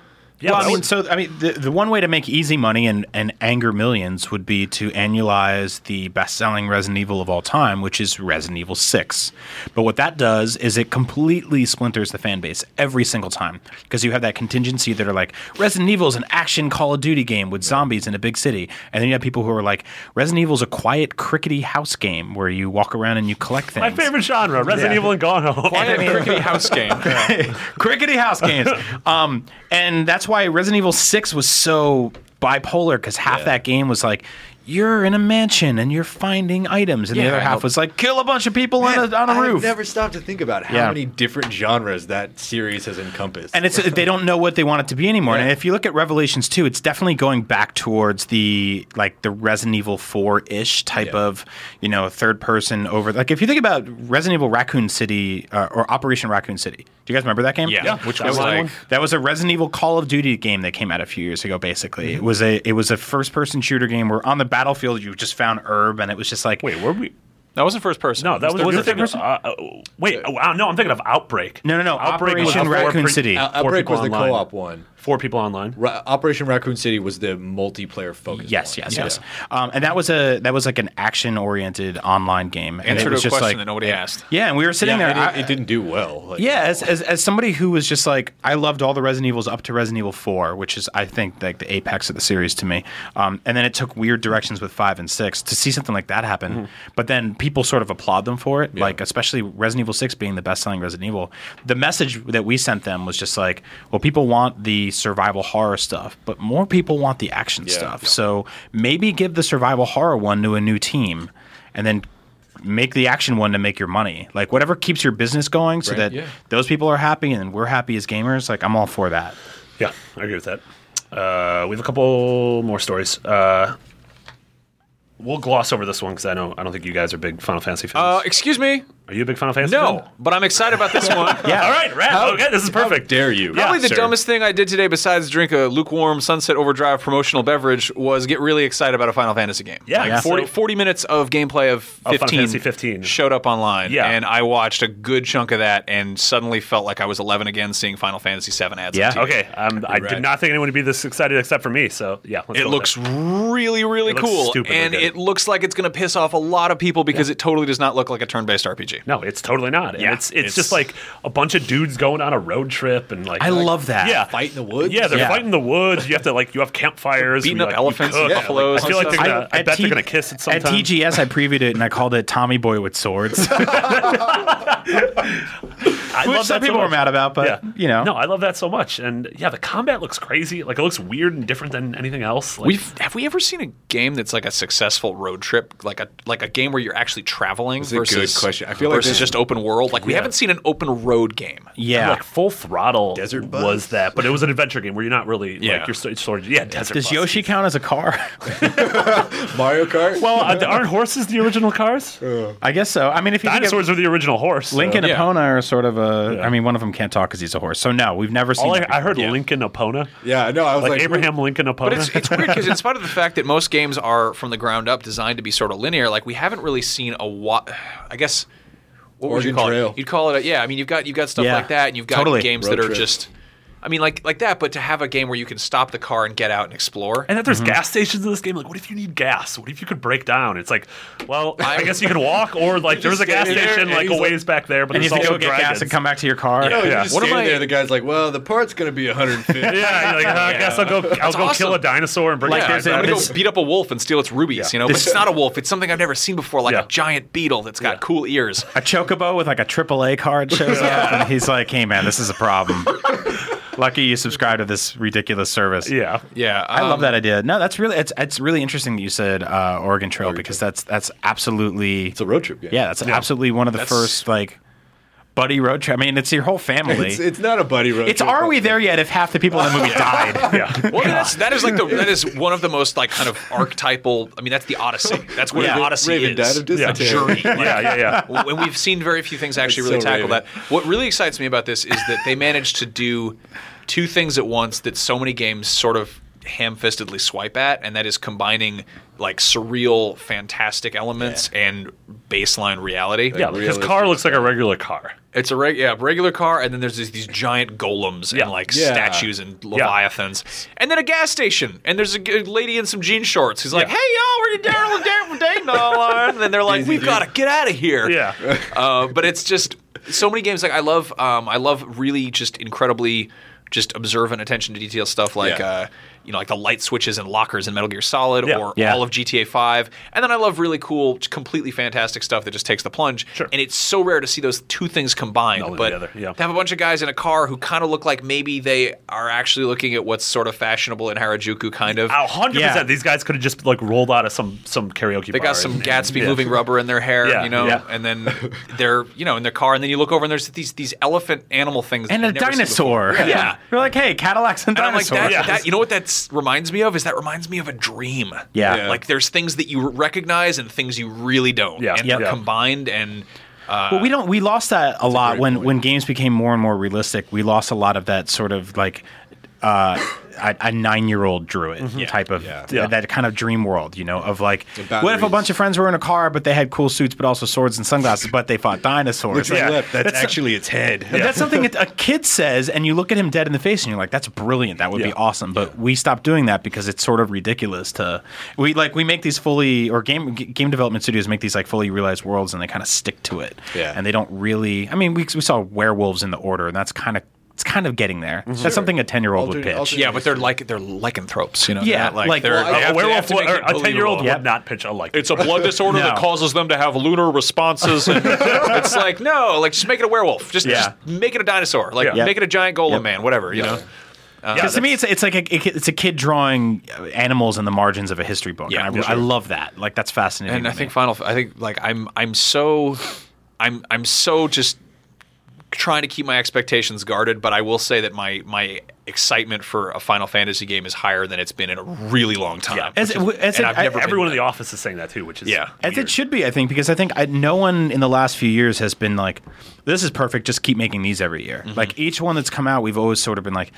Speaker 5: Yeah,
Speaker 4: Yeah,
Speaker 5: well,
Speaker 4: that
Speaker 5: I mean,
Speaker 4: was-
Speaker 5: so I mean, the, the one way to make easy money and, and anger millions would be to annualize the best-selling Resident Evil of all time, which is Resident Evil Six. But what that does is it completely splinters the fan base every single time because you have that contingency that are like Resident Evil is an action Call of Duty game with zombies in a big city, and then you have people who are like Resident Evil is a quiet crickety house game where you walk around and you collect things.
Speaker 4: my favorite genre, Resident
Speaker 5: Yeah.
Speaker 4: Evil and Gone Home.
Speaker 3: Quiet crickety house game.
Speaker 5: crickety house games. um, and that's why Resident Evil Six was so bipolar because half that game was like. You're in a mansion and you're finding items, and
Speaker 3: Yeah,
Speaker 5: the other
Speaker 3: I
Speaker 5: half
Speaker 3: hope-
Speaker 5: was like kill a bunch of people on a, on a
Speaker 6: I
Speaker 5: roof.
Speaker 6: never stopped to think about how
Speaker 5: Yeah.
Speaker 6: many different genres that series has encompassed.
Speaker 5: and it's they don't know what they want it to be anymore. And if you look at Revelations two, it's definitely going back towards the like the Resident Evil four ish type of you know third person over. Like if you think about Resident Evil Raccoon City uh, or Operation Raccoon City, do you guys remember that game?
Speaker 3: Yeah. Which
Speaker 4: That
Speaker 3: was
Speaker 4: was
Speaker 3: like,
Speaker 4: one.
Speaker 5: That was a Resident Evil Call of Duty game that came out a few years ago. Basically,
Speaker 6: Mm-hmm.
Speaker 5: it was a it was a first person shooter game where on the battlefield you just found herb, and it was just like
Speaker 4: Wait, were we?
Speaker 3: that wasn't first person.
Speaker 4: No, that was, was
Speaker 5: was
Speaker 4: a
Speaker 5: a thing-
Speaker 4: thing. Uh, uh, wait, oh, wow, no, I'm thinking of Outbreak.
Speaker 5: No, no, no, Operation
Speaker 4: was before
Speaker 5: Raccoon
Speaker 4: pre-
Speaker 5: City.
Speaker 4: before
Speaker 6: Uh, Outbreak was
Speaker 4: people
Speaker 6: the
Speaker 4: online.
Speaker 6: co-op one.
Speaker 4: Four people online.
Speaker 6: Ra- Operation Raccoon City was the multiplayer focus.
Speaker 5: Yes,
Speaker 6: one.
Speaker 5: yes,
Speaker 6: Yeah.
Speaker 5: yes. Um, and that was a that was like an action oriented online game. And
Speaker 3: Answer
Speaker 5: it
Speaker 3: to a
Speaker 5: was
Speaker 3: question
Speaker 5: like,
Speaker 3: that nobody asked.
Speaker 5: Yeah, and we were sitting
Speaker 6: Yeah,
Speaker 5: there.
Speaker 6: and it,
Speaker 5: I-
Speaker 6: it didn't do well. Like,
Speaker 5: yeah, as, as, as somebody who was just like, I loved all the Resident Evils up to Resident Evil 4, which is, I think, like the apex of the series to me. Um, and then it took weird directions with 5 and 6 to see something like that happen. But then people sort of applaud them for it, like, especially Resident Evil 6 being the best selling Resident Evil. The message that we sent them was just like, well, people want the survival horror stuff, but more people want the action stuff. So maybe give the survival horror one to a new team and then make the action one to make your money. Like whatever keeps your business going so that
Speaker 6: yeah.
Speaker 5: those people are happy and we're happy as gamers. Like I'm all for that.
Speaker 4: Yeah, I agree with that. Uh, we have a couple more stories. Uh, we'll gloss over this one because I know I don't think you guys are big Final Fantasy
Speaker 3: Uh,
Speaker 4: fans.
Speaker 3: excuse me.
Speaker 4: are you a big Final Fantasy?
Speaker 3: No,
Speaker 4: fan?
Speaker 3: but I'm excited about this one.
Speaker 4: Yeah. All right, Rad.
Speaker 6: How-
Speaker 4: okay, this is perfect.
Speaker 6: How dare you?
Speaker 4: Yeah.
Speaker 3: Probably the
Speaker 4: sir.
Speaker 3: dumbest thing I did today, besides drink a lukewarm Sunset Overdrive promotional beverage, was get really excited about a Final Fantasy game.
Speaker 4: Yeah,
Speaker 3: like
Speaker 4: yeah.
Speaker 3: 40,
Speaker 4: So-
Speaker 3: 40 minutes of gameplay of
Speaker 4: Final
Speaker 3: 15,
Speaker 4: Fantasy 15.
Speaker 3: showed up online.
Speaker 4: Yeah.
Speaker 3: and I watched a good chunk of that, and suddenly felt like I was 11 again, seeing Final Fantasy 7 ads. on
Speaker 5: Yeah.
Speaker 3: TV.
Speaker 4: Okay. Um, I did
Speaker 6: Rad.
Speaker 4: not think anyone would be this excited except for me. So yeah, let's
Speaker 3: It
Speaker 4: go with
Speaker 3: looks
Speaker 4: that.
Speaker 3: really, really
Speaker 4: looks
Speaker 3: cool,
Speaker 4: stupidly
Speaker 3: and
Speaker 4: good.
Speaker 3: it looks like it's going to piss off a lot of people because it totally does not look like a turn-based RPG.
Speaker 4: No, it's totally not. And
Speaker 3: Yeah,
Speaker 4: it's, it's
Speaker 3: it's-
Speaker 4: just like a bunch of dudes going on a road trip and like
Speaker 5: I love that.
Speaker 4: Yeah,
Speaker 6: Fight in the woods?
Speaker 4: Yeah, they're
Speaker 5: Yeah.
Speaker 4: fighting in the woods. You have to like you have campfires,
Speaker 3: Beating
Speaker 4: you,
Speaker 3: up
Speaker 4: like, you
Speaker 3: elephants and
Speaker 4: cook.
Speaker 3: buffaloes
Speaker 4: I feel
Speaker 3: and
Speaker 4: like they're
Speaker 3: stuff.
Speaker 4: gonna, I,
Speaker 5: at
Speaker 4: bet
Speaker 5: T-
Speaker 4: they're gonna kiss at some
Speaker 5: At
Speaker 4: time.
Speaker 5: TGS, I previewed it and I called it Tommy Boy with swords,
Speaker 4: I
Speaker 5: which
Speaker 4: love
Speaker 5: some
Speaker 4: that so
Speaker 5: people were
Speaker 4: much.
Speaker 5: mad about, but you know,
Speaker 4: no, I love that so much. And yeah, the combat looks crazy. Like it looks weird and different than anything else. Like,
Speaker 3: We've have we ever seen a game that's like a successful road trip, like a like a game where you're actually traveling
Speaker 6: a good
Speaker 3: versus
Speaker 6: question. I feel like
Speaker 3: versus
Speaker 6: this-
Speaker 3: just open world. Like we haven't seen an open road game.
Speaker 5: yeah.
Speaker 4: like full throttle
Speaker 6: Desert Bus.
Speaker 4: was that, but it was an adventure game where you're not really
Speaker 3: Yeah.
Speaker 4: like you're so- it's sort of yeah desert.
Speaker 5: Does
Speaker 4: Bus.
Speaker 5: Yoshi count as a car?
Speaker 6: Mario Kart.
Speaker 4: Well, uh, aren't horses the original cars?
Speaker 6: Uh,
Speaker 5: I guess so. I mean, if you think of
Speaker 4: Dinosaurs were the original horse. so-
Speaker 5: Link and
Speaker 3: Yeah.
Speaker 5: Epona are sort of a. I mean, one of them can't talk because he's a horse. So no, we've never seen.
Speaker 4: All I,
Speaker 5: that
Speaker 4: I heard
Speaker 3: Yeah.
Speaker 4: Lincoln Opona.
Speaker 6: yeah, no, I was
Speaker 4: Like,
Speaker 6: like,
Speaker 4: Abraham Lincoln Opona.
Speaker 3: But it's, it's weird because in spite of the fact that most games are from the ground up designed to be sort of linear, like we haven't really seen a what I guess what would you
Speaker 6: Oregon
Speaker 3: call
Speaker 6: Trail.
Speaker 3: it? You'd call it a, yeah. I mean, you've got you've got stuff
Speaker 5: Yeah.
Speaker 3: like that, and you've got
Speaker 5: Totally.
Speaker 3: games
Speaker 6: Road
Speaker 3: that are
Speaker 6: trip.
Speaker 3: just. I mean, like like that, but to have a game where you can stop the car and get out and explore.
Speaker 4: And that there's
Speaker 5: Mm-hmm.
Speaker 4: gas stations in this game. Like, what if you need gas? What if you could break down? It's like, well, I,
Speaker 3: I-
Speaker 4: guess you can walk, or like there's a gas
Speaker 6: standing there,
Speaker 4: station
Speaker 6: and
Speaker 4: like a
Speaker 6: he's
Speaker 4: ways back there, but
Speaker 5: And you
Speaker 4: there's
Speaker 5: have to
Speaker 4: also
Speaker 5: go get
Speaker 4: dragons.
Speaker 5: gas and come back to your car.
Speaker 6: no, you're
Speaker 4: Yeah.
Speaker 6: just
Speaker 3: What am
Speaker 6: standing
Speaker 3: I-
Speaker 6: there. The guy's like, well, the part's going to be 150.
Speaker 4: yeah, you're like, "Uh, I guess I'll go. I'll go kill a
Speaker 3: awesome.
Speaker 4: dinosaur and bring
Speaker 5: Like,
Speaker 3: Yeah,
Speaker 4: it back.
Speaker 5: there's a-
Speaker 3: I'm
Speaker 4: down.
Speaker 3: gonna
Speaker 5: this-
Speaker 3: go beat up a wolf and steal its rubies, you know.
Speaker 5: This-
Speaker 3: but it's not a wolf; it's something I've never seen before, like
Speaker 4: Yeah.
Speaker 3: a giant beetle that's got cool ears.
Speaker 5: a chocobo with like a AAA card shows up, and he's like, "Hey, man, this is a problem." Lucky you subscribe to this ridiculous service.
Speaker 4: Yeah,
Speaker 3: Yeah,
Speaker 5: I love
Speaker 3: um,
Speaker 5: that idea. No, that's really it's it's really interesting that you said uh, Oregon Trail because that's that's absolutely
Speaker 6: It's a road trip game.
Speaker 5: yeah that's absolutely one of the
Speaker 3: That's-
Speaker 5: first like buddy road trip. I mean, it's your whole family.
Speaker 6: It's,
Speaker 5: It's,
Speaker 6: it's not a buddy road trip.
Speaker 5: are we there yet? If half the people in the movie died,
Speaker 4: yeah.
Speaker 3: Well, I mean, that's, that is like the that is one of the most like kind of archetypal. I mean, that's the Odyssey. That's what an
Speaker 5: Yeah.
Speaker 3: Odyssey
Speaker 6: Raven
Speaker 3: is.
Speaker 6: died of
Speaker 4: Yeah.
Speaker 6: dysentery.
Speaker 3: journey. Like,
Speaker 4: yeah, yeah, yeah.
Speaker 3: and we've seen very few things actually
Speaker 6: That's
Speaker 3: really tackle
Speaker 6: so Raven.
Speaker 3: that. What really excites me about this is that they managed to do two things at once that so many games sort of ham-fistedly swipe at, and that is combining like surreal, fantastic elements and baseline reality.
Speaker 4: Yeah, like, his car
Speaker 6: Realistic
Speaker 4: looks like a regular car.
Speaker 3: It's a reg- yeah, regular car, and then there's these, these giant golems
Speaker 4: Yeah.
Speaker 3: and like
Speaker 6: Yeah.
Speaker 3: statues and leviathans, and then a gas station, and there's a g- lady in some jean shorts who's like,
Speaker 4: Yeah.
Speaker 3: "Hey y'all, we're down down dating online," and then they're like,
Speaker 6: Easy,
Speaker 3: "We've
Speaker 6: dude.
Speaker 3: got to get out of here."
Speaker 4: Yeah.
Speaker 3: uh, but it's just so many games. Like I love, um, I love really just incredibly just observant attention to detail stuff like.
Speaker 6: Yeah.
Speaker 3: Uh, you know, like the light switches and lockers in Metal Gear Solid,
Speaker 4: Yeah.
Speaker 3: or
Speaker 5: Yeah.
Speaker 3: all of GTA 5, and then I love really cool, completely fantastic stuff that just takes the plunge.
Speaker 4: Sure.
Speaker 3: And it's so rare to see those two things combined.
Speaker 4: Melded
Speaker 3: but
Speaker 4: together, yeah.
Speaker 3: to have a bunch of guys in a car who kind of look like maybe they are actually looking at what's sort of fashionable in Harajuku, kind of.
Speaker 4: A hundred
Speaker 5: Yeah.
Speaker 4: percent. These guys could have just like rolled out of some some karaoke.
Speaker 3: They got some Gatsby moving rubber in their hair,
Speaker 4: Yeah,
Speaker 3: you know,
Speaker 4: yeah.
Speaker 3: and then they're you know in their car, and then you look over and there's these these elephant animal things that
Speaker 5: and a
Speaker 3: you've never seen before.
Speaker 5: dinosaur.
Speaker 3: Yeah.
Speaker 5: we're like, "Hey, Cadillacs and
Speaker 3: And I'm like,
Speaker 5: dinosaurs."
Speaker 3: that,
Speaker 4: Yes.
Speaker 3: that, you know what that reminds me of? Is that reminds me of a dream.
Speaker 5: Yeah. Yeah.
Speaker 3: Like there's things that you recognize and things you really don't.
Speaker 4: Yeah.
Speaker 3: And
Speaker 4: Yeah.
Speaker 3: they're combined and
Speaker 5: Well, we don't. We lost that a lot
Speaker 6: great
Speaker 5: when
Speaker 6: point.
Speaker 5: when games became more and more realistic. We lost a lot of that sort of like. Uh, a, a nine year old druid type of
Speaker 6: Mm-hmm. Yeah.
Speaker 4: Yeah.
Speaker 5: that kind of dream world, you know, of like,
Speaker 6: The
Speaker 5: what if a
Speaker 6: boundaries.
Speaker 5: bunch of friends were in a car, but they had cool suits, but also swords and sunglasses, but they fought dinosaurs?
Speaker 6: Look at
Speaker 5: Like,
Speaker 6: his lip. That's, actually its head.
Speaker 5: That's something that a kid says, and you look at him dead in the face, and you're like, "That's brilliant. That would be
Speaker 4: Yeah.
Speaker 5: awesome." But we stopped doing that because it's sort of ridiculous. To we like we make these fully or game g- game development studios make these like fully realized worlds, and they kind of stick to it.
Speaker 6: Yeah.
Speaker 5: and they don't really. I mean, we, we saw werewolves in the order, and that's kind of it's kind of getting there.
Speaker 6: Mm-hmm.
Speaker 5: That's something a ten year old would
Speaker 6: Alternate-
Speaker 5: pitch.
Speaker 6: alternate-
Speaker 7: Yeah, but they're like they're lycanthropes, you know.
Speaker 5: Yeah,
Speaker 7: they're not
Speaker 5: like-
Speaker 7: like they're
Speaker 5: Well,
Speaker 7: they
Speaker 4: a
Speaker 7: have to- they have
Speaker 4: werewolf
Speaker 7: to
Speaker 4: would-
Speaker 7: make
Speaker 4: or
Speaker 7: it
Speaker 4: a ten year old
Speaker 7: believable.
Speaker 5: Yep.
Speaker 4: would not pitch a like.
Speaker 7: It's a blood disorder
Speaker 5: No.
Speaker 7: that causes them to have lunar responses. And
Speaker 3: it's like no, like just make it a werewolf. Just,
Speaker 5: Yeah.
Speaker 3: just make it a dinosaur. Like
Speaker 4: Yeah.
Speaker 3: make it a giant golem
Speaker 5: Yep.
Speaker 3: man. Whatever you know.
Speaker 5: Because to me, it's it's like a, it's a kid drawing animals in the margins of a history book.
Speaker 7: Yeah,
Speaker 5: and I,
Speaker 7: sure.
Speaker 5: I love that. Like that's fascinating.
Speaker 7: and
Speaker 5: to
Speaker 7: I think
Speaker 5: me.
Speaker 7: Final, I think like I'm, I'm so, I'm, I'm so just trying to keep my expectations guarded. But I will say that my my excitement for a Final Fantasy game is higher than it's been in a really long time.
Speaker 4: Yeah.
Speaker 5: As
Speaker 7: which
Speaker 5: it-
Speaker 7: is-
Speaker 5: as
Speaker 7: and
Speaker 5: it-
Speaker 7: I've
Speaker 5: I-
Speaker 7: never been-
Speaker 4: Everyone in the office is saying that too, which is
Speaker 7: Yeah.
Speaker 5: As it should be, I think, because I think I, no one in the last few years has been like, "This is perfect. Just keep making these every year."
Speaker 7: Mm-hmm.
Speaker 5: Like each one that's come out, we've always sort of been like,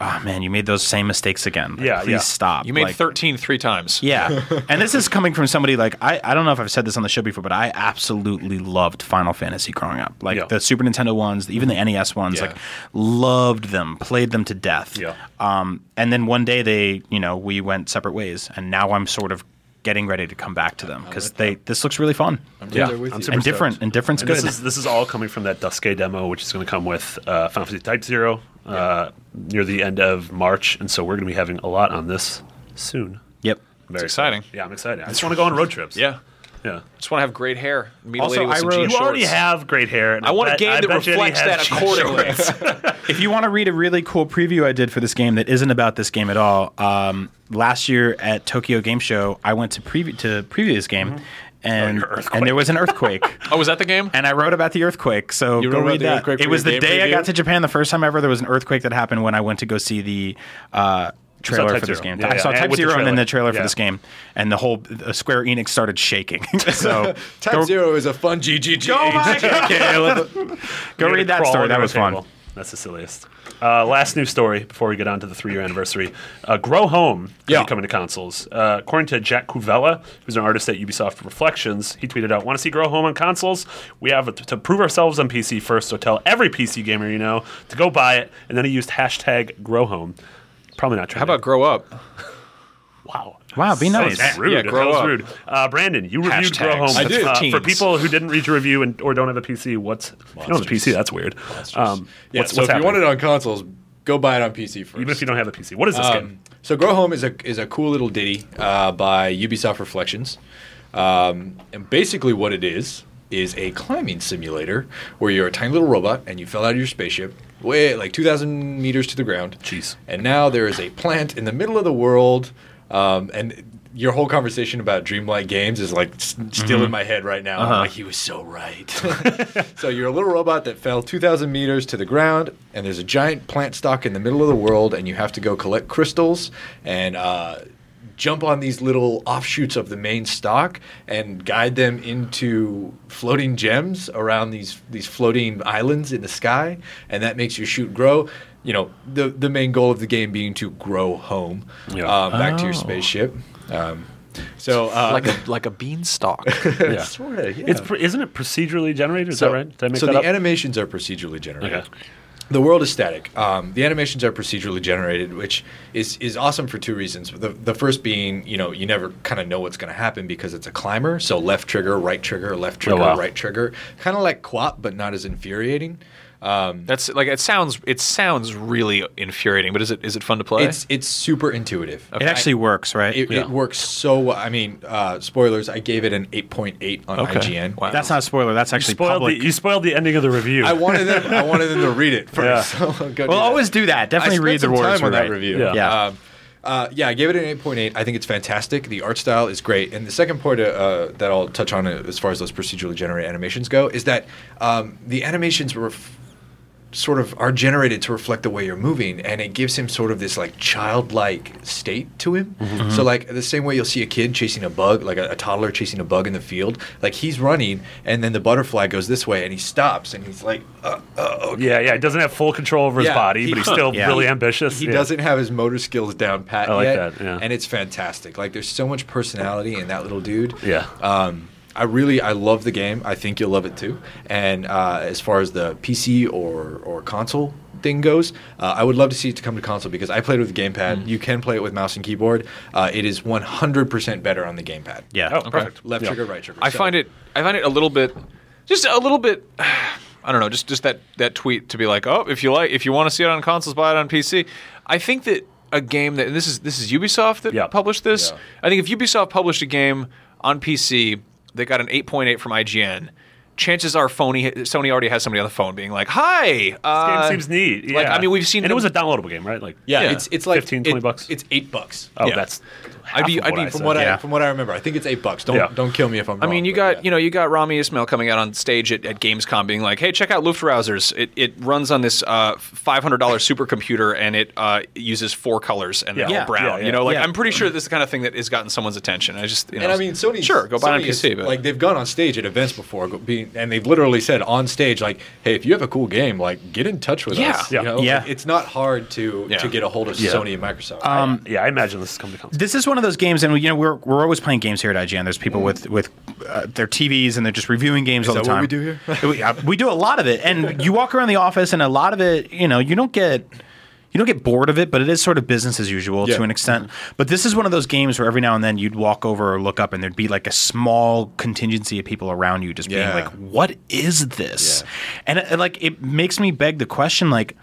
Speaker 5: "Oh man, you made those same mistakes again. Like,
Speaker 4: Yeah,
Speaker 5: please
Speaker 4: yeah.
Speaker 5: stop."
Speaker 7: you made
Speaker 5: Like,
Speaker 7: 13 three times.
Speaker 5: Yeah, and this is coming from somebody like I, I don't know if I've said this on the show before, but I absolutely loved Final Fantasy growing up. Like
Speaker 4: Yeah.
Speaker 5: the Super Nintendo ones, even the NES ones,
Speaker 7: Yeah.
Speaker 5: like loved them, played them to death.
Speaker 4: Yeah.
Speaker 5: Um, and then one day they, you know, we went separate ways, and now I'm sort of getting ready to come back to them because they this looks really fun.
Speaker 6: Yeah, there with I'm you. super
Speaker 5: and different,
Speaker 6: stoked.
Speaker 5: and different's
Speaker 4: And
Speaker 5: good.
Speaker 4: This is this is all coming from that Duske demo, which is going to come with uh, Final Fantasy Type Zero uh, near the end of March, and so we're going to be having a lot on this soon.
Speaker 5: yep.
Speaker 4: Very
Speaker 7: exciting.
Speaker 4: excited. Yeah, I'm excited. I just want to go on road trips.
Speaker 7: Yeah.
Speaker 4: yeah.
Speaker 7: Just want to have great hair. Meet a lady
Speaker 5: Also,
Speaker 7: with
Speaker 5: I
Speaker 7: some
Speaker 5: wrote-
Speaker 7: jean
Speaker 4: You already
Speaker 7: shorts.
Speaker 4: have great hair. And
Speaker 7: I want a game that
Speaker 4: bet you already
Speaker 7: reflects
Speaker 4: have
Speaker 7: that
Speaker 4: cheap
Speaker 7: accordingly.
Speaker 4: shorts.
Speaker 5: If you want to read a really cool preview I did for this game that isn't about this game at all, um, last year at Tokyo Game Show, I went to preview to preview this game,
Speaker 4: Mm-hmm. Oh,
Speaker 5: and and there was an earthquake,
Speaker 7: Oh, was that the game?
Speaker 5: and I wrote about the earthquake. So go
Speaker 6: wrote about
Speaker 5: read
Speaker 6: the
Speaker 5: that.
Speaker 6: earthquake
Speaker 5: It
Speaker 6: for
Speaker 5: was
Speaker 6: your
Speaker 5: the
Speaker 6: game
Speaker 5: day I
Speaker 6: preview?
Speaker 5: got to Japan the first time ever. There was an earthquake that happened when I went to go see the. Uh, Trailer
Speaker 4: Type
Speaker 5: for this
Speaker 4: Zero.
Speaker 5: game.
Speaker 4: Yeah,
Speaker 5: I saw
Speaker 4: yeah, and
Speaker 5: Type
Speaker 4: with the
Speaker 5: Zero and then the
Speaker 4: trailer.
Speaker 5: trailer
Speaker 4: Yeah.
Speaker 5: for this game, and the whole uh, Square Enix started shaking. so
Speaker 6: Type
Speaker 5: go,
Speaker 6: Zero is a fun GGG.
Speaker 5: Oh my God. Okay, let's- go
Speaker 4: You're
Speaker 5: read
Speaker 4: gonna
Speaker 5: that
Speaker 4: crawl
Speaker 5: story.
Speaker 4: under
Speaker 5: That
Speaker 4: a
Speaker 5: was fun.
Speaker 4: table. That's the silliest. Uh, last news story before we get on to the three-year anniversary. Uh, Grow Home
Speaker 6: Yeah.
Speaker 4: is coming to consoles. Uh, according to Jack Cuvella, who's an artist at Ubisoft Reflections, he tweeted out, "Want to see Grow Home on consoles? We have to prove ourselves on PC first. So tell every PC gamer you know to go buy it." And then he used hashtag Grow Home. Probably not true.
Speaker 7: How about grow up?
Speaker 4: wow?
Speaker 5: Wow, be
Speaker 4: That
Speaker 5: nice.
Speaker 4: was rude.
Speaker 7: Yeah, grow
Speaker 4: that was
Speaker 7: up.
Speaker 4: rude. Uh, Brandon, you reviewed
Speaker 7: Hashtags.
Speaker 4: Grow Home.
Speaker 7: I
Speaker 6: did.
Speaker 4: Uh, for
Speaker 7: Teens.
Speaker 4: people who didn't read your review and or don't have a PC, what's if you don't have a PC? That's weird. Um,
Speaker 6: Yeah,
Speaker 4: what's,
Speaker 6: so
Speaker 4: what's
Speaker 6: if you want
Speaker 4: happening?
Speaker 6: it on consoles, go buy it on PC first.
Speaker 4: Even if you don't have a PC, what is this game?
Speaker 6: Um, so Grow Home is a is a cool little ditty uh, by Ubisoft Reflections, um, and basically what it is is a climbing simulator where you're a tiny little robot and you fell out of your spaceship way like 2,000 meters to the ground.
Speaker 4: Jeez.
Speaker 6: And now there is a plant in the middle of the world, um, and your whole conversation about dreamlike games is like s- still in my head right now. I'm like, he was so right. so you're a little robot that fell 2,000 meters to the ground, and there's a giant plant stock in the middle of the world, and you have to go collect crystals and uh, jump on these little offshoots of the main stock and guide them into floating gems around these these floating islands in the sky, and that makes your shoot grow. You know, the the main goal of the game being to grow home,
Speaker 4: Yeah.
Speaker 6: uh, back to your spaceship. Um, so, uh,
Speaker 7: Like a like a beanstalk.
Speaker 4: Yeah.
Speaker 6: sorta, yeah.
Speaker 4: It's pr- isn't it procedurally generated? Is
Speaker 6: So-
Speaker 4: that right? Did I make
Speaker 6: so
Speaker 4: that
Speaker 6: the
Speaker 4: up?
Speaker 6: animations are procedurally generated.
Speaker 4: Okay.
Speaker 6: The world is static. Um, the animations are procedurally generated, which is is awesome for two reasons. The, the first being, you know, you never kind of know what's going to happen because it's a climber. So left trigger, right trigger, left trigger,
Speaker 4: Oh, wow.
Speaker 6: right trigger, kind of like Quap, but not as infuriating.
Speaker 7: That's like it sounds. It sounds really infuriating. But is it is it fun to play?
Speaker 6: It's it's super intuitive.
Speaker 5: It actually works, right?
Speaker 6: It, it works so well. I mean, uh, spoilers. I gave it an 8.8 on IGN.
Speaker 7: Wow.
Speaker 5: that's not a spoiler. That's actually
Speaker 4: spoiled
Speaker 5: public.
Speaker 4: the, you spoiled the ending of the review.
Speaker 6: I wanted them. I wanted them to read it first.
Speaker 4: Yeah.
Speaker 6: So go do
Speaker 5: Well,
Speaker 6: that.
Speaker 5: always do that. Definitely read the
Speaker 6: some
Speaker 5: words.
Speaker 6: time on
Speaker 5: right.
Speaker 6: that review.
Speaker 4: Yeah.
Speaker 5: Yeah.
Speaker 6: Um, uh, yeah, I gave it an 8.8. I think it's fantastic. The art style is great. And the second point uh, uh, that I'll touch on uh, as far as those procedurally generated animations go is that um, the animations were sort of are generated to reflect the way you're moving, and it gives him sort of this like childlike state to him.
Speaker 5: Mm-hmm.
Speaker 6: So like the same way you'll see a kid chasing a bug, like a, a toddler chasing a bug in the field, like he's running, and then the butterfly goes this way, and he stops, and he's like, uh, uh, okay.
Speaker 4: Yeah, yeah. He doesn't have full control over his
Speaker 6: Yeah,
Speaker 4: body,
Speaker 6: he-
Speaker 4: but he's still
Speaker 5: Yeah.
Speaker 4: really
Speaker 5: He-
Speaker 4: ambitious.
Speaker 6: He
Speaker 4: yeah.
Speaker 6: doesn't have his motor skills down pat
Speaker 4: I like
Speaker 6: yet,
Speaker 4: that, yeah.
Speaker 6: and it's fantastic. Like there's so much personality in that little dude.
Speaker 4: Yeah.
Speaker 6: Um, I really I love the game. I think you'll love it too. And uh, as far as the PC or or console thing goes, uh, I would love to see it to come to console because I played with the gamepad.
Speaker 4: Mm.
Speaker 6: You can play it with mouse and keyboard. Uh, it is 100% better on the gamepad.
Speaker 5: Yeah.
Speaker 4: Oh, perfect.
Speaker 6: Left
Speaker 4: Yeah.
Speaker 6: trigger, right trigger.
Speaker 7: I
Speaker 6: So-
Speaker 7: find it. I find it a little bit, just a little bit. I don't know. Just just that that tweet to be like, oh, if you like, if you want to see it on consoles, buy it on PC. I think that a game that and this is this is Ubisoft that
Speaker 4: Yeah.
Speaker 7: published this.
Speaker 6: Yeah.
Speaker 7: I think if Ubisoft published a game on PC that got an 8.8 from IGN, chances are phony, Sony already has somebody on the phone being like, hi. This
Speaker 4: This game
Speaker 7: uh,
Speaker 4: seems neat. Yeah.
Speaker 7: like, I mean, we've seen
Speaker 4: and it
Speaker 7: them-
Speaker 4: was a downloadable game, right? Like,
Speaker 6: Yeah,
Speaker 7: Yeah.
Speaker 6: it's it's like
Speaker 4: 15, 20
Speaker 6: it-
Speaker 4: bucks.
Speaker 6: It's eight bucks.
Speaker 4: oh,
Speaker 7: yeah.
Speaker 4: that's.
Speaker 7: I'd be-
Speaker 4: half of
Speaker 7: I'd be-
Speaker 4: I
Speaker 7: from
Speaker 4: said.
Speaker 6: What
Speaker 5: Yeah.
Speaker 6: I, from what I remember, I think it's eight bucks. Don't
Speaker 4: Yeah.
Speaker 6: don't kill me if I'm.
Speaker 7: I mean,
Speaker 6: wrong,
Speaker 7: you
Speaker 6: but
Speaker 7: got
Speaker 6: yeah.
Speaker 7: you know you got Rami Ismail coming out on stage at, at Gamescom being like, "Hey, check out Luftrausers. It, it runs on this uh, five hundred dollar supercomputer and it uh, uses four colors and they're
Speaker 4: Yeah.
Speaker 7: all brown."
Speaker 4: Yeah, yeah,
Speaker 7: you know, like
Speaker 5: yeah.
Speaker 7: I'm pretty sure this is the kind of thing that has gotten someone's attention. I just you know,
Speaker 6: And I mean, Sony.
Speaker 7: sure go buy it on
Speaker 6: Sony is-
Speaker 7: PC, but
Speaker 6: like they've gone on stage at events before, go- being, and they've literally said on stage, like, "Hey, if you have a cool game, like, get in touch with
Speaker 7: Yeah.
Speaker 6: us."
Speaker 4: Yeah.
Speaker 6: You know?
Speaker 5: Yeah.
Speaker 6: Like, it's not hard to
Speaker 7: Yeah.
Speaker 6: to get a hold of
Speaker 4: Yeah.
Speaker 6: Sony and Microsoft.
Speaker 5: Um,
Speaker 4: Yeah, I imagine this is coming to console.
Speaker 5: This is one of those games, and you know we're, we're always playing games here at IGN. There's people with with uh, their TVs and they're just reviewing games all
Speaker 6: Mm-hmm. that
Speaker 5: the
Speaker 6: what
Speaker 5: time.
Speaker 6: we do here?
Speaker 5: we, uh, we do a lot of it, and you walk around the office, and a lot of it, you know, you don't get you don't get bored of it, but it is sort of business as usual
Speaker 6: Yeah.
Speaker 5: to an extent. But this is one of those games where every now and then you'd walk over or look up, and there'd be like a small contingency of people around you just
Speaker 6: Yeah.
Speaker 5: being like, "What is this?" And it, like it makes me beg the question, like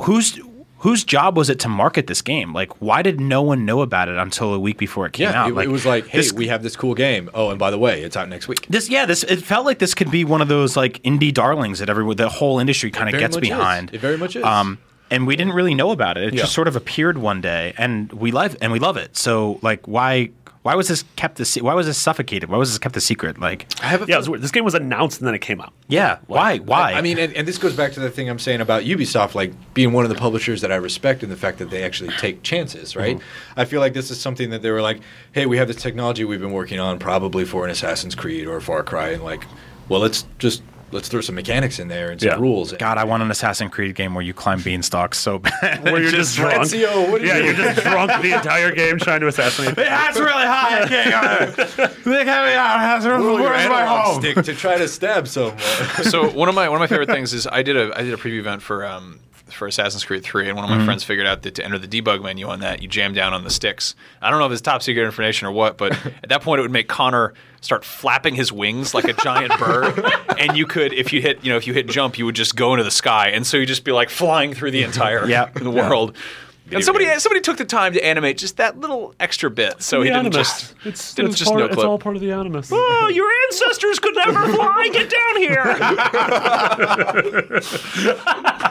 Speaker 5: whose whose job was it to market this game? Like, why did no one know about it until a week before it came
Speaker 6: yeah,
Speaker 5: out?
Speaker 6: it, it was like, "Hey,
Speaker 5: this,
Speaker 6: we have this cool game. Oh, and by the way, it's out next week."
Speaker 5: this, yeah, this it felt like this could be one of those like indie darlings that everyone, the whole industry kind of
Speaker 6: very
Speaker 5: gets
Speaker 6: much is.
Speaker 5: behind.
Speaker 6: It very much is.
Speaker 5: Um, and we didn't really know about it. It
Speaker 6: Yeah.
Speaker 5: just sort of appeared one day, and we love and we love it. So, like, why? Why was this kept the? se- Why was this suffocated? Why was this kept a secret? Like,
Speaker 6: I have a
Speaker 4: Yeah, it was weird. This game was announced and then it came out.
Speaker 5: yeah, why? Why?
Speaker 6: I mean, and, and this goes back to the thing I'm saying about Ubisoft, like being one of the publishers that I respect and the fact that they actually take chances, right? I feel like this is something that they were like, hey, we have this technology we've been working on probably for an Assassin's Creed or a Far Cry, and like, well, let's just let's throw some mechanics in there and some
Speaker 4: Yeah.
Speaker 6: rules.
Speaker 5: God, I want an Assassin's Creed game where you climb beanstalks so bad.
Speaker 4: Where you're just, oh, drunk.
Speaker 6: Ezio, what are you
Speaker 4: yeah,
Speaker 6: doing?
Speaker 4: you're just drunk the entire game trying to assassinate.
Speaker 5: That's really high. I can't go. Look how it has
Speaker 6: Roll your
Speaker 5: Where's my
Speaker 6: analog
Speaker 5: home?
Speaker 6: stick to try to stab someone.
Speaker 7: so one of my one of my favorite things is I did a I did a preview event for um for Assassin's Creed 3 and one of my friends figured out that to enter the debug menu on that you jam down on the sticks. I don't know if it's top secret information or what, but at that point it would make Connor start flapping his wings like a giant bird and you could if you hit, you know, if you hit jump, you would just go into the sky and so you'd just be like flying through the entire
Speaker 5: Yeah.
Speaker 7: the world. And somebody somebody took the time to animate just that little extra bit so he
Speaker 4: the
Speaker 7: didn't
Speaker 4: Animus.
Speaker 7: just
Speaker 4: it's,
Speaker 7: didn't
Speaker 4: it's
Speaker 7: just
Speaker 4: part,
Speaker 7: no
Speaker 4: It's all
Speaker 7: clip.
Speaker 4: part of the Animus.
Speaker 7: Oh, your ancestors could never fly. Get down here.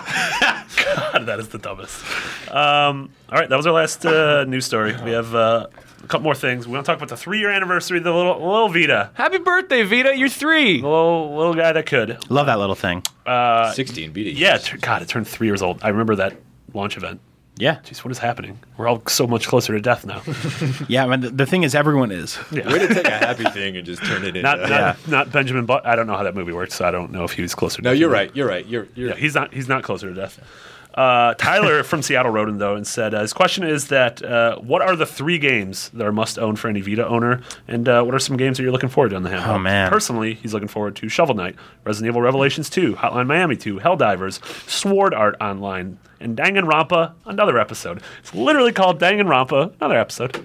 Speaker 4: that is the dumbest. Um, all right, that was our last uh, news story. We have uh, a couple more things. We want to talk about the three-year anniversary of the little, little Vita,
Speaker 7: Happy birthday, Vita. You're three.
Speaker 4: the little, little guy that could.
Speaker 5: Love that little thing.
Speaker 6: 16 BD.
Speaker 4: Yeah, it tur- God, it turned three years old. I remember that launch event.
Speaker 5: Yeah,
Speaker 4: Jeez, what is happening? We're all so much closer to death now.
Speaker 5: yeah. I mean, the, the thing is, everyone is.
Speaker 6: Way to take a happy thing and just turn it into.
Speaker 4: Not, not, not Benjamin. But I don't know how that movie works, so I don't know if he was closer. to
Speaker 6: no,
Speaker 4: death
Speaker 6: you're
Speaker 4: than
Speaker 6: right. You're right. You're you're.
Speaker 4: Yeah, he's not. He's not closer to death. Uh, Tyler from Seattle wrote in though and said uh, his question is that uh, what are the three games that are must own for any Vita owner, and uh, what are some games that you're looking forward to on the handheld?
Speaker 5: Oh, man.
Speaker 4: Personally, he's looking forward to Shovel Knight, Resident Evil Revelations 2, Hotline Miami 2, Helldivers, Sword Art Online, and Danganronpa. Another episode. It's literally called Danganronpa. Another episode.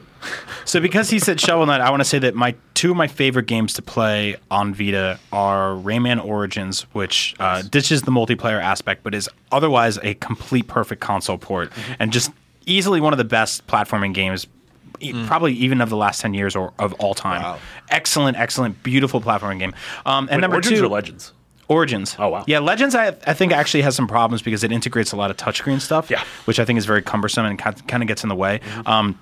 Speaker 5: So because he said Shovel Knight, I want to say that my two of my favorite games to play on Vita are Rayman Origins, which uh, ditches the multiplayer aspect, but is otherwise a complete perfect console port
Speaker 4: Mm-hmm.
Speaker 5: and just easily one of the best platforming games. e-
Speaker 4: Mm.
Speaker 5: Probably even of the last ten years or of all time. Excellent, excellent, beautiful platforming game. Um, and number
Speaker 4: Origins
Speaker 5: two,
Speaker 4: or Legends.
Speaker 5: Origins.
Speaker 4: Oh, wow.
Speaker 5: Yeah, Legends. I I think actually has some problems because it integrates a lot of touchscreen stuff.
Speaker 4: Yeah. Mm-hmm.
Speaker 5: which I think is very cumbersome and kind of gets in the way. Um,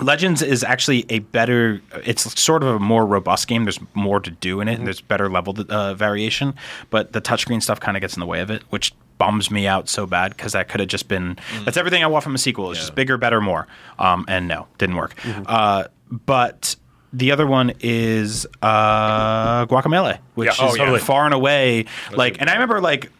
Speaker 5: Legends is actually a better. It's sort of a more robust game. There's more to do in
Speaker 7: Mm-hmm.
Speaker 5: it. and There's better level uh, variation, but the touchscreen stuff kind of gets in the way of it, which bums me out so bad because that could have just been.
Speaker 7: Mm.
Speaker 5: That's everything I want from a sequel. It's just bigger, better, more. Um, and no, didn't work.
Speaker 7: Mm-hmm.
Speaker 5: Uh, but the other one is uh, Guacamele, which
Speaker 4: Yeah.
Speaker 5: is
Speaker 4: Oh, yeah.
Speaker 5: far and away like. And I remember like.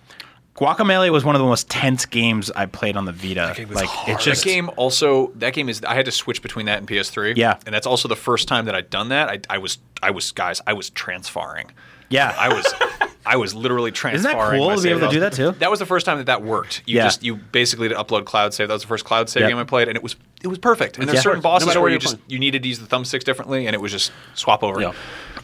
Speaker 5: Guacamele was one of the most tense games I played on the Vita. like it just
Speaker 7: that game also that game is I had to switch between that and PS3.
Speaker 5: Yeah.
Speaker 7: and that's also the first time that I'd done that. I, I was I was guys I was transfaring.
Speaker 5: Yeah.
Speaker 7: I was I was literally transfaring.
Speaker 5: Isn't that cool
Speaker 7: my
Speaker 5: to be able to
Speaker 7: save
Speaker 5: do that
Speaker 7: files.
Speaker 5: too?
Speaker 7: That was the first time that that worked. You
Speaker 5: Yeah.
Speaker 7: just you basically to upload cloud save. That was the first cloud save
Speaker 5: Yeah.
Speaker 7: game I played, and it was it was perfect. And there's
Speaker 5: Yeah.
Speaker 7: certain
Speaker 5: No
Speaker 7: bosses
Speaker 4: matter
Speaker 7: where
Speaker 4: where
Speaker 7: you
Speaker 4: you're
Speaker 7: just
Speaker 4: playing.
Speaker 7: you needed to use the thumbsticks differently, and it was just swap over.
Speaker 4: Yeah.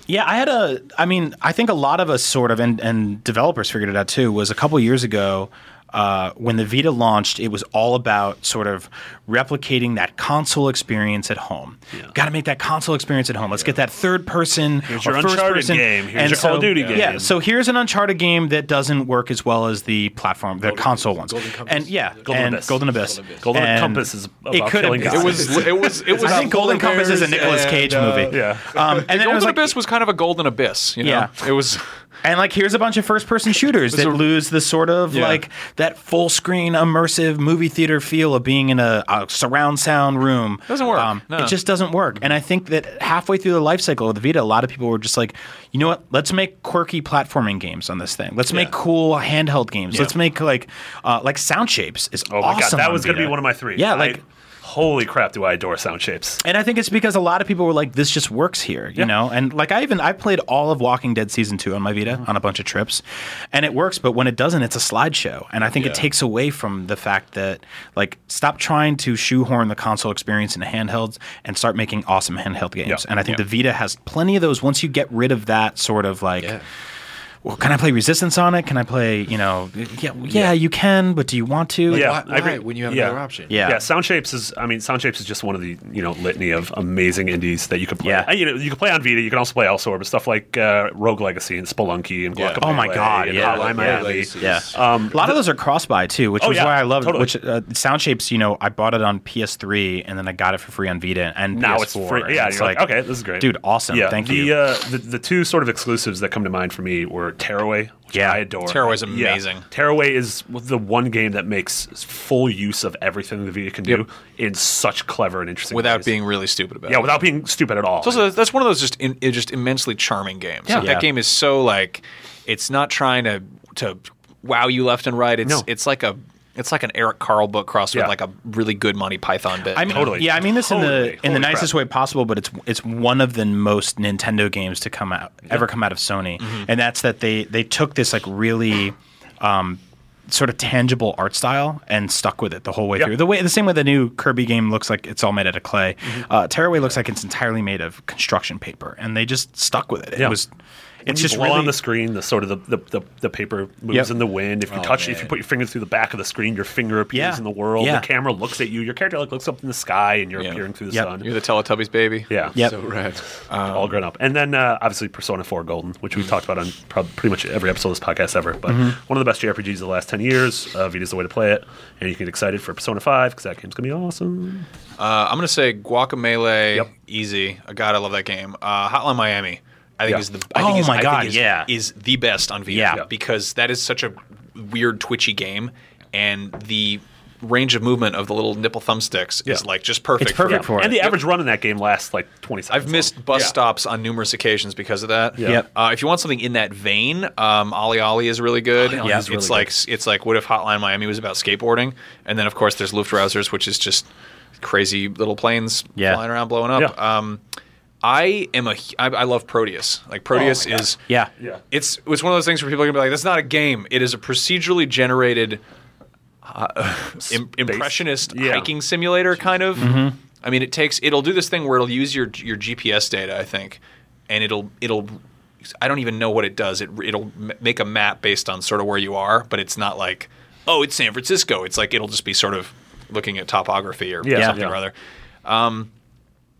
Speaker 5: Yeah, I had a. I mean, I think a lot of us sort of, and, and developers figured it out too, was a couple years ago uh, when the Vita launched, it was all about sort of replicating that console experience at home. Got to make that console experience at home. Let's get that third person or
Speaker 4: your
Speaker 5: first
Speaker 4: Uncharted
Speaker 5: person
Speaker 4: game. Here's
Speaker 5: and
Speaker 4: your Call of
Speaker 5: so-
Speaker 4: Duty
Speaker 5: yeah.
Speaker 4: game.
Speaker 5: Yeah, so here's an Uncharted game that doesn't work as well as the platform, the console ones.
Speaker 6: Golden Compass.
Speaker 5: and yeah,
Speaker 4: Golden
Speaker 5: and
Speaker 4: Abyss.
Speaker 5: Golden Abyss.
Speaker 4: Golden
Speaker 5: And
Speaker 4: Compass is about
Speaker 5: it could
Speaker 4: killing
Speaker 5: have been.
Speaker 4: guys.
Speaker 7: It was it was it was.
Speaker 5: I think Golden
Speaker 6: polar
Speaker 5: Compass is a
Speaker 6: bears
Speaker 5: Nicolas
Speaker 6: and,
Speaker 5: Cage
Speaker 6: uh,
Speaker 5: movie.
Speaker 4: Yeah.
Speaker 5: Um, and then it
Speaker 7: Golden
Speaker 5: was like,
Speaker 7: Abyss was kind of a golden abyss, you know.
Speaker 5: Yeah.
Speaker 7: It was
Speaker 5: And like, here's a bunch of first-person shooters that lose the sort of like that full-screen immersive movie theater feel of being in a, a surround sound room. Um,
Speaker 7: Doesn't work. No.
Speaker 5: It just doesn't work. And I think that halfway through the life cycle of the Vita, a lot of people were just like, you know what? Let's make quirky platforming games on this thing. Let's make cool handheld games. Let's make like uh, like Sound Shapes is
Speaker 4: Oh my
Speaker 5: awesome
Speaker 4: god, that
Speaker 5: on
Speaker 4: was going to
Speaker 5: Vita.
Speaker 4: be one of my three.
Speaker 5: Yeah,
Speaker 4: I-
Speaker 5: like.
Speaker 4: holy crap, do I adore sound shapes?
Speaker 5: And I think it's because a lot of people were like, "This just works here," you know. And like, I even I played all of Walking Dead season two on my Vita on a bunch of trips, and it works. But when it doesn't, it's a slideshow, and I think it takes away from the fact that like, stop trying to shoehorn the console experience into handhelds and start making awesome handheld games. And I think the Vita has plenty of those. Once you get rid of that sort of like. Well, can I play Resistance on it? Can I play, you know, yeah, yeah, you can, but do you want to?
Speaker 4: yeah,
Speaker 6: why-
Speaker 4: I agree.
Speaker 6: why when you have
Speaker 4: yeah.
Speaker 6: another option?
Speaker 5: Yeah.
Speaker 4: yeah. Sound Shapes is, I mean, Sound Shapes is just one of the you know litany of amazing indies that you could play.
Speaker 5: Yeah.
Speaker 4: Uh, you, know, you can play on Vita. You can also play elsewhere, but stuff like uh, Rogue Legacy and Spelunky and
Speaker 6: Yeah.
Speaker 4: Guacamelee.
Speaker 5: Oh my God,
Speaker 4: and
Speaker 5: yeah.
Speaker 4: Hotline
Speaker 5: Yeah.
Speaker 4: Miami.
Speaker 5: Yeah.
Speaker 4: Um,
Speaker 5: a lot of those are cross buy too, which
Speaker 4: Oh,
Speaker 5: was
Speaker 4: yeah,
Speaker 5: why I love
Speaker 4: totally.
Speaker 5: it. Which uh, Sound Shapes, you know, I bought it on PS3 and then I got it for free on Vita and
Speaker 4: Now
Speaker 5: PS4.
Speaker 4: it's free.
Speaker 5: and
Speaker 4: Yeah,
Speaker 5: it's
Speaker 4: you're like, okay, this is great,
Speaker 5: dude. Awesome,
Speaker 4: Yeah,
Speaker 5: thank
Speaker 4: the,
Speaker 5: you.
Speaker 4: Uh, the the two sort of exclusives that come to mind for me were Tearaway, which
Speaker 5: Yeah.
Speaker 4: I adore.
Speaker 7: Tearaway's
Speaker 4: Yeah.
Speaker 7: amazing.
Speaker 4: Tearaway is the one game that makes full use of everything the Vita can do in such clever and interesting
Speaker 7: without
Speaker 4: ways.
Speaker 7: being really stupid about it.
Speaker 4: yeah, without being stupid at all.
Speaker 7: It's also that's one of those just in, it just immensely charming games. Like,
Speaker 5: Yeah.
Speaker 7: That game is so like it's not trying to to wow you left and right. It's
Speaker 4: No.
Speaker 7: it's like a it's like an Eric Carl book crossed with
Speaker 4: Yeah.
Speaker 7: like a really good Monty Python bit.
Speaker 5: I mean,
Speaker 4: Totally.
Speaker 5: Yeah, I mean this in the
Speaker 4: Totally.
Speaker 5: in the
Speaker 4: Holy crap.
Speaker 5: nicest way possible, but it's it's one of the most Nintendo games to come out ever come out of Sony,
Speaker 4: Mm-hmm.
Speaker 5: and that's that they they took this like really. Um, sort of tangible art style and stuck with it the whole way
Speaker 4: Yeah.
Speaker 5: through. The way the same way the new Kirby game looks like it's all made out of clay.
Speaker 4: Mm-hmm.
Speaker 5: Uh, Tearaway looks like it's entirely made of construction paper, and they just stuck with it. It
Speaker 4: Yeah.
Speaker 5: was it's
Speaker 4: you
Speaker 5: just
Speaker 4: blow
Speaker 5: really
Speaker 4: on the screen. The sort of the the, the, the paper moves
Speaker 5: Yep.
Speaker 4: in the wind.
Speaker 7: Oh,
Speaker 4: If you touch, if you put your finger through the back of the screen, your finger appears
Speaker 5: Yeah.
Speaker 4: in the world.
Speaker 5: Yeah.
Speaker 4: The camera looks at you. Your character like looks up in the sky, and you're
Speaker 7: Yeah.
Speaker 4: appearing through the
Speaker 5: Yep.
Speaker 4: sun.
Speaker 7: You're the Teletubbies baby.
Speaker 4: Yeah,
Speaker 5: Yep.
Speaker 6: So rad.
Speaker 7: um,
Speaker 4: all grown up. And then uh, obviously Persona 4 Golden, which we've talked about on prob- pretty much every episode of this podcast ever. But
Speaker 5: Mm-hmm.
Speaker 4: one of the best JRPGs of the last 10 years. Uh, Vita's the way to play it. And you can get excited for Persona 5 because that game's going to be awesome.
Speaker 7: Uh, I'm gonna say Guacamelee.
Speaker 4: Yep.
Speaker 7: Easy. Uh, God, I love that game. Uh, Hotline Miami. I think
Speaker 4: Yeah.
Speaker 7: is the I think
Speaker 5: Oh
Speaker 7: is,
Speaker 5: my
Speaker 7: I think
Speaker 5: God,
Speaker 7: is-
Speaker 5: yeah.
Speaker 7: is the best on Vita
Speaker 5: Yeah.
Speaker 4: Yeah.
Speaker 7: because that is such a weird twitchy game and the range of movement of the little nipple thumbsticks is
Speaker 4: Yeah.
Speaker 7: like just perfect.
Speaker 5: It's perfect for
Speaker 4: and
Speaker 5: it.
Speaker 4: the average run in that game lasts like 20 seconds.
Speaker 7: I've missed bus stops on numerous occasions because of that.
Speaker 5: Yep.
Speaker 7: Uh, if you want something in that vein, um, Ali Ali is really good.
Speaker 5: is
Speaker 7: it's
Speaker 5: really good.
Speaker 7: like it's like what if Hotline Miami was about skateboarding, and then of course there's Luftrausers, which is just crazy little planes
Speaker 5: Yeah.
Speaker 7: flying around blowing up.
Speaker 4: Yeah.
Speaker 7: Um, I am a hu- I, I love Proteus. Like
Speaker 5: Oh
Speaker 7: Proteus is
Speaker 5: yeah.
Speaker 4: Yeah.
Speaker 7: it's it's one of those things where people are gonna be like, that's not a game. It is a procedurally generated uh, im- impressionist
Speaker 4: Yeah. Mm-hmm.
Speaker 7: hiking simulator kind of. I mean, it takes it'll do this thing where it'll use your your GPS data, I think, and it'll it'll I don't even know what it does. It it'll m- make a map based on sort of where you are, but it's not like oh, it's San Francisco. It's like it'll just be sort of looking at topography or
Speaker 4: Yeah.
Speaker 7: something
Speaker 4: Yeah.
Speaker 7: or other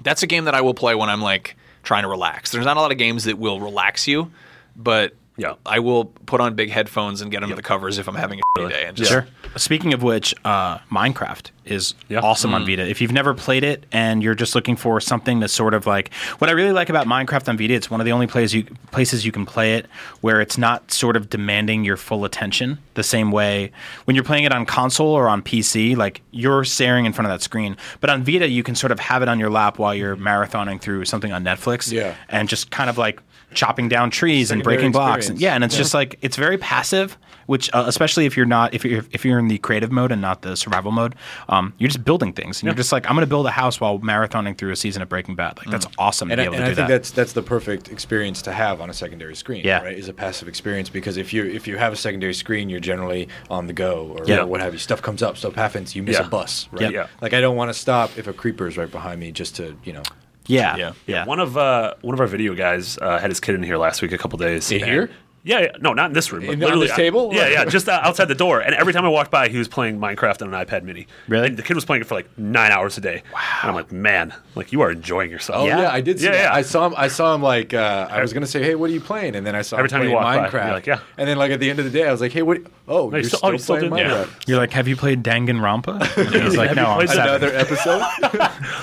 Speaker 7: that's a game that I will play when I'm like trying to relax. There's not a lot of games that will relax you, but
Speaker 4: Yeah.
Speaker 7: I will put on big headphones and get under the covers if I'm having a shitty day and just
Speaker 5: Speaking of which, uh, Minecraft is
Speaker 4: Yeah.
Speaker 5: awesome
Speaker 6: Mm.
Speaker 5: on Vita. If you've never played it and you're just looking for something that's sort of like what I really like about Minecraft on Vita, it's one of the only places you places you can play it where it's not sort of demanding your full attention the same way when you're playing it on console or on PC, like you're staring in front of that screen. But on Vita, you can sort of have it on your lap while you're marathoning through something on Netflix
Speaker 6: Yeah.
Speaker 5: and just kind of like chopping down trees and
Speaker 6: Secondary
Speaker 5: breaking blocks.
Speaker 6: experience.
Speaker 5: yeah, and it's just like it's very passive, which uh, especially if you're not if you're if you're in the creative mode and not the survival mode, um, you're just building things and you're just like I'm going to build a house while marathoning through a season of Breaking Bad. Like that's awesome
Speaker 6: and
Speaker 5: to
Speaker 6: I,
Speaker 5: be able
Speaker 6: and
Speaker 5: to
Speaker 6: I
Speaker 5: do
Speaker 6: think
Speaker 5: that.
Speaker 6: that's that's the perfect experience to have on a secondary screen.
Speaker 5: Yeah.
Speaker 6: right, is a passive experience because if you if you have a secondary screen, you're generally on the go or
Speaker 5: Yeah.
Speaker 6: what have you. Stuff comes up, stuff happens. You miss
Speaker 4: Yeah.
Speaker 6: a bus, right?
Speaker 5: Yeah.
Speaker 6: Like I don't want to stop if a creeper is right behind me just to you know.
Speaker 5: yeah,
Speaker 7: Yeah.
Speaker 5: yeah,
Speaker 4: One of uh, one of our video guys uh, had his kid in here last week, a couple days.
Speaker 6: In
Speaker 4: and-
Speaker 6: here?
Speaker 4: Yeah, yeah, no, not in this room.
Speaker 6: In-
Speaker 4: But
Speaker 6: on
Speaker 4: literally,
Speaker 6: this
Speaker 4: I-
Speaker 6: table?
Speaker 4: yeah, yeah, just uh, outside the door. And every time I walked by, he was playing Minecraft on an iPad Mini.
Speaker 5: Really?
Speaker 4: And the kid was playing it for like nine hours a day. Wow. And I'm like, man, like you are enjoying yourself.
Speaker 6: Oh yeah, I did. See
Speaker 4: Yeah,
Speaker 6: that.
Speaker 4: yeah. Uh,
Speaker 6: I saw him. I saw him like uh, I was gonna say, hey, what are you playing? And then I saw
Speaker 4: Every
Speaker 6: him
Speaker 4: time
Speaker 6: playing
Speaker 4: you walk by,
Speaker 6: Minecraft.
Speaker 4: you're like, yeah.
Speaker 6: And then like at the end of the day, I was like, hey, what? Oh,
Speaker 4: you
Speaker 6: you're
Speaker 4: still-
Speaker 6: still,
Speaker 4: oh, you still
Speaker 6: playing
Speaker 4: did- yeah.
Speaker 6: Minecraft.
Speaker 5: You're like, have you played Danganronpa? And He's like,
Speaker 4: Have you
Speaker 5: no, I'm
Speaker 4: played
Speaker 5: seven."
Speaker 6: Another episode.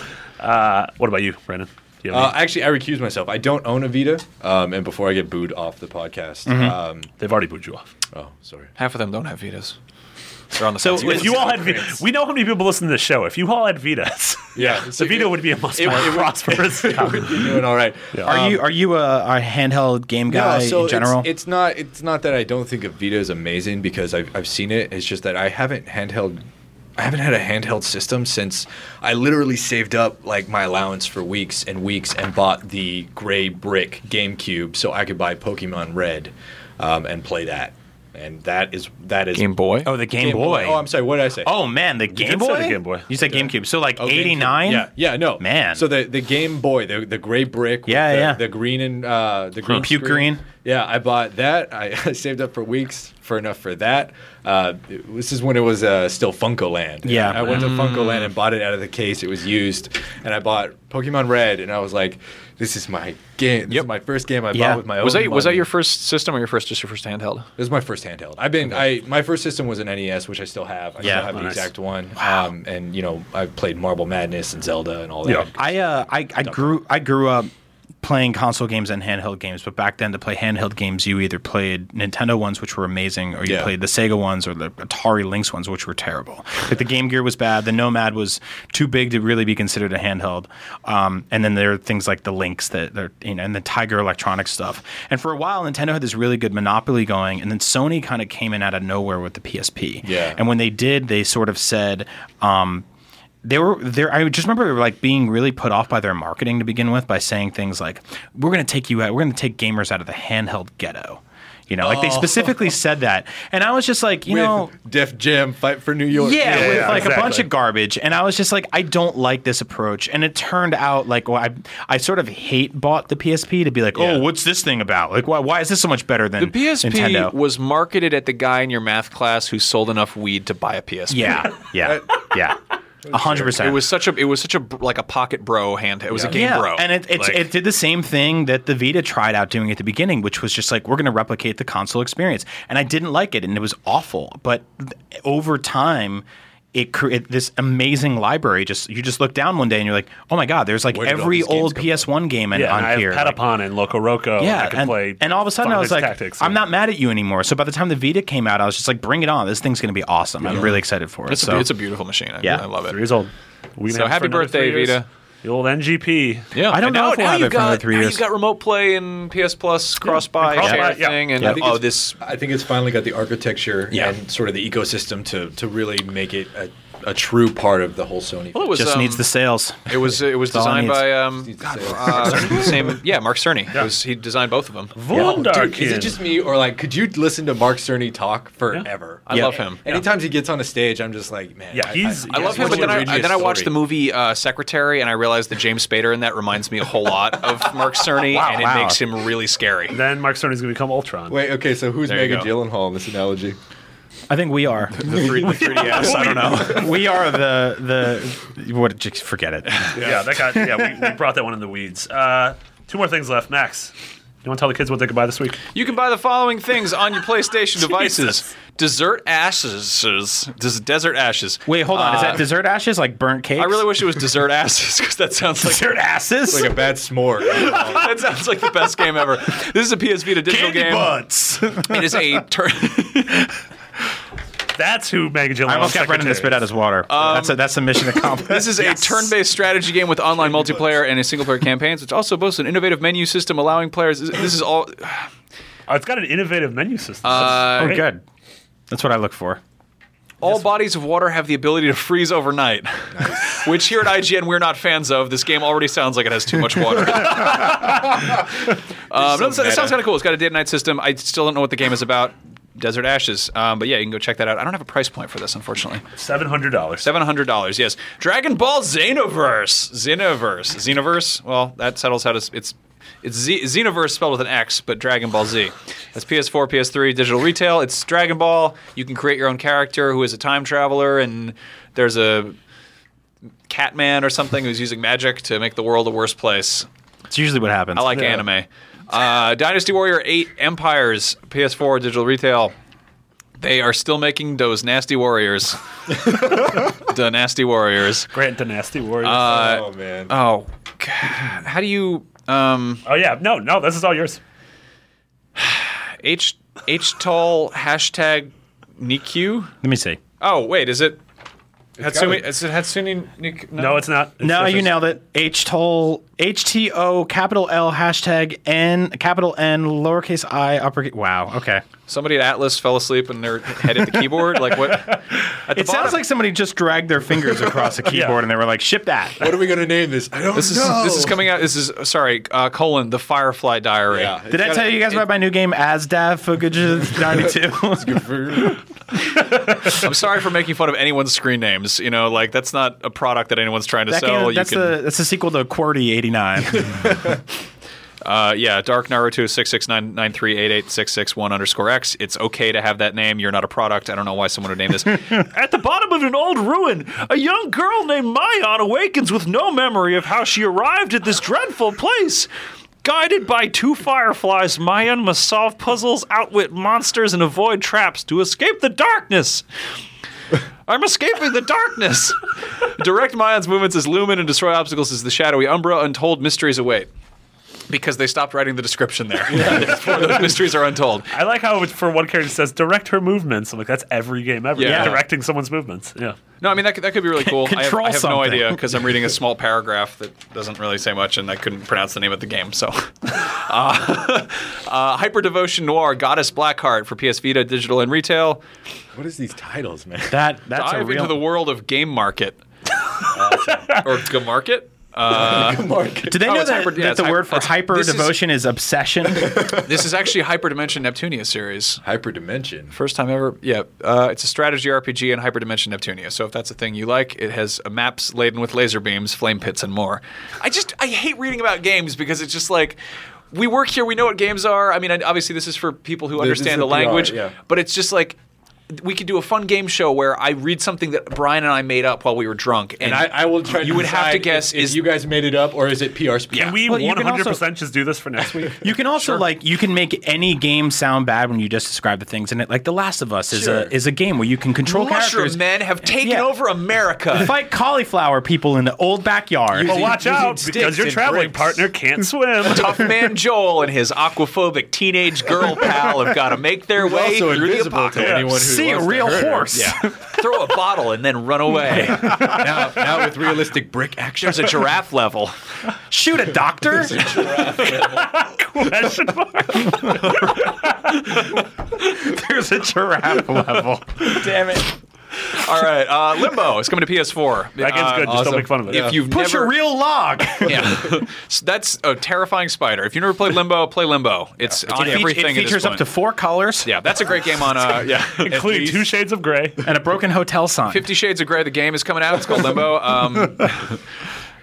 Speaker 4: What about you, Brandon? Do you have
Speaker 6: Uh,
Speaker 4: any-
Speaker 6: actually, I recuse myself. I don't own a Vita, um, and before I get booed off the podcast,
Speaker 5: Mm-hmm.
Speaker 6: um,
Speaker 4: They've already booed you off.
Speaker 6: oh sorry.
Speaker 7: Half of them don't have Vitas. They're on the
Speaker 6: Oh,
Speaker 5: So
Speaker 7: fence.
Speaker 5: if
Speaker 4: If you all had Vita, we know how many people listen to this show. If you all had Vitas,
Speaker 6: Yeah,
Speaker 4: the Vita would be a much more prosperous.
Speaker 6: You're doing all right.
Speaker 5: are you are you a, a handheld game guy in general?
Speaker 6: It's, it's not. It's not that I don't think of Vita is amazing because I've I've seen it. It's just that I haven't handheld. I haven't had a handheld system since I literally saved up like my allowance for weeks and weeks and bought the gray brick GameCube so I could buy Pokemon Red um, and play that. And that is that is
Speaker 7: Game Boy?
Speaker 5: oh, the Game, Boy.
Speaker 6: Oh, I'm sorry. What did I say?
Speaker 5: Oh man, the Game
Speaker 4: did say
Speaker 5: Boy.
Speaker 4: the Game Boy.
Speaker 5: You said GameCube. So like
Speaker 6: Oh, GameCube.
Speaker 5: '89.
Speaker 6: Yeah, yeah, no,
Speaker 5: Man.
Speaker 6: So the the Game Boy, the the gray brick, with
Speaker 5: Yeah,
Speaker 6: the,
Speaker 5: yeah.
Speaker 6: the green and uh, the green
Speaker 5: Puke
Speaker 6: screen.
Speaker 5: green.
Speaker 6: Yeah, I bought that. I, I saved up for weeks for enough for that. Uh, it- this is when it was uh, still Funko Land.
Speaker 5: Yeah.
Speaker 6: I went to Funko Land and bought it out of the case. It was used, and I bought Pokemon Red, and I was like, "This is my game. This
Speaker 7: Yep.
Speaker 6: is my first game I
Speaker 5: Yeah.
Speaker 6: bought with my own."
Speaker 7: was that was that
Speaker 6: money.
Speaker 7: your first system or your first just your first handheld?
Speaker 6: This is my first handheld. I've been I my first system was an NES, which I still have. I
Speaker 5: Yeah.
Speaker 6: still have
Speaker 5: Oh,
Speaker 6: the
Speaker 4: nice.
Speaker 6: exact one. Um, and you know I played Marble Madness and Zelda and all that.
Speaker 4: Yeah.
Speaker 5: I uh, I, I grew I grew up playing console games and handheld games, but back then to play handheld games, you either played Nintendo ones, which were amazing, or you
Speaker 6: Yeah.
Speaker 5: played the Sega ones or the Atari Lynx ones, which were terrible. Like the Game Gear was bad, the Nomad was too big to really be considered a handheld, um, and then there are things like the Lynx that are you know and the Tiger Electronics stuff. And for a while, Nintendo had this really good monopoly going, and then Sony kind of came in out of nowhere with the PSP.
Speaker 6: Yeah.
Speaker 5: and when they did, they sort of said. Um, they were there. I just remember like being really put off by their marketing to begin with by saying things like, "We're going to take you out. We're going to take gamers out of the handheld ghetto." You know, like they specifically said that, and I was just like, you
Speaker 6: With
Speaker 5: know,
Speaker 6: Def Jam Fight for New York.
Speaker 5: yeah, with
Speaker 4: yeah,
Speaker 5: like a bunch
Speaker 4: exactly.
Speaker 5: of garbage. And I was just like, I don't like this approach. And it turned out like well, I I sort of hate bought the PSP to be like, oh, what's this thing about? Like, why why is this so much better than
Speaker 7: The PSP
Speaker 5: Nintendo?
Speaker 7: was marketed at the guy in your math class who sold enough weed to buy a PSP.
Speaker 5: yeah, yeah, yeah, a hundred percent.
Speaker 7: It was such a it was such a br- like a pocket bro hand. It was a game bro.
Speaker 5: And it, it,
Speaker 7: Like,
Speaker 5: it did the same thing that the Vita tried out doing at the beginning, which was just like, we're going to replicate the console experience. And I didn't like it, and it was awful. But th- over time, it created this amazing library. Just you just look down one day and you're like, oh my god, there's like
Speaker 6: did all
Speaker 5: every
Speaker 6: these games
Speaker 5: old
Speaker 6: come
Speaker 5: PS1 game in,
Speaker 4: Yeah,
Speaker 5: on
Speaker 4: and I
Speaker 5: here.
Speaker 4: have
Speaker 5: Like,
Speaker 4: Patapon and Loco Roco. and I
Speaker 5: yeah,
Speaker 4: can
Speaker 5: and,
Speaker 4: play
Speaker 5: and all of a sudden I
Speaker 4: Final
Speaker 5: was
Speaker 4: Fantasy
Speaker 5: like,
Speaker 4: Tactics
Speaker 5: I'm
Speaker 4: and-
Speaker 5: not mad at you anymore. So by the time the Vita came out, I was just like, bring it on. This thing's going to be awesome. I'm really excited for it.
Speaker 7: it's,
Speaker 5: so
Speaker 7: a, it's a beautiful machine. I,
Speaker 5: Yeah.
Speaker 7: I love
Speaker 4: three
Speaker 7: it.
Speaker 4: years old. We can
Speaker 7: So
Speaker 4: have it
Speaker 7: happy
Speaker 4: for another
Speaker 7: birthday,
Speaker 4: three years.
Speaker 7: Vita.
Speaker 4: The old NGP.
Speaker 7: Yeah,
Speaker 5: I
Speaker 7: And
Speaker 5: don't know
Speaker 7: now,
Speaker 5: if we'll
Speaker 7: now
Speaker 5: have
Speaker 7: you've
Speaker 5: it for
Speaker 7: got,
Speaker 5: another three
Speaker 7: now
Speaker 5: years.
Speaker 7: You've got remote play and PS Plus cross buy
Speaker 4: cross-buy,
Speaker 7: share
Speaker 4: yeah.
Speaker 7: thing, and
Speaker 6: I think
Speaker 7: oh,
Speaker 6: it's-
Speaker 7: this
Speaker 6: I think it's finally got the architecture
Speaker 5: Yeah.
Speaker 6: and sort of the ecosystem to to really make it a, a true part of the whole Sony.
Speaker 7: well, it was
Speaker 5: just
Speaker 7: um,
Speaker 5: needs the sales.
Speaker 7: It was it was
Speaker 5: all it
Speaker 7: designed
Speaker 5: needs.
Speaker 7: by um,
Speaker 6: needs to
Speaker 7: God,
Speaker 6: say it.
Speaker 7: uh, same yeah Mark Cerny. It was, he designed both of them.
Speaker 4: Wunderkind.
Speaker 6: Dude, is it just me or like could you listen to Mark Cerny talk forever?
Speaker 7: I
Speaker 5: Yeah.
Speaker 7: love him.
Speaker 6: Anytime he gets on a stage, I'm just like, man.
Speaker 4: Yeah,
Speaker 6: I-
Speaker 4: he's-
Speaker 7: I
Speaker 4: Yeah,
Speaker 7: love
Speaker 4: he
Speaker 7: him, but
Speaker 4: was
Speaker 7: then I,
Speaker 6: originally
Speaker 7: then I watched
Speaker 6: story.
Speaker 7: the movie uh, Secretary, and I realized that James Spader in that reminds me a whole lot of Mark Cerny, and it
Speaker 5: wow.
Speaker 7: makes him really scary.
Speaker 4: Then Mark Cerny's going to become Ultron.
Speaker 6: Wait, okay, so who's
Speaker 7: There you
Speaker 6: Megan Gyllenhaal in this analogy?
Speaker 5: I think we are.
Speaker 7: The, three, the 3DS, I don't know.
Speaker 5: we are the the what? Just forget it.
Speaker 4: yeah. that got yeah. We, we brought that one in the weeds. Uh, two more things left, Max. You want to tell the kids what they could buy this week?
Speaker 7: You can buy the following things on your PlayStation devices: dessert ashes, des- desert ashes.
Speaker 5: Wait, hold on. is that dessert ashes like burnt cake?
Speaker 7: I really wish it was dessert ashes because that sounds like
Speaker 5: dessert asses.
Speaker 6: Like a bad s'more.
Speaker 7: that sounds like the best game ever. This is a PS Vita digital
Speaker 5: Candy
Speaker 7: game.
Speaker 5: butts.
Speaker 7: It is a tur-
Speaker 4: That's who Maggie Gyllenhaal
Speaker 5: I almost got Brendan to spit out his water. that's a, that's a mission accomplished.
Speaker 7: this is a turn-based strategy game with online multiplayer and a single-player campaigns, which also boasts an innovative menu system allowing players. This is all.
Speaker 4: Oh, it's got an innovative menu system.
Speaker 7: Uh,
Speaker 5: oh,
Speaker 4: Great.
Speaker 5: good. That's what I look for.
Speaker 7: All bodies of water have the ability to freeze overnight, which here at IGN we're not fans of. This game already sounds like it has too much water. um, no, this- this sounds kind of cool. It's got a day and night system. I still don't know what the game is about. Desert Ashes, um, but yeah, you can go check that out. I don't have a price point for this, unfortunately.
Speaker 4: Seven hundred dollars.
Speaker 7: Seven hundred dollars, yes. Dragon Ball Xenoverse, Xenoverse, Xenoverse. Well, that settles how to. s- It's it's Z, Xenoverse spelled with an X, but Dragon Ball Z. That's PS4, PS3, digital retail. It's Dragon Ball. You can create your own character who is a time traveler, and there's a Catman or something who's using magic to make the world a worse place.
Speaker 5: It's usually what happens.
Speaker 7: I like anime. Uh, Dynasty Warrior 8 Empires, PS4, digital retail. They are still making those nasty warriors. the nasty warriors.
Speaker 4: Grant the Nasty Warriors.
Speaker 7: Uh,
Speaker 6: oh man.
Speaker 7: Oh, God. how do you um
Speaker 4: oh yeah, no, no, this is all yours.
Speaker 7: h h tall hashtag niq?
Speaker 5: Let me see.
Speaker 7: Oh wait, is it Hatsune?
Speaker 6: gotta-
Speaker 7: Is it Hatsune? Nik-
Speaker 4: No, it's not. It's
Speaker 5: No,
Speaker 4: just-
Speaker 5: you nailed it. H toll H T O capital L hashtag N capital N lowercase I upper. Wow. Okay.
Speaker 7: Somebody at Atlas fell asleep and their head hit the keyboard. Like what? At the
Speaker 5: It sounds
Speaker 7: bottom-
Speaker 5: like somebody just dragged their fingers across a keyboard and they were like, "Ship that."
Speaker 6: What are we gonna name this? I don't
Speaker 7: this is
Speaker 6: know.
Speaker 7: this is coming out. This is sorry, uh, colon the Firefly Diary.
Speaker 6: Yeah.
Speaker 5: Did I tell you guys about my new game, Asdav Fugages 92?
Speaker 7: I'm sorry for making fun of anyone's screen names. You know, like that's not a product that anyone's trying to
Speaker 5: that
Speaker 7: sell.
Speaker 5: game, that's,
Speaker 7: you can,
Speaker 5: the, that's the sequel to QWERTY 89.
Speaker 7: uh, yeah, Dark Naruto six six nine nine three eight eight six six one underscore X. It's okay to have that name. You're not a product. I don't know why someone would name this.
Speaker 4: At the bottom of an old ruin, a young girl named Mayan awakens with no memory of how she arrived at this dreadful place. Guided by two fireflies, Mayan must solve puzzles, outwit monsters, and avoid traps to escape the darkness.
Speaker 7: I'm escaping the darkness. Direct Mayan's movements as Lumen and destroy obstacles as the shadowy Umbra. Untold mysteries await. Because they stopped writing the description there. Therefore, those mysteries are untold.
Speaker 4: I like how it, for one character it says direct her movements. I'm like, that's every game ever.
Speaker 7: Yeah.
Speaker 4: Directing someone's movements. Yeah.
Speaker 7: No, I mean that could, that could be really cool. I have,
Speaker 5: Control
Speaker 7: I have no
Speaker 5: something.
Speaker 7: idea because I'm reading a small paragraph that doesn't really say much, and I couldn't pronounce the name of the game. So, uh, uh, Hyper Devotion Noir, Goddess Blackheart for PS Vita, digital and retail.
Speaker 6: What is these titles, man?
Speaker 5: that, that's a
Speaker 7: Dive
Speaker 5: real...
Speaker 7: into the world of Game Market Uh, or Game Market.
Speaker 5: Do they
Speaker 7: Oh,
Speaker 5: know
Speaker 7: it's
Speaker 5: that,
Speaker 7: hyper- yeah,
Speaker 5: that
Speaker 7: it's
Speaker 5: the
Speaker 7: hyper-
Speaker 5: word for
Speaker 7: it's-
Speaker 5: hyper
Speaker 7: this is-
Speaker 5: devotion is, obsession?
Speaker 7: This is actually Hyperdimension Neptunia series.
Speaker 6: Hyperdimension.
Speaker 7: First time ever. Yeah, uh, it's a strategy RPG in Hyperdimension Neptunia. So if that's a thing you like, it has uh, maps laden with laser beams, flame pits, and more. I just I hate reading about games because it's just like. We work here. We know what games are. I mean, I- obviously, this is for people who
Speaker 6: This is
Speaker 7: understand the
Speaker 6: the PR,
Speaker 7: language.
Speaker 6: yeah.
Speaker 7: But it's just like we could do a fun game show where I read something that Brian and I made up while we were drunk, and,
Speaker 6: And I, I will try.
Speaker 7: You would have to
Speaker 6: decide
Speaker 7: guess
Speaker 6: if, if
Speaker 7: is
Speaker 6: you guys made it up or is it PR speak?
Speaker 4: Can we
Speaker 5: Well, you can
Speaker 4: 100%
Speaker 5: also-
Speaker 4: just do this for next week?
Speaker 5: You can also like you can make any game sound bad when you just describe the things in it. Like The Last of Us is
Speaker 6: Sure.
Speaker 5: a is a game where you can control characters,
Speaker 7: mushroom men have taken
Speaker 5: Yeah.
Speaker 7: over America.
Speaker 5: fight cauliflower people in the old backyard.
Speaker 4: But watch
Speaker 6: using
Speaker 4: out
Speaker 6: sticks
Speaker 4: because your
Speaker 6: and
Speaker 4: traveling
Speaker 6: bricks.
Speaker 4: partner can't swim.
Speaker 7: Tough man Joel and his aquaphobic teenage girl pal have got to make their
Speaker 6: We're
Speaker 7: way
Speaker 6: also
Speaker 7: through the
Speaker 6: invisible
Speaker 7: apocalypse.
Speaker 6: to anyone who
Speaker 5: See a
Speaker 6: wants to
Speaker 5: real
Speaker 6: hurt her.
Speaker 5: horse.
Speaker 7: Yeah. Throw a bottle and then run away.
Speaker 6: now, now with realistic brick action.
Speaker 7: There's a giraffe level.
Speaker 5: Shoot a doctor.
Speaker 4: Question mark.
Speaker 5: There's a giraffe level. Damn it.
Speaker 7: All right, uh, Limbo is coming to PS4.
Speaker 4: That game's
Speaker 7: Uh,
Speaker 4: good. Just
Speaker 6: awesome.
Speaker 4: don't make fun of it.
Speaker 7: If you've
Speaker 5: Push
Speaker 7: never,
Speaker 5: a real log.
Speaker 7: yeah, So that's a terrifying spider. If you never played Limbo, play Limbo. It's on
Speaker 5: It fe-
Speaker 7: everything.
Speaker 5: It
Speaker 7: at this
Speaker 5: features up
Speaker 7: point.
Speaker 5: to four colors
Speaker 7: yeah, that's a great game on. Uh, yeah,
Speaker 4: including two shades of gray.
Speaker 5: and a broken hotel sign.
Speaker 7: Fifty Shades of Grey, the game is coming out. It's called Limbo. Um,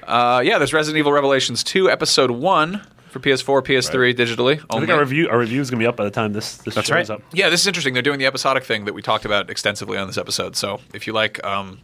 Speaker 7: uh, yeah, there's Resident Evil Revelations 2, Episode 1 for PS4, PS3, digitally.
Speaker 4: I
Speaker 7: Only.
Speaker 4: think our review our review is gonna be up by the time this this show
Speaker 5: right.
Speaker 4: is up.
Speaker 7: yeah, this is interesting. They're doing the episodic thing that we talked about extensively on this episode. So if you like um,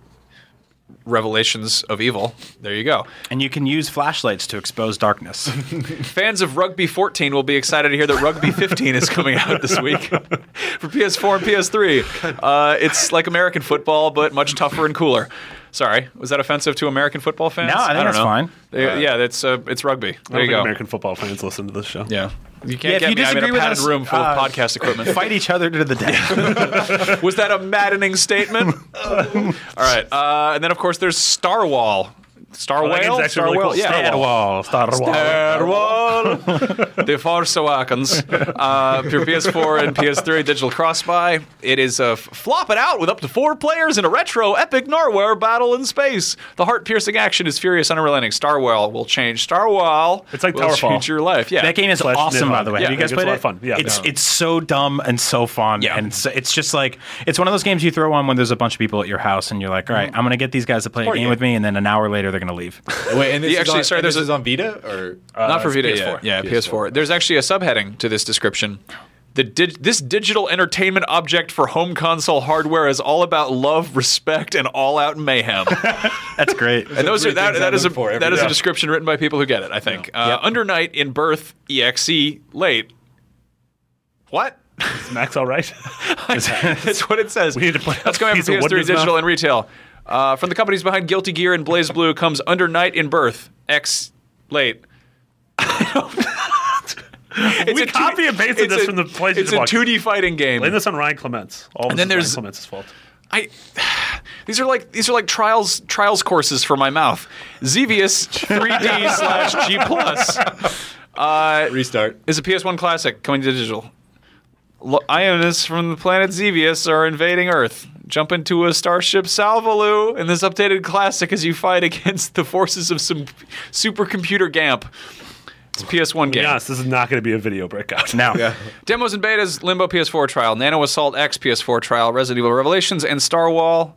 Speaker 3: Revelations of Evil. There you go.
Speaker 5: And you can use flashlights to expose darkness.
Speaker 3: Fans of Rugby 14 will be excited to hear that Rugby 15 is coming out this week for PS4 and PS3. Uh, it's like American football, but much tougher and cooler. Sorry, was that offensive to American football fans?
Speaker 5: No, I think
Speaker 3: don't
Speaker 5: that's
Speaker 3: know.
Speaker 5: fine.
Speaker 3: They- yeah, that's uh, it's rugby.
Speaker 4: I
Speaker 3: There
Speaker 4: don't
Speaker 3: you
Speaker 4: think
Speaker 3: go.
Speaker 4: American football fans listen to this show.
Speaker 3: yeah. You
Speaker 5: Yeah,
Speaker 3: can't
Speaker 5: if
Speaker 3: get
Speaker 5: you
Speaker 3: me. I'm in
Speaker 5: disagree
Speaker 3: a
Speaker 5: with
Speaker 3: padded
Speaker 5: us,
Speaker 3: room full of
Speaker 5: uh,
Speaker 3: podcast equipment.
Speaker 5: Fight each other to the death.
Speaker 3: Was that a maddening statement? All right, uh, and then of course there's Starwall. Star
Speaker 4: Oh,
Speaker 3: Whale?
Speaker 4: that game's actually
Speaker 3: Star
Speaker 4: really
Speaker 3: Whale?
Speaker 4: cool.
Speaker 3: Yeah.
Speaker 4: Star Wars, Star Wars.
Speaker 3: Starwall. the Force Awakens. Uh, for PS4 and PS3 digital cross-buy. It is uh, flop it out with up to four players in a retro epic narwhale battle in space. The heart-piercing action is furious and unrelenting. Starwell will change. Starwall
Speaker 4: It's like
Speaker 3: will
Speaker 4: Towerfall.
Speaker 3: change your life. Yeah.
Speaker 5: that game is
Speaker 4: Slash
Speaker 5: awesome,
Speaker 4: Nidhogg.
Speaker 5: by the way.
Speaker 4: Yeah,
Speaker 5: Have you guys
Speaker 4: it's a
Speaker 5: played
Speaker 4: lot
Speaker 5: it?
Speaker 4: of fun. Yeah.
Speaker 5: it's
Speaker 4: Yeah.
Speaker 5: it's so dumb and so fun.
Speaker 3: Yeah.
Speaker 5: and so, it's just like it's one of those games you throw on when there's a bunch of people at your house, and you're like, all right,
Speaker 4: Mm-hmm.
Speaker 5: I'm gonna get these guys to play a game
Speaker 3: game.
Speaker 5: with me, and then an hour later they're gonna leave.
Speaker 6: Wait, and this
Speaker 3: Yeah,
Speaker 6: is
Speaker 3: actually,
Speaker 6: on,
Speaker 3: sorry,
Speaker 6: and
Speaker 3: there's
Speaker 6: this
Speaker 3: a-
Speaker 6: is on Vita or
Speaker 3: Not for Vita
Speaker 6: PS4.
Speaker 3: yet. Yeah,
Speaker 6: PS4.
Speaker 3: PS4. There's actually a subheading to this description. The di- this digital entertainment object for home console hardware is all about love, respect, and all-out mayhem.
Speaker 5: That's great.
Speaker 3: and those
Speaker 6: three
Speaker 3: are that,
Speaker 6: things I
Speaker 3: that is a
Speaker 6: look for every
Speaker 3: that is a
Speaker 6: day.
Speaker 3: description written by people who get it. I think uh, under night in birth exe late. What?
Speaker 4: Is Max all right?
Speaker 3: That's what it says.
Speaker 4: We need to play
Speaker 3: That's
Speaker 4: a
Speaker 3: going out
Speaker 4: piece
Speaker 3: for
Speaker 4: of wood in
Speaker 3: PS3
Speaker 4: his
Speaker 3: digital
Speaker 4: mouth.
Speaker 3: and retail. Uh, from the companies behind Guilty Gear and Blaze Blue comes Under Night in Birth X late.
Speaker 4: We copy and pasted
Speaker 3: it's
Speaker 4: this
Speaker 3: a-
Speaker 4: from the PlayStation
Speaker 3: It's a
Speaker 4: blog.
Speaker 3: 2D fighting game.
Speaker 4: Blame this on Ryan Clements. All
Speaker 3: And
Speaker 4: and
Speaker 3: then
Speaker 4: then
Speaker 3: there's-
Speaker 4: Ryan Clements' fault.
Speaker 3: I these are like these are like trials trials courses for my mouth. Xevious 3D slash G plus
Speaker 6: Restart.
Speaker 3: is a PS1 classic coming to digital. Lo- Ionis from the planet Xevious are invading Earth. Jump into a starship Salvalu in this updated classic as you fight against the forces of some supercomputer Gamp. It's a PS1 game.
Speaker 4: To be honest, this is not going to be a video breakout.
Speaker 5: Now,
Speaker 3: Demos and betas, Limbo PS4 trial, Nano Assault X PS4 trial, Resident Evil Revelations, and Starwall.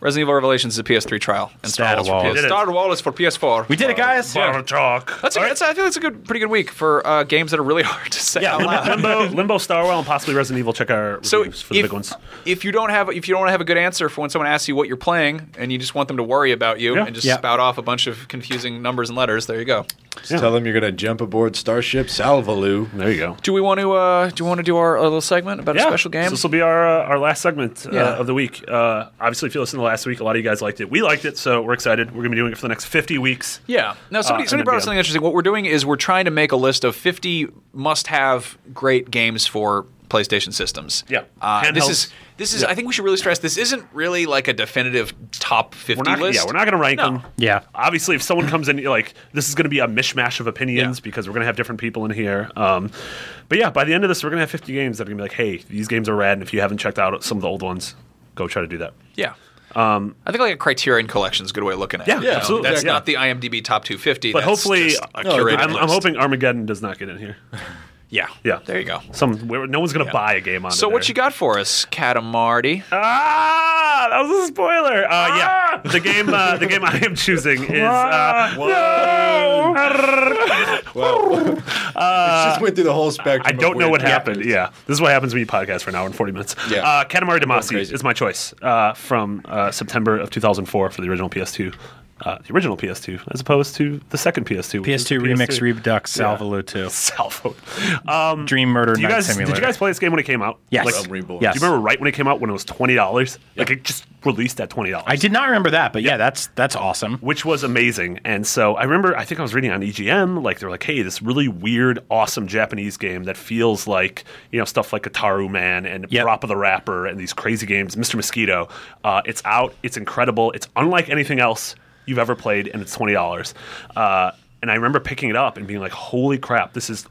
Speaker 3: Resident Evil Revelations is a PS3 trial. And Starwall's
Speaker 5: Starwall.
Speaker 3: for
Speaker 5: We
Speaker 3: PS-
Speaker 4: did it.
Speaker 3: Starwall is for PS4.
Speaker 5: we did it, guys.
Speaker 4: Bottle talk.
Speaker 3: That's a, that's, I feel that's a good, pretty good week for uh, games that are really hard to say out loud.
Speaker 4: Limbo, Limbo, Starwell, and possibly Resident Evil. Check our
Speaker 3: So
Speaker 4: reviews
Speaker 3: if,
Speaker 4: for the big ones.
Speaker 3: if you don't have if you don't have a good answer for when someone asks you what you're playing and you just want them to worry about you
Speaker 4: Yeah.
Speaker 3: and just
Speaker 5: Yeah.
Speaker 3: spout off a bunch of confusing numbers and letters, there you go.
Speaker 6: Just tell them you're gonna jump aboard Starship Salvalu.
Speaker 4: There you go.
Speaker 3: Do we want to uh, do you want to do our, our little segment about a special game?
Speaker 4: So this will be our uh, our last segment uh,
Speaker 3: Yeah.
Speaker 4: of the week. Uh, obviously, if you listened to last week, a lot of you guys liked it. We liked it, so we're excited. We're going to be doing it for the next 50 weeks.
Speaker 3: Yeah. Now somebody,
Speaker 4: Uh,
Speaker 3: somebody
Speaker 4: and then
Speaker 3: brought up
Speaker 4: beyond.
Speaker 3: something interesting. What we're doing is we're trying to make a list of 50 must-have great games for PlayStation systems.
Speaker 4: Yeah.
Speaker 3: Uh, this
Speaker 4: Handhelds.
Speaker 3: is this is. I think we should really stress this isn't really like a definitive top 50
Speaker 4: We're not,
Speaker 3: list.
Speaker 4: yeah, we're not going to rank
Speaker 3: No.
Speaker 4: them.
Speaker 5: Yeah.
Speaker 4: Obviously, if someone comes in, you're like, this is going to be a mishmash of opinions
Speaker 3: Yeah.
Speaker 4: because we're going to have different people in here. Um, but yeah, by the end of this, we're going to have 50 games that are going to be like, hey, these games are rad. And if you haven't checked out some of the old ones, go try to do that.
Speaker 3: Yeah. Um, I think like a Criterion collection is a good way of looking at
Speaker 4: Yeah,
Speaker 3: it. you know?
Speaker 4: absolutely.
Speaker 3: That's
Speaker 4: Yeah.
Speaker 3: not the IMDb top 250.
Speaker 4: But
Speaker 3: that's
Speaker 4: hopefully,
Speaker 3: just a
Speaker 4: No,
Speaker 3: curated
Speaker 4: I'm, I'm
Speaker 3: list.
Speaker 4: hoping Armageddon does not get in here.
Speaker 3: Yeah.
Speaker 4: Yeah.
Speaker 3: There you go.
Speaker 4: Some where no one's going to buy a game on
Speaker 3: So
Speaker 4: it
Speaker 3: what
Speaker 4: there.
Speaker 3: you got for us, Catamarty?
Speaker 4: Ah, that was a spoiler. Uh,
Speaker 5: Ah!
Speaker 4: Yeah, the game. Uh, the game I am choosing is. Uh,
Speaker 6: just went through the whole spectrum.
Speaker 4: Uh, I
Speaker 6: of
Speaker 4: don't know
Speaker 6: weird
Speaker 4: what
Speaker 6: games.
Speaker 4: happened. Yeah, this is what happens when you podcast for an hour and forty minutes.
Speaker 6: Yeah.
Speaker 4: Uh, Katamari Damacy
Speaker 6: crazy.
Speaker 4: is my choice uh, from uh, September of 2004 for the original PS2. Uh, the original PS2, as opposed to the second PS2. which is
Speaker 5: PS2
Speaker 4: the
Speaker 5: Remix Redux
Speaker 4: Yeah.
Speaker 5: Salvalu 2.
Speaker 4: Salvo. Um,
Speaker 5: Dream Murder
Speaker 4: do you
Speaker 5: Night
Speaker 4: guys, did
Speaker 5: Simulator.
Speaker 4: you guys play this game when it came out?
Speaker 5: Yes.
Speaker 4: Like,
Speaker 6: Well, Reborn.
Speaker 5: Yes.
Speaker 4: Do you remember right when it came out when it was twenty dollars? Like it just released at twenty dollars.
Speaker 5: I did not remember that, but yeah, that's that's awesome.
Speaker 4: which was amazing. And so I remember, I think I was reading on EGM, like they're like, hey, this really weird, awesome Japanese game that feels like you know stuff like Ataru Man and
Speaker 5: Yep.
Speaker 4: Parappa the Rapper and these crazy games, Mr. Mosquito. Uh, it's out. It's incredible. It's unlike anything else you've ever played, and it's twenty dollars. Uh, and I remember picking it up and being like, "Holy crap! This is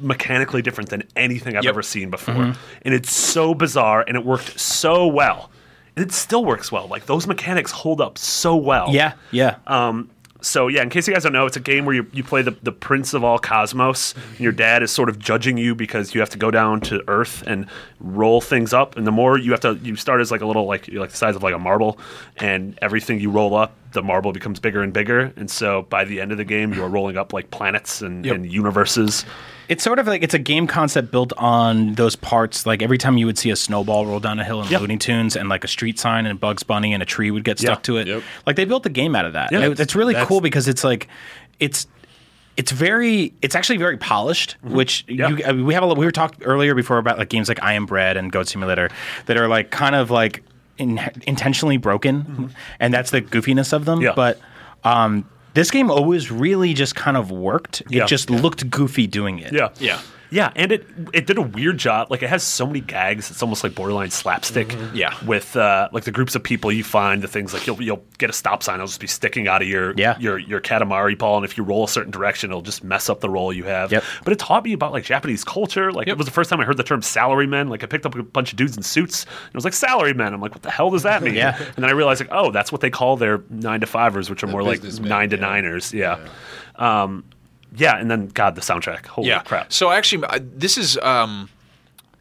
Speaker 4: mechanically different than anything I've
Speaker 3: Yep.
Speaker 4: ever seen before."
Speaker 5: Mm-hmm.
Speaker 4: And it's so bizarre, and it worked so well, and it still works well. Like those mechanics hold up so well.
Speaker 5: Yeah, yeah.
Speaker 4: Um, so yeah, in case you guys don't know, it's a game where you, you play the, the prince of all cosmos, and your dad is sort of judging you because you have to go down to Earth and roll things up. And the more you have to, you start as like a little like you're like the size of like a marble, and everything you roll up the marble becomes bigger and bigger, and so by the end of the game, you are rolling up like planets and, and universes.
Speaker 5: It's sort of like it's a game concept built on those parts. Like every time you would see a snowball roll down a hill in
Speaker 4: Yeah.
Speaker 5: Looney Tunes, and like a street sign and Bugs Bunny and a tree would get stuck
Speaker 4: Yeah.
Speaker 5: to it.
Speaker 6: Yep.
Speaker 5: Like they built the game out of that.
Speaker 4: Yeah.
Speaker 5: It- it's really
Speaker 4: That's-
Speaker 5: cool because it's like, it's. It's very, it's actually very polished. Which you,
Speaker 4: Mm-hmm. Yeah.
Speaker 5: I mean, we have a lot. We were talked earlier before about like games like I Am Bread and Goat Simulator that are like kind of like in, intentionally broken, and that's the goofiness of them.
Speaker 4: Mm-hmm. Yeah.
Speaker 5: But um, this game always really just kind of worked. It
Speaker 4: Yeah.
Speaker 5: just looked goofy doing it.
Speaker 4: Yeah.
Speaker 7: Yeah.
Speaker 4: Yeah, and it it did a weird job. Like it has so many gags, it's almost like borderline slapstick.
Speaker 7: Yeah.
Speaker 4: with uh, like the groups of people you find, the things like you'll you'll get a stop sign, it'll just be sticking out of your
Speaker 5: Yeah.
Speaker 4: your your Katamari ball, and if you roll a certain direction, it'll just mess up the roll you have.
Speaker 5: Yep.
Speaker 4: But it taught me about like Japanese culture. Like it was the first time I heard the term salarymen. Like I picked up a bunch of dudes in suits, and it was like salarymen. I'm like, what the hell does that mean?
Speaker 5: Yeah.
Speaker 4: And then I realized like, oh, that's what they call their nine to fivers, which are more like
Speaker 6: businessmen,
Speaker 4: nine to
Speaker 6: yeah.
Speaker 4: niners. Yeah. Um, yeah, and then God, the soundtrack. Holy
Speaker 7: yeah.
Speaker 4: Oh, crap!
Speaker 7: So actually, I- this is um,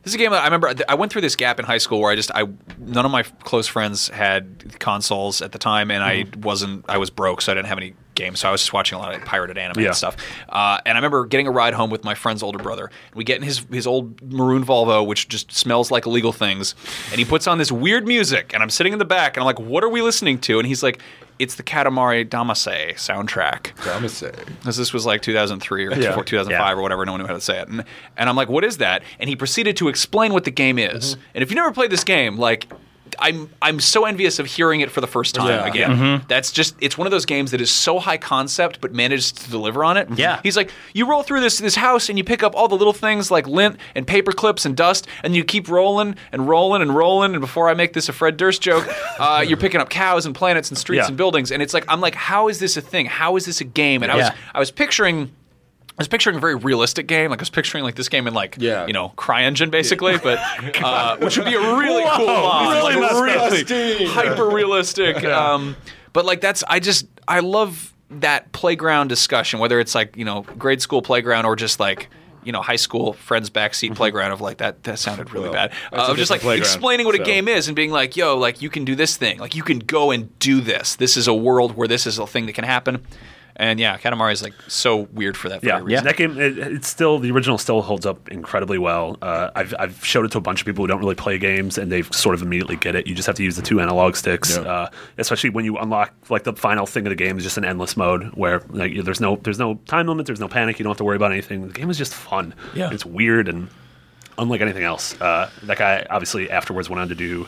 Speaker 7: this is a game that I remember. I went through this gap in high school where I just I none of my close friends had consoles at the time, and I wasn't. I was broke, so I didn't have any games. So I was just watching a lot of pirated anime
Speaker 4: Yeah.
Speaker 7: and stuff. Uh, and I remember getting a ride home with my friend's older brother. We get in his his old maroon Volvo, which just smells like illegal things, and he puts on this weird music. And I'm sitting in the back, and I'm like, "What are we listening to?" And he's like. It's the Katamari Damacy soundtrack
Speaker 6: I'm gonna say.
Speaker 7: because this was like 2003 or 2005 or whatever. No one knew how to say it. And, and I'm like, what is that? And he proceeded to explain what the game
Speaker 4: Mm-hmm.
Speaker 7: is. And if you never played this game, like. I'm I'm so envious of hearing it for the first time
Speaker 6: Yeah.
Speaker 7: again. That's just it's one of those games that is so high concept but managed to deliver on it.
Speaker 5: Yeah.
Speaker 7: He's like, you roll through this this house and you pick up all the little things like lint and paper clips and dust, and you keep rolling and rolling and rolling. And before I make this a Fred Durst joke, uh, you're picking up cows and planets and streets
Speaker 4: Yeah.
Speaker 7: and buildings. And it's like I'm like, how is this a thing? How is this a game? And I was
Speaker 5: Yeah.
Speaker 7: I was picturing I was picturing a very realistic game. Like I was picturing like this game in like
Speaker 6: Yeah.
Speaker 7: you know CryEngine basically, but uh, which would be a really cool mod,
Speaker 4: really
Speaker 7: like,
Speaker 4: messed up.
Speaker 6: Rusty.
Speaker 7: hyper realistic. Um, but like that's I just I love that playground discussion, whether it's like you know grade school playground or just like. You know, high school friends backseat playground of like that. That sounded really
Speaker 6: Well,
Speaker 7: bad.
Speaker 6: that's
Speaker 7: Uh,
Speaker 6: a
Speaker 7: of just like
Speaker 6: different playground,
Speaker 7: explaining what a
Speaker 6: so.
Speaker 7: game is and being like, "Yo, like you can do this thing. Like you can go and do this. This is a world where this is a thing that can happen." And yeah, Katamari is like so weird for that. Very
Speaker 4: Yeah,
Speaker 7: reason.
Speaker 4: that game. It, it's still the original. Still holds up incredibly well. Uh, I've I've showed it to a bunch of people who don't really play games, and they sort of immediately get it. You just have to use the two analog sticks,
Speaker 6: Yeah.
Speaker 4: uh, especially when you unlock like the final thing of the game is just an endless mode where like you- there's no there's no time limit, there's no panic, you don't have to worry about anything. The game is just fun.
Speaker 7: Yeah.
Speaker 4: it's weird and unlike anything else. Uh, that guy obviously afterwards went on to do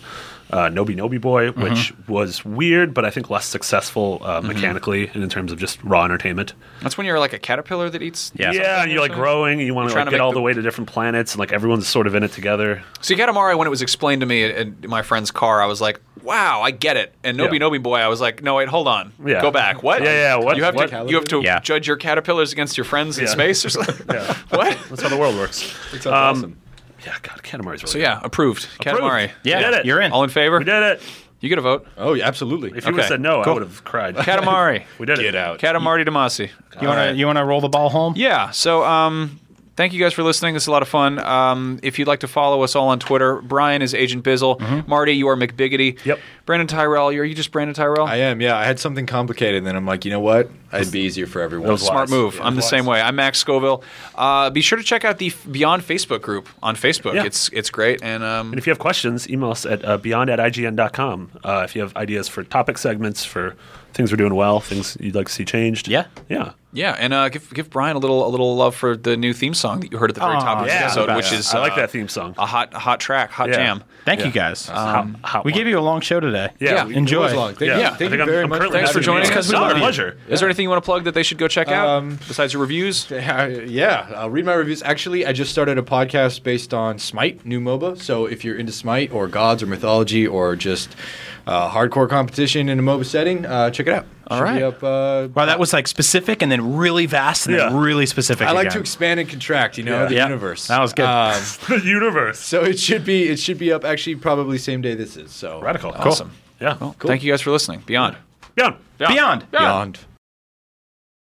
Speaker 4: uh, Nobi Nobi Boy, which was weird, but I think less successful uh, mechanically and in terms of just raw entertainment.
Speaker 7: That's when you're like a caterpillar that eats.
Speaker 5: Yeah.
Speaker 4: Yeah, and you're like growing, and you want to
Speaker 7: You're trying
Speaker 4: like,
Speaker 7: to
Speaker 4: get
Speaker 7: make
Speaker 4: all
Speaker 7: the-
Speaker 4: the way to different planets, and like everyone's sort of in it together.
Speaker 7: So Katamari, when it was explained to me in, in my friend's car, I was like, "Wow, I get it." And Nobi
Speaker 4: Yeah.
Speaker 7: Nobi Boy, I was like, "No, wait, hold on,
Speaker 4: Yeah.
Speaker 7: go back. What?
Speaker 4: Yeah, yeah, what-
Speaker 7: You have to
Speaker 4: what-
Speaker 7: you have to
Speaker 5: Yeah.
Speaker 7: judge your caterpillars against your friends in
Speaker 4: Yeah.
Speaker 7: space or something. what?
Speaker 4: That's how the world works. Um,
Speaker 6: Sounds awesome.
Speaker 4: Yeah, God, Katamari's really.
Speaker 7: So yeah, approved. Katamari.
Speaker 5: Yeah,
Speaker 4: Did it.
Speaker 5: you're in.
Speaker 7: All in favor?
Speaker 4: we did it.
Speaker 7: You get a vote.
Speaker 6: Oh, yeah, absolutely.
Speaker 4: If you would have
Speaker 7: Okay.
Speaker 4: said no, I would have cried.
Speaker 7: Katamari.
Speaker 4: we did it.
Speaker 6: Get out.
Speaker 7: Katamari Damacy.
Speaker 5: you want to you want to roll the ball home?
Speaker 7: Yeah. So um, thank you guys for listening. This is a lot of fun. Um, if you'd like to follow us all on Twitter, Brian is Agent Bizzle.
Speaker 4: Mm-hmm.
Speaker 7: Marty, you are McBiggity.
Speaker 4: Yep.
Speaker 7: Brandon Tyrell, you're- are you just Brandon Tyrell?
Speaker 6: I am. Yeah, I had something complicated, and then I'm like, you know what? It'd be easier for everyone.
Speaker 4: Those
Speaker 7: Smart
Speaker 4: Wise.
Speaker 7: move.
Speaker 4: Yeah,
Speaker 7: I'm the
Speaker 4: wise.
Speaker 7: same way. I'm Max Scoville. Uh, be sure to check out the F- Beyond Facebook group on Facebook.
Speaker 4: Yeah.
Speaker 7: It's it's great. And um,
Speaker 4: And if you have questions, email us at uh, beyond at ign.com. Uh, if you have ideas for topic segments, for things we're doing well, things you'd like to see changed.
Speaker 5: Yeah.
Speaker 4: Yeah.
Speaker 7: yeah, and uh, give give Brian a little a little love for the new theme song that you heard at the very top of the
Speaker 4: yeah.
Speaker 7: episode,
Speaker 4: Yeah.
Speaker 7: which is
Speaker 4: I like
Speaker 7: uh,
Speaker 4: that theme song.
Speaker 7: A hot a hot track, hot
Speaker 4: Yeah.
Speaker 7: jam.
Speaker 5: Thank you guys. Um,
Speaker 4: Hot- hot
Speaker 5: we
Speaker 4: one.
Speaker 5: gave you a long show today.
Speaker 4: Yeah.
Speaker 7: yeah.
Speaker 4: we-
Speaker 6: It
Speaker 5: Enjoy.
Speaker 6: was long. Thank,
Speaker 4: yeah.
Speaker 6: yeah.
Speaker 4: I
Speaker 6: Thank
Speaker 4: think
Speaker 6: you
Speaker 4: I'm-
Speaker 6: very
Speaker 4: I'm
Speaker 6: much.
Speaker 4: currently
Speaker 7: Thanks for
Speaker 4: having me.
Speaker 7: joining us.
Speaker 4: It's our
Speaker 7: Love you.
Speaker 4: pleasure.
Speaker 7: Is there anything you want to plug that they should go check out
Speaker 6: Um,
Speaker 7: besides your reviews?
Speaker 6: Yeah, yeah, I'll read my reviews. Actually, I just started a podcast based on Smite, new MOBA. So if you're into Smite or gods or mythology or just uh, hardcore competition in a MOBA setting, uh, check it out. All
Speaker 7: right.
Speaker 6: Up, uh,
Speaker 5: Wow, that was like specific and then really vast and then
Speaker 4: Yeah.
Speaker 5: really specific.
Speaker 6: I like to
Speaker 5: again.
Speaker 6: expand and contract. You know,
Speaker 4: Yeah.
Speaker 6: the
Speaker 5: Yeah.
Speaker 6: universe.
Speaker 5: That was good.
Speaker 6: Um,
Speaker 4: the universe.
Speaker 6: so it should be it should be up actually probably same day this is. So
Speaker 4: Radical.
Speaker 7: Awesome.
Speaker 4: Yeah.
Speaker 7: Thank you guys for listening. Beyond.
Speaker 4: Yeah.
Speaker 5: Beyond.
Speaker 6: beyond.